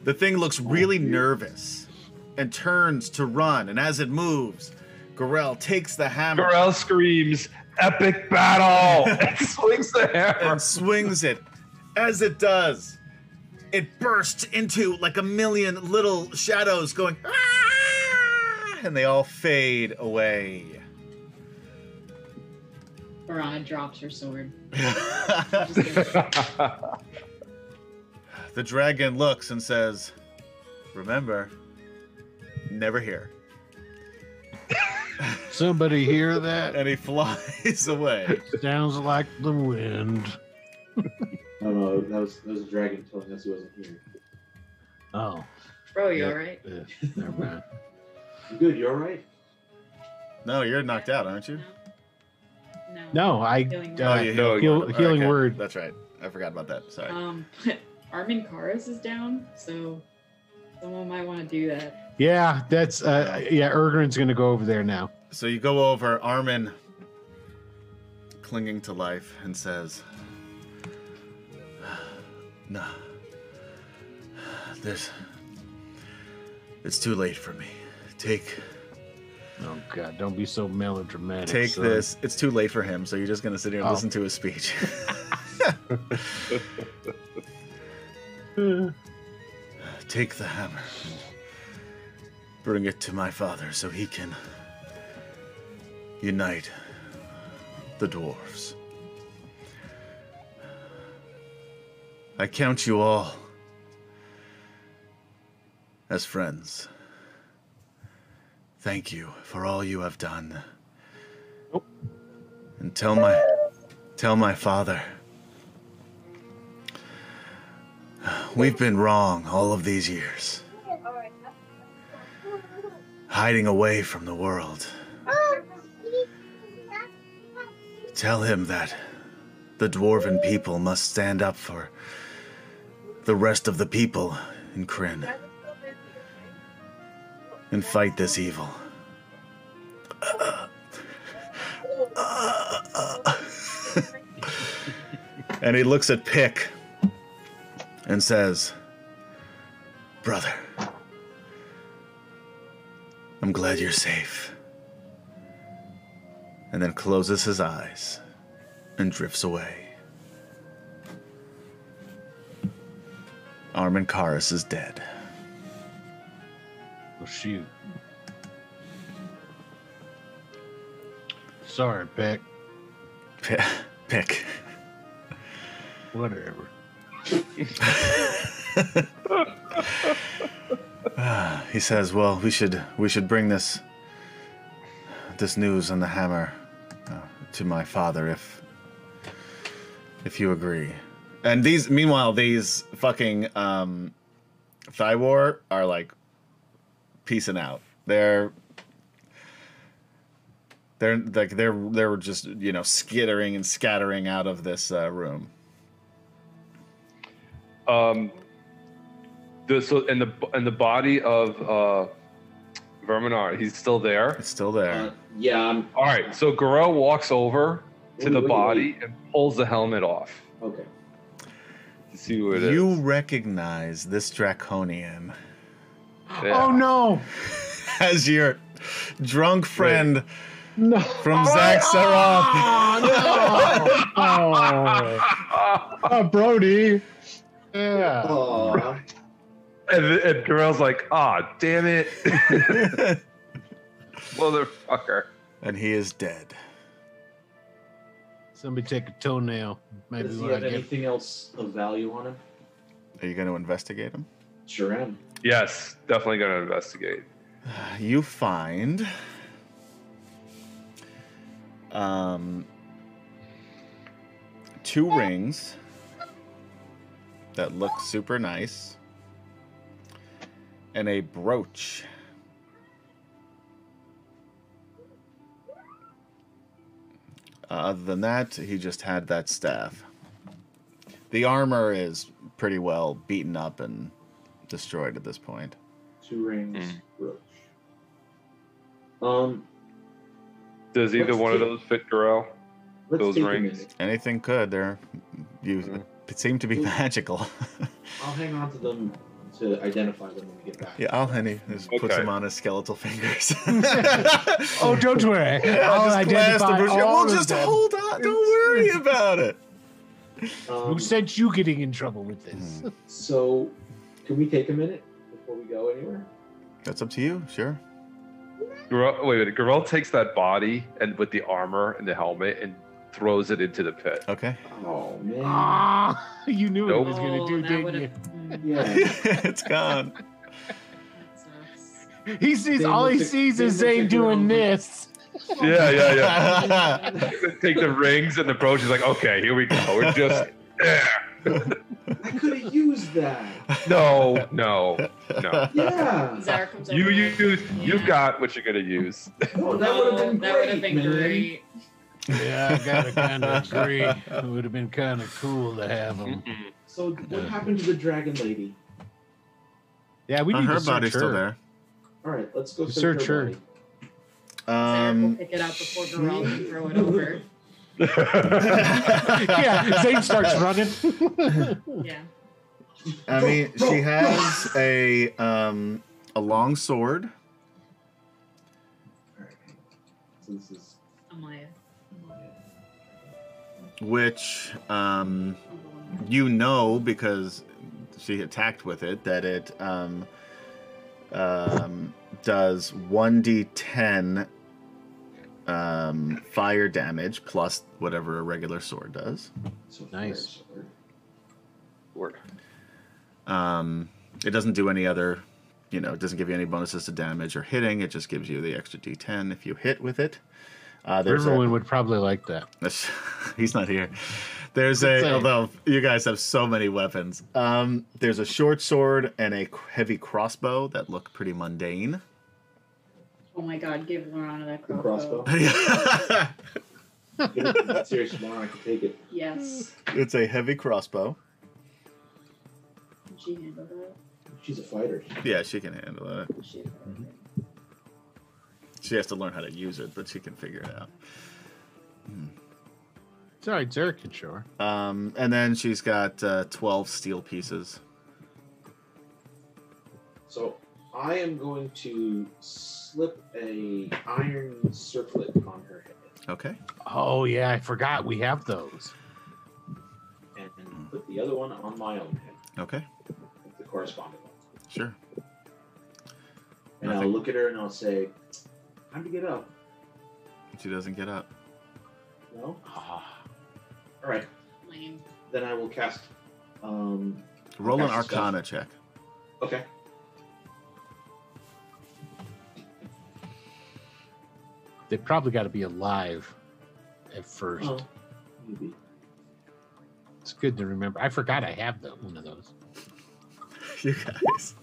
the thing looks really nervous and turns to run. And as it moves, Gorell takes the hammer *laughs*
Gorell screams, "Epic
*laughs*
battle!" *laughs* and swings the hammer.
and swings it. As it does, it bursts into like a million little shadows going, "Ah!" and they all fade away. *laughs*
Barana drops her sword. Just
the
kidding.
*laughs*
dragon looks and says, Remember, never here.
Somebody hear that?
And he *laughs* flies away.
Sounds like the wind.
No, no, that was that was a dragon telling us he wasn't here.
Oh.
Bro, you
Yeah.
alright?
eh, never mind.
You good? You all right?
No, you're knocked out, aren't you?
No.
*laughs*
No, I
Healing
uh,
you
no,
healed.
heal-
All right,
healing
okay.
word.
That's right. I forgot about that. Sorry.
Um, *laughs* but Armin Karas is down, so someone might want to do that.
Yeah, that's uh yeah, Ergrin's gonna go over there now.
So you go over, Armin clinging to life, and says, No. There's. It's too late for me. Take
Oh god, don't be so melodramatic.
take
son.
this. It's too late for him, so you're just gonna sit here and
Oh.
listen to his
*laughs*
speech. Take the hammer. Bring it to my father so he can unite the dwarves. I count you all as friends. Thank you for all you have done.
Nope.
And tell my tell my father. We've been wrong all of these years, hiding away from the world. Tell him that the dwarven people must stand up for the rest of the people in Kryn and fight this evil. and he looks at Pick and says, Brother, I'm glad you're safe. And then closes his eyes and drifts away. Armin Karis is dead. *laughs*
Oh,
Well, shoot.
Sorry, Peck.
P- Pick.
Whatever.
Ah, he says, "Well, we should we should bring this this news on the hammer uh, to my father if if you agree." And these, meanwhile, these fucking um, thigh war are like piecing out. They're they're like they're they're just you know skittering and scattering out of this uh, room.
Um, the, so and the and the body of uh, Verminar, he's still there.
It's still there.
Uh, yeah, I'm.
All right, so Garou walks over to
Wait,
the
wait,
body and pulls the helmet off
Okay.
to see who it is.
you recognize this draconian
Yeah.
Oh no!
as your drunk friend
No.
*laughs*
from Zach Saroff.
Oh, oh, Brody.
Yeah.
Aw.
and, and Garel's like, ah, damn it, *laughs* motherfucker.
*laughs* and he is dead.
Somebody take a toenail. Maybe
Does he
when I
have
get
anything else of value on him?
Are you going to investigate him?
Sure am.
Yes, definitely gonna investigate.
You find. Um, two rings that look super nice, and a brooch. Uh, other than that, he just had that staff. The armor is pretty well beaten up and destroyed at this point.
Two rings,
Hmm.
brooch. Um,
Does either
Let's
one of
take-
those fit Garel?
let's
Those
take a
rings.
minute.
Anything could. They're you
Mhm.
it seemed to be magical. *laughs*
I'll hang on to them to identify them when we get back.
yeah, I'll Henny just puts
Okay.
them on his skeletal *laughs* fingers.
*laughs* Oh,
*laughs*
don't worry.
Yeah,
I'll
just blast
identify
them.
all
Well,
of
just
them.
hold on. Don't worry about it.
Um,
Who sent you getting in trouble with
Hmm.
this?
so, can we take a minute before we go anywhere?
That's up to you. Sure.
Garel, wait a minute. Garel takes that body and with the armor and the helmet and throws it into
*laughs*
the pit.
Okay.
Oh
*laughs*
man.
*laughs* Ah, you knew what
Nope.
he was
Oh,
Oh,
going to do, didn't you?
Mm,
Yeah.
it's gone.
He sees
They
all he
looked at-
sees
they
is Zane
looked at your
doing
own-
this.
Yeah, yeah, yeah. *laughs*
yeah.
Take the rings and the brooch. He's like, okay, here we go. We're just
I could have used that.
no, no, no.
Yeah.
*laughs*
Zara comes over.
You use, you
Yeah.
got what you're gonna use.
Oh, that
Oh,
would have been
that would have been
man.
great.
Yeah, I gotta kind
*laughs*
of agree. It would have been kind of cool to have him.
So, what happened to the dragon lady?
Yeah, *laughs* we
Uh,
need
her
to search
body's
her.
still there.
All right, let's go
The
search,
search
her.
her.
body.
Zara will
Um,
pick it up before Garel can throw it over.
*laughs*
*laughs*
*laughs*
*laughs* Yeah, Zane starts running.
Yeah.
I mean, she
*laughs*
has a um, a long sword.
All right. So this is.
Amaya.
which um, you know because she attacked with it that it um, um, does 1d10 uh, um, fire damage plus whatever a regular sword does.
So
Nice.
fire sword.
Word.
Um, it doesn't do any other, you know, it doesn't give you any bonuses to damage or hitting. It just gives you the extra d10 if you hit with it. Uh, *laughs* there's a,
Riverwind would probably like that.
That's- *laughs* He's not here. There's a
Same.
although you guys have so many weapons. Um, there's a short sword and a heavy crossbow that look pretty mundane. *laughs*
Oh my god, give Lorana that
The
crossbow.
crossbow. Get it serious tomorrow. I can take it.
Yes.
it's a heavy crossbow.
Can she handle that?
She's a fighter.
Yeah, she can handle it.
She
Mm-hmm.
She has to learn how to use it, but she can figure it out.
It's all right, Zerk can show her.
Um, and then she's got uh, 12 steel pieces.
So I am going to slip a iron circlet on her head
Okay.
Oh yeah, I forgot we have those.
and, and put the other one on my own head,
Okay.
like the corresponding one.
Sure.
And I'll
Nothing.
look at her and I'll say, "Time to get up."
She doesn't get up.
No.
Ah,
All right.
Lame.
Then I will cast. Um.
Roll an
Okay, so-
arcana check.
Okay.
they probably got to be alive at first.
Oh, maybe.
It's good to remember. I forgot I have the, one of those.
*laughs* you guys.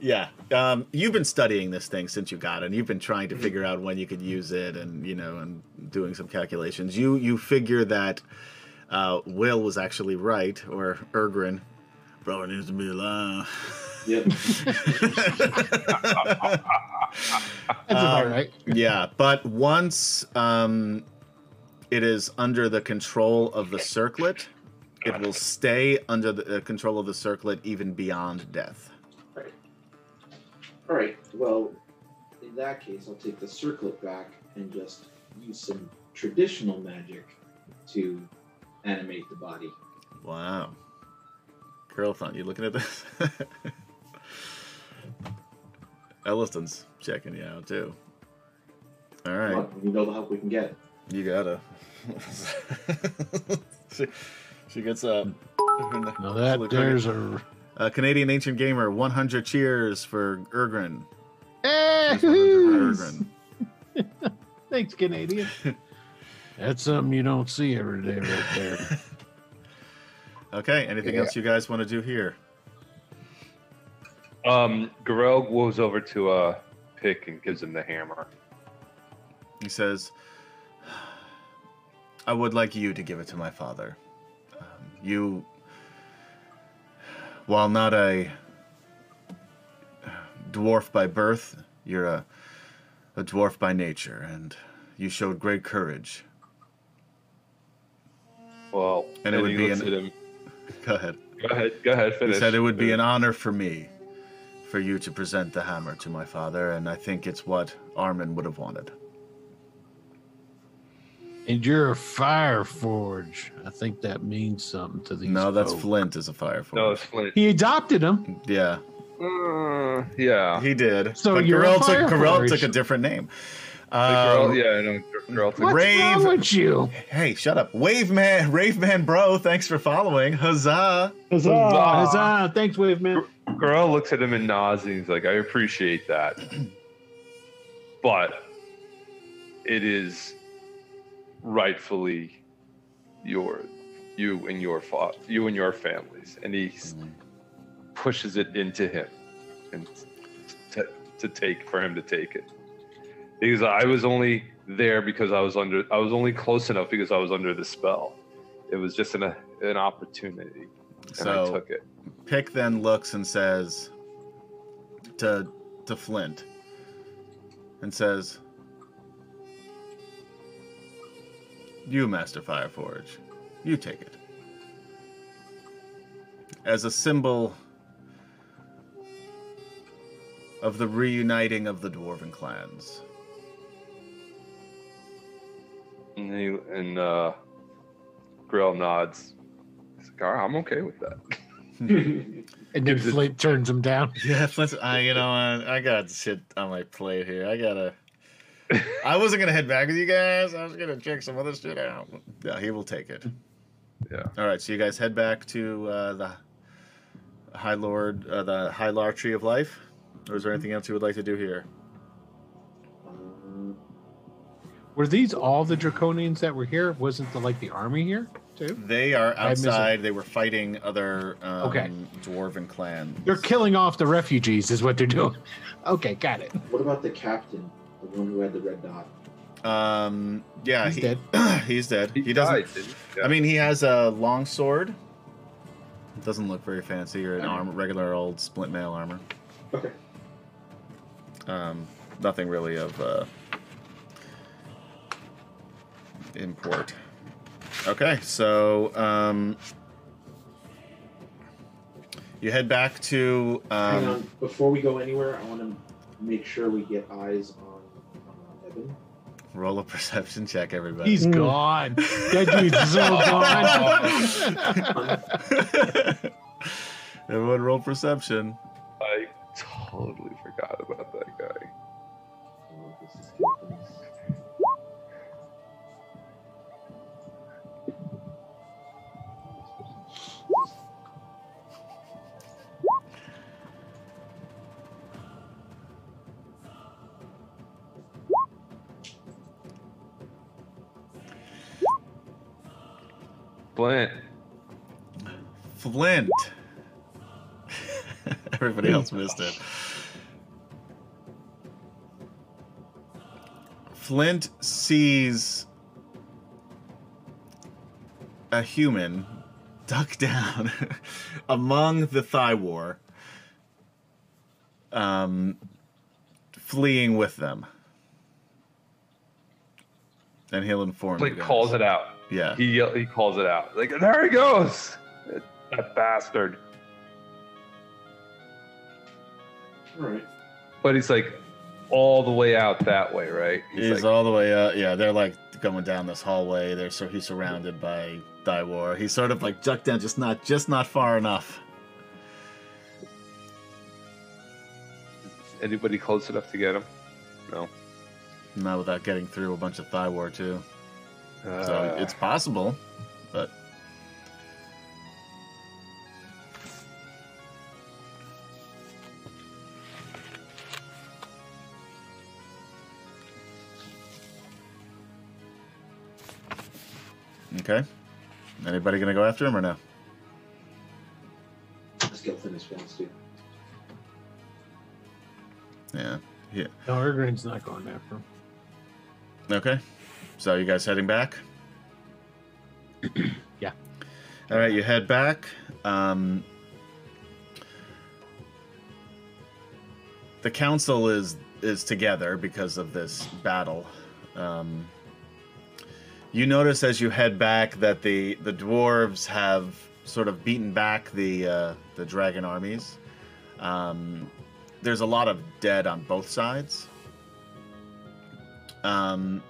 Yeah, um, you've been studying this thing since you got it. And you've been trying to figure out when you could use it, and you know, and doing some calculations. You you figure that uh, Will was actually right, or Ergrin probably needs to be
*laughs*
alive.
Yep.
That's about
Um,
right.
yeah, but once um, it is under the control of the circlet, it will stay under the uh, control of the circlet even beyond death.
All right. Well, in that case, I'll take the circlet back and just use some traditional magic to animate the body.
Wow. Curlthon, you looking at this? *laughs* Elliston's checking you out too. All
Come
right,
on, we need all the help we can get.
you gotta. *laughs* she, she gets up. *laughs*
Now
Look like
that
it.
there's a
Uh, Canadian Ancient Gamer, 100 cheers for Ergrin.
Hey!
Cheers for Ergrin.
Thanks, Canadian. *laughs* That's something you don't see every day, right there. *laughs*
Okay, anything
Yeah.
else you guys want to do here?
Um, Garel goes over to uh, Pick and gives him the hammer.
He says, I would like you to give it to my father. Um, you, while not a dwarf by birth, you're a, a dwarf by nature, and you showed great courage. *laughs*
Well,
And it would
he
be
looks
an-
at him.
Go ahead.
Go ahead. Go ahead.
He
Finish.
said it would be an honor for me for you to present the hammer to my father, and I think it's what Armin would have wanted.
And you're a fire forge. I think that means something to these.
No, that's
folk.
Flint is a fire
No,
forge.
it's Flint.
he adopted him.
Yeah.
Uh, yeah.
He did.
So
but
you're a
Garel took
fire
Garel
forge.
took a different name.
Garel,
Um,
yeah, I know. Garel took
What's wrong
Rave-
with you?
Hey, shut up, Wave Man, Rave Man, bro. Thanks for following. Huzzah!
Ah,
Oh,
Huzzah!
Huzzah. Thanks, Wave Man.
Girl looks at him and nods, and he's like, "I appreciate that, but it is rightfully your, you and your fa- you and your families." And he s- pushes it into him, and t- to take for him to take it. Because I was only there because I was under, I was only close enough because I was under the spell. It was just an an opportunity, and I
So
took it.
Pick then looks and says to to Flint and says, "You, Master Fireforge, you take it as a symbol of the reuniting of the dwarven clans."
And he and uh, Grell nods. He's like, "All right, I'm okay with that.
And then Flint turns him down.
Yeah, Flint's. I you know I, I got shit on my plate here. I gotta I wasn't gonna head back with you guys. I was gonna check some other shit out. Yeah, he will take it.
Yeah.
All right, so you guys head back to uh, the High Lord, uh, the High Lar Tree of Life. Or is there anything else you would like to do here?
Um,
Were these all the draconians that were here? Wasn't the like the army here too?
They are
I miss it.
outside. They were fighting other um,
Okay.
dwarven clans.
They're killing off the refugees, is what they're doing. Okay, got it.
what about the captain, the one who had the red dot?
Um, yeah,
He's
he-
dead.
*clears throat* he's dead. He, doesn't.
died, didn't he? Yeah.
I mean, he has a long sword. It doesn't look very fancy or an
Okay.
arm, regular old splint mail armor.
Okay.
Um, nothing really of uh, import. Okay, so um, you head back to.
Hang
Um,
on. Before we go anywhere, I want to make sure we get eyes on uh, Evan.
roll a perception check, everybody.
He's
Mm.
gone. That dude's
*laughs*
so gone.
Everyone roll perception.
I totally forgot about that guy.
Oh, this is captain's.
Blint.
Flint. *laughs* Everybody else missed it. Flint sees a human duck *laughs* down among the thigh war, um, fleeing with them. And he'll inform
Blint
you guys.
calls it out.
Yeah.
He yell, he calls it out. Like there he goes. That bastard.
All right.
But he's like all the way out that way, right? He's,
He's
like,
all the way up. Yeah, they're like going down this hallway. They're so he's surrounded by Thy War. He's sort of like ducked down, just not just not far enough.
anybody close enough to get him? No.
Not without getting through a bunch of Thy War too. So
Uh,
it's possible, but okay. Anybody gonna go after him or no?
Skeleton is wants to.
Yeah.
No, Ergrin's not going after him.
Okay. So you guys heading back?
Yeah.
All right, you head back. Um, the council is is together because of this battle. Um, you notice as you head back that the the dwarves have sort of beaten back the uh, the dragon armies. Um, there's a lot of dead on both sides. Um,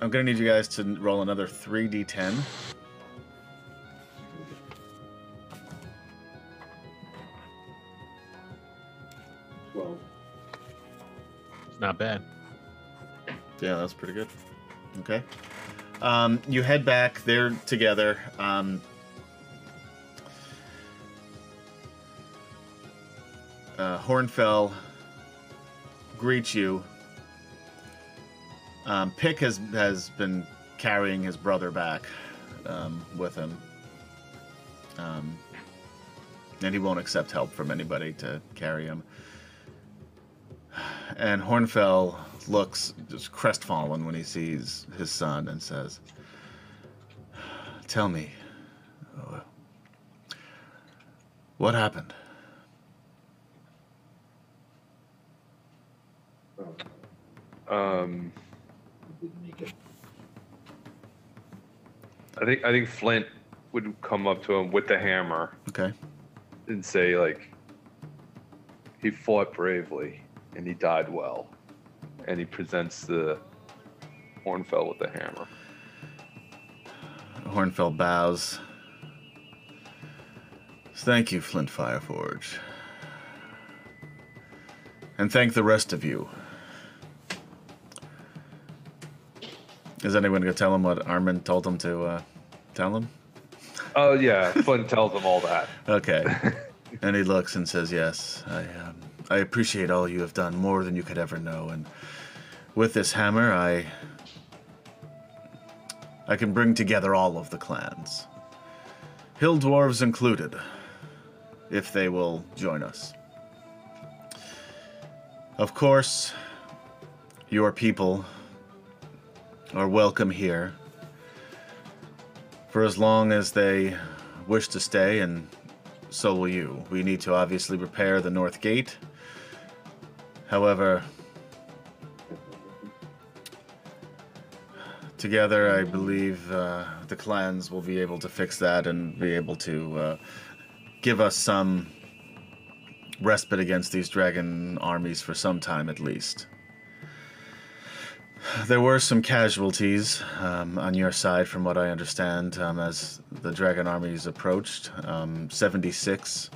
I'm gonna need you guys to n- roll another 3d10.
Twelve.
Not bad.
Yeah, that's pretty good. Okay. Um, you head back. They're together. Um, uh, Hornfell greets you. Um, Pick has has been carrying his brother back um, with him, um, and he won't accept help from anybody to carry him. And Hornfell looks just crestfallen when he sees his son and says, Tell me, uh, what happened?
Oh, I
um,
didn't make it.
I think I think Flint would come up to him with the hammer
Okay.
and say like he fought bravely and he died well and he presents the hornfell with the hammer
Hornfell bows. Thank you, Flint Fireforge. And thank the rest of you Is anyone gonna tell him what Armin told him to uh, tell him? *laughs*
Oh yeah, Flynn tells him all that.
Okay. and he looks and says, "Yes, I um, I appreciate all you have done, more than you could ever know. And with this hammer, I I can bring together all of the clans, hill dwarves included, if they will join us. Of course, your people are welcome here." For as long as they wish to stay, and so will you. We need to obviously repair the north gate. However, together I believe uh, the clans will be able to fix that and be able to uh, give us some respite against these dragon armies for some time at least. There were some casualties um, on your side, from what I understand, um, as the dragon armies approached. Um, 76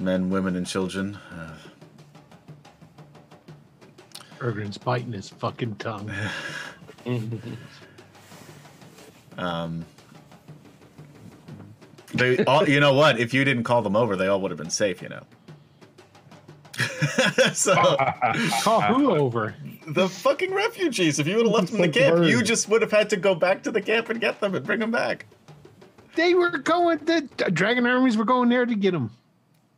men, women, and children. Uh,
Ergrin's biting his fucking
*laughs*
tongue.
um, they all, you know what? If you didn't call them over, they all would have been safe, you know. *laughs* so
Call who over?
the fucking refugees. If you would have left them in the camp, you just would have had to go back to the camp and get them and bring them back.
They were going. The dragon armies were going there to get him.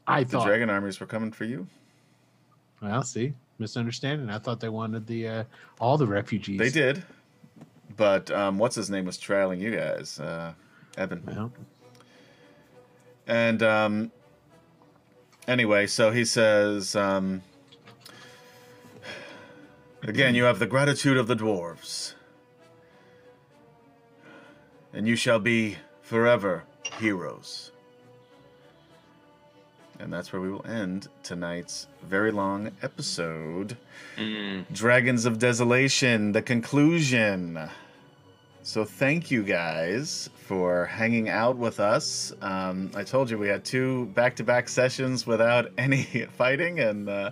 I
The
thought.
dragon armies were coming for you.
well, see, misunderstanding. I thought they wanted the uh, all the refugees.
They did, but um, what's his name was trailing you guys, uh, Evan.
Well,
And um, anyway, so he says, um, again, you have the gratitude of the dwarves, and you shall be forever heroes. And that's where we will end tonight's very long episode. Mm-hmm. Dragons of Desolation, the conclusion. So thank you guys for hanging out with us. Um, I told you we had two back-to-back sessions without *laughs* any fighting, and uh,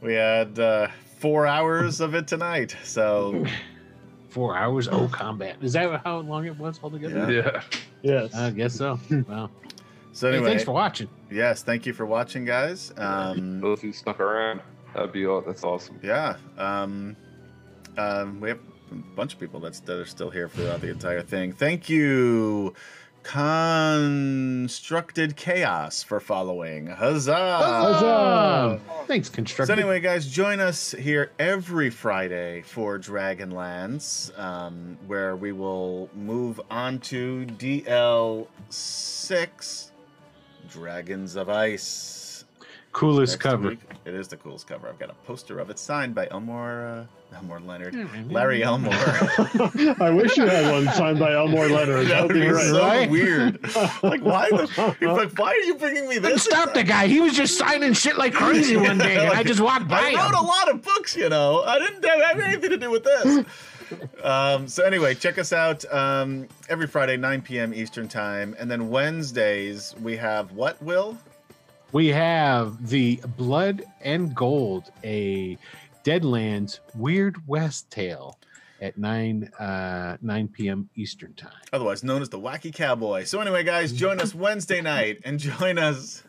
we had uh, four hours of it tonight. So
four hours. Oh, combat. Is that how long it was altogether?
Yeah.
Yes.
I guess so.
*laughs*
Wow.
so
Hey,
anyway,
thanks for watching.
yes, thank you for watching, guys. Um,
Those who snuck around, that'd be all. That's awesome.
Yeah. Um, um, we have a bunch of people that's, that are still here throughout the entire thing. Thank you, Constructed Chaos, for following. Huzzah!
Huzzah!
Thanks, constructive.
So anyway, guys, join us here every Friday for Dragonlance, um, where we will move on to DL six, Dragons of Ice.
coolest
Next
cover.
week. It is the coolest cover. I've got a poster of it signed by Elmore uh, Elmore Leonard, Larry
*laughs*
Elmore.
*laughs* I wish you had one signed by Elmore
*laughs*
Leonard.
that would be
right.
so
right.
weird. Like why? The,
*laughs*
he's like, why are you bringing me
Couldn't
this?
stop the guy. He was just signing shit like crazy one day, and I just walked by
I wrote a
him.
lot of books, you know. I didn't have, have anything to do with
*laughs*
this. Um, so anyway, check us out um, every Friday, 9 p.m. Eastern time, and then Wednesdays we have what? Will
We have the Blood and Gold, a Deadlands Weird West tale at 9 uh, 9 p.m. Eastern time.
otherwise known as the Wacky Cowboy. So anyway, guys, join us Wednesday night and join us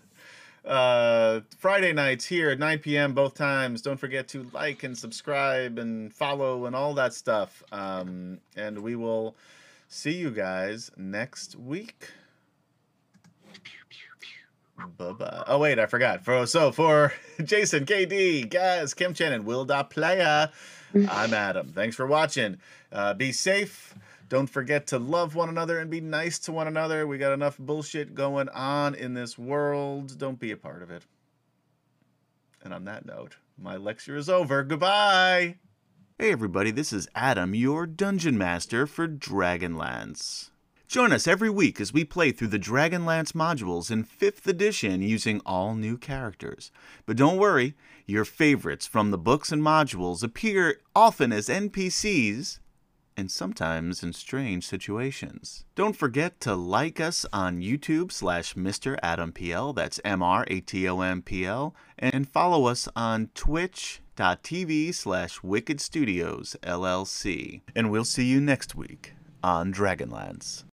uh, Friday nights here at 9 p.m. both times. Don't forget to like and subscribe and follow and all that stuff. Um, and we will see you guys next week. Bye bye. Oh wait, I forgot. For so for *laughs* Jason, KD, guys, Kim Chen, and Will Da Playa. I'm Adam. Thanks for watching. Uh, be safe. Don't forget to love one another and be nice to one another. We got enough bullshit going on in this world. Don't be a part of it. And on that note, my lecture is over. Goodbye. Hey, everybody, this is Adam, your dungeon master for Dragonlance. Join us every week as we play through the Dragonlance modules in 5th edition using all new characters. But don't worry, your favorites from the books and modules appear often as NPCs and sometimes in strange situations. Don't forget to like us on YouTube slash Mr. Adam PL, that's M R A T O M P L, and follow us on twitch.tv slash Wicked Studios LLC. And we'll see you next week on Dragonlance.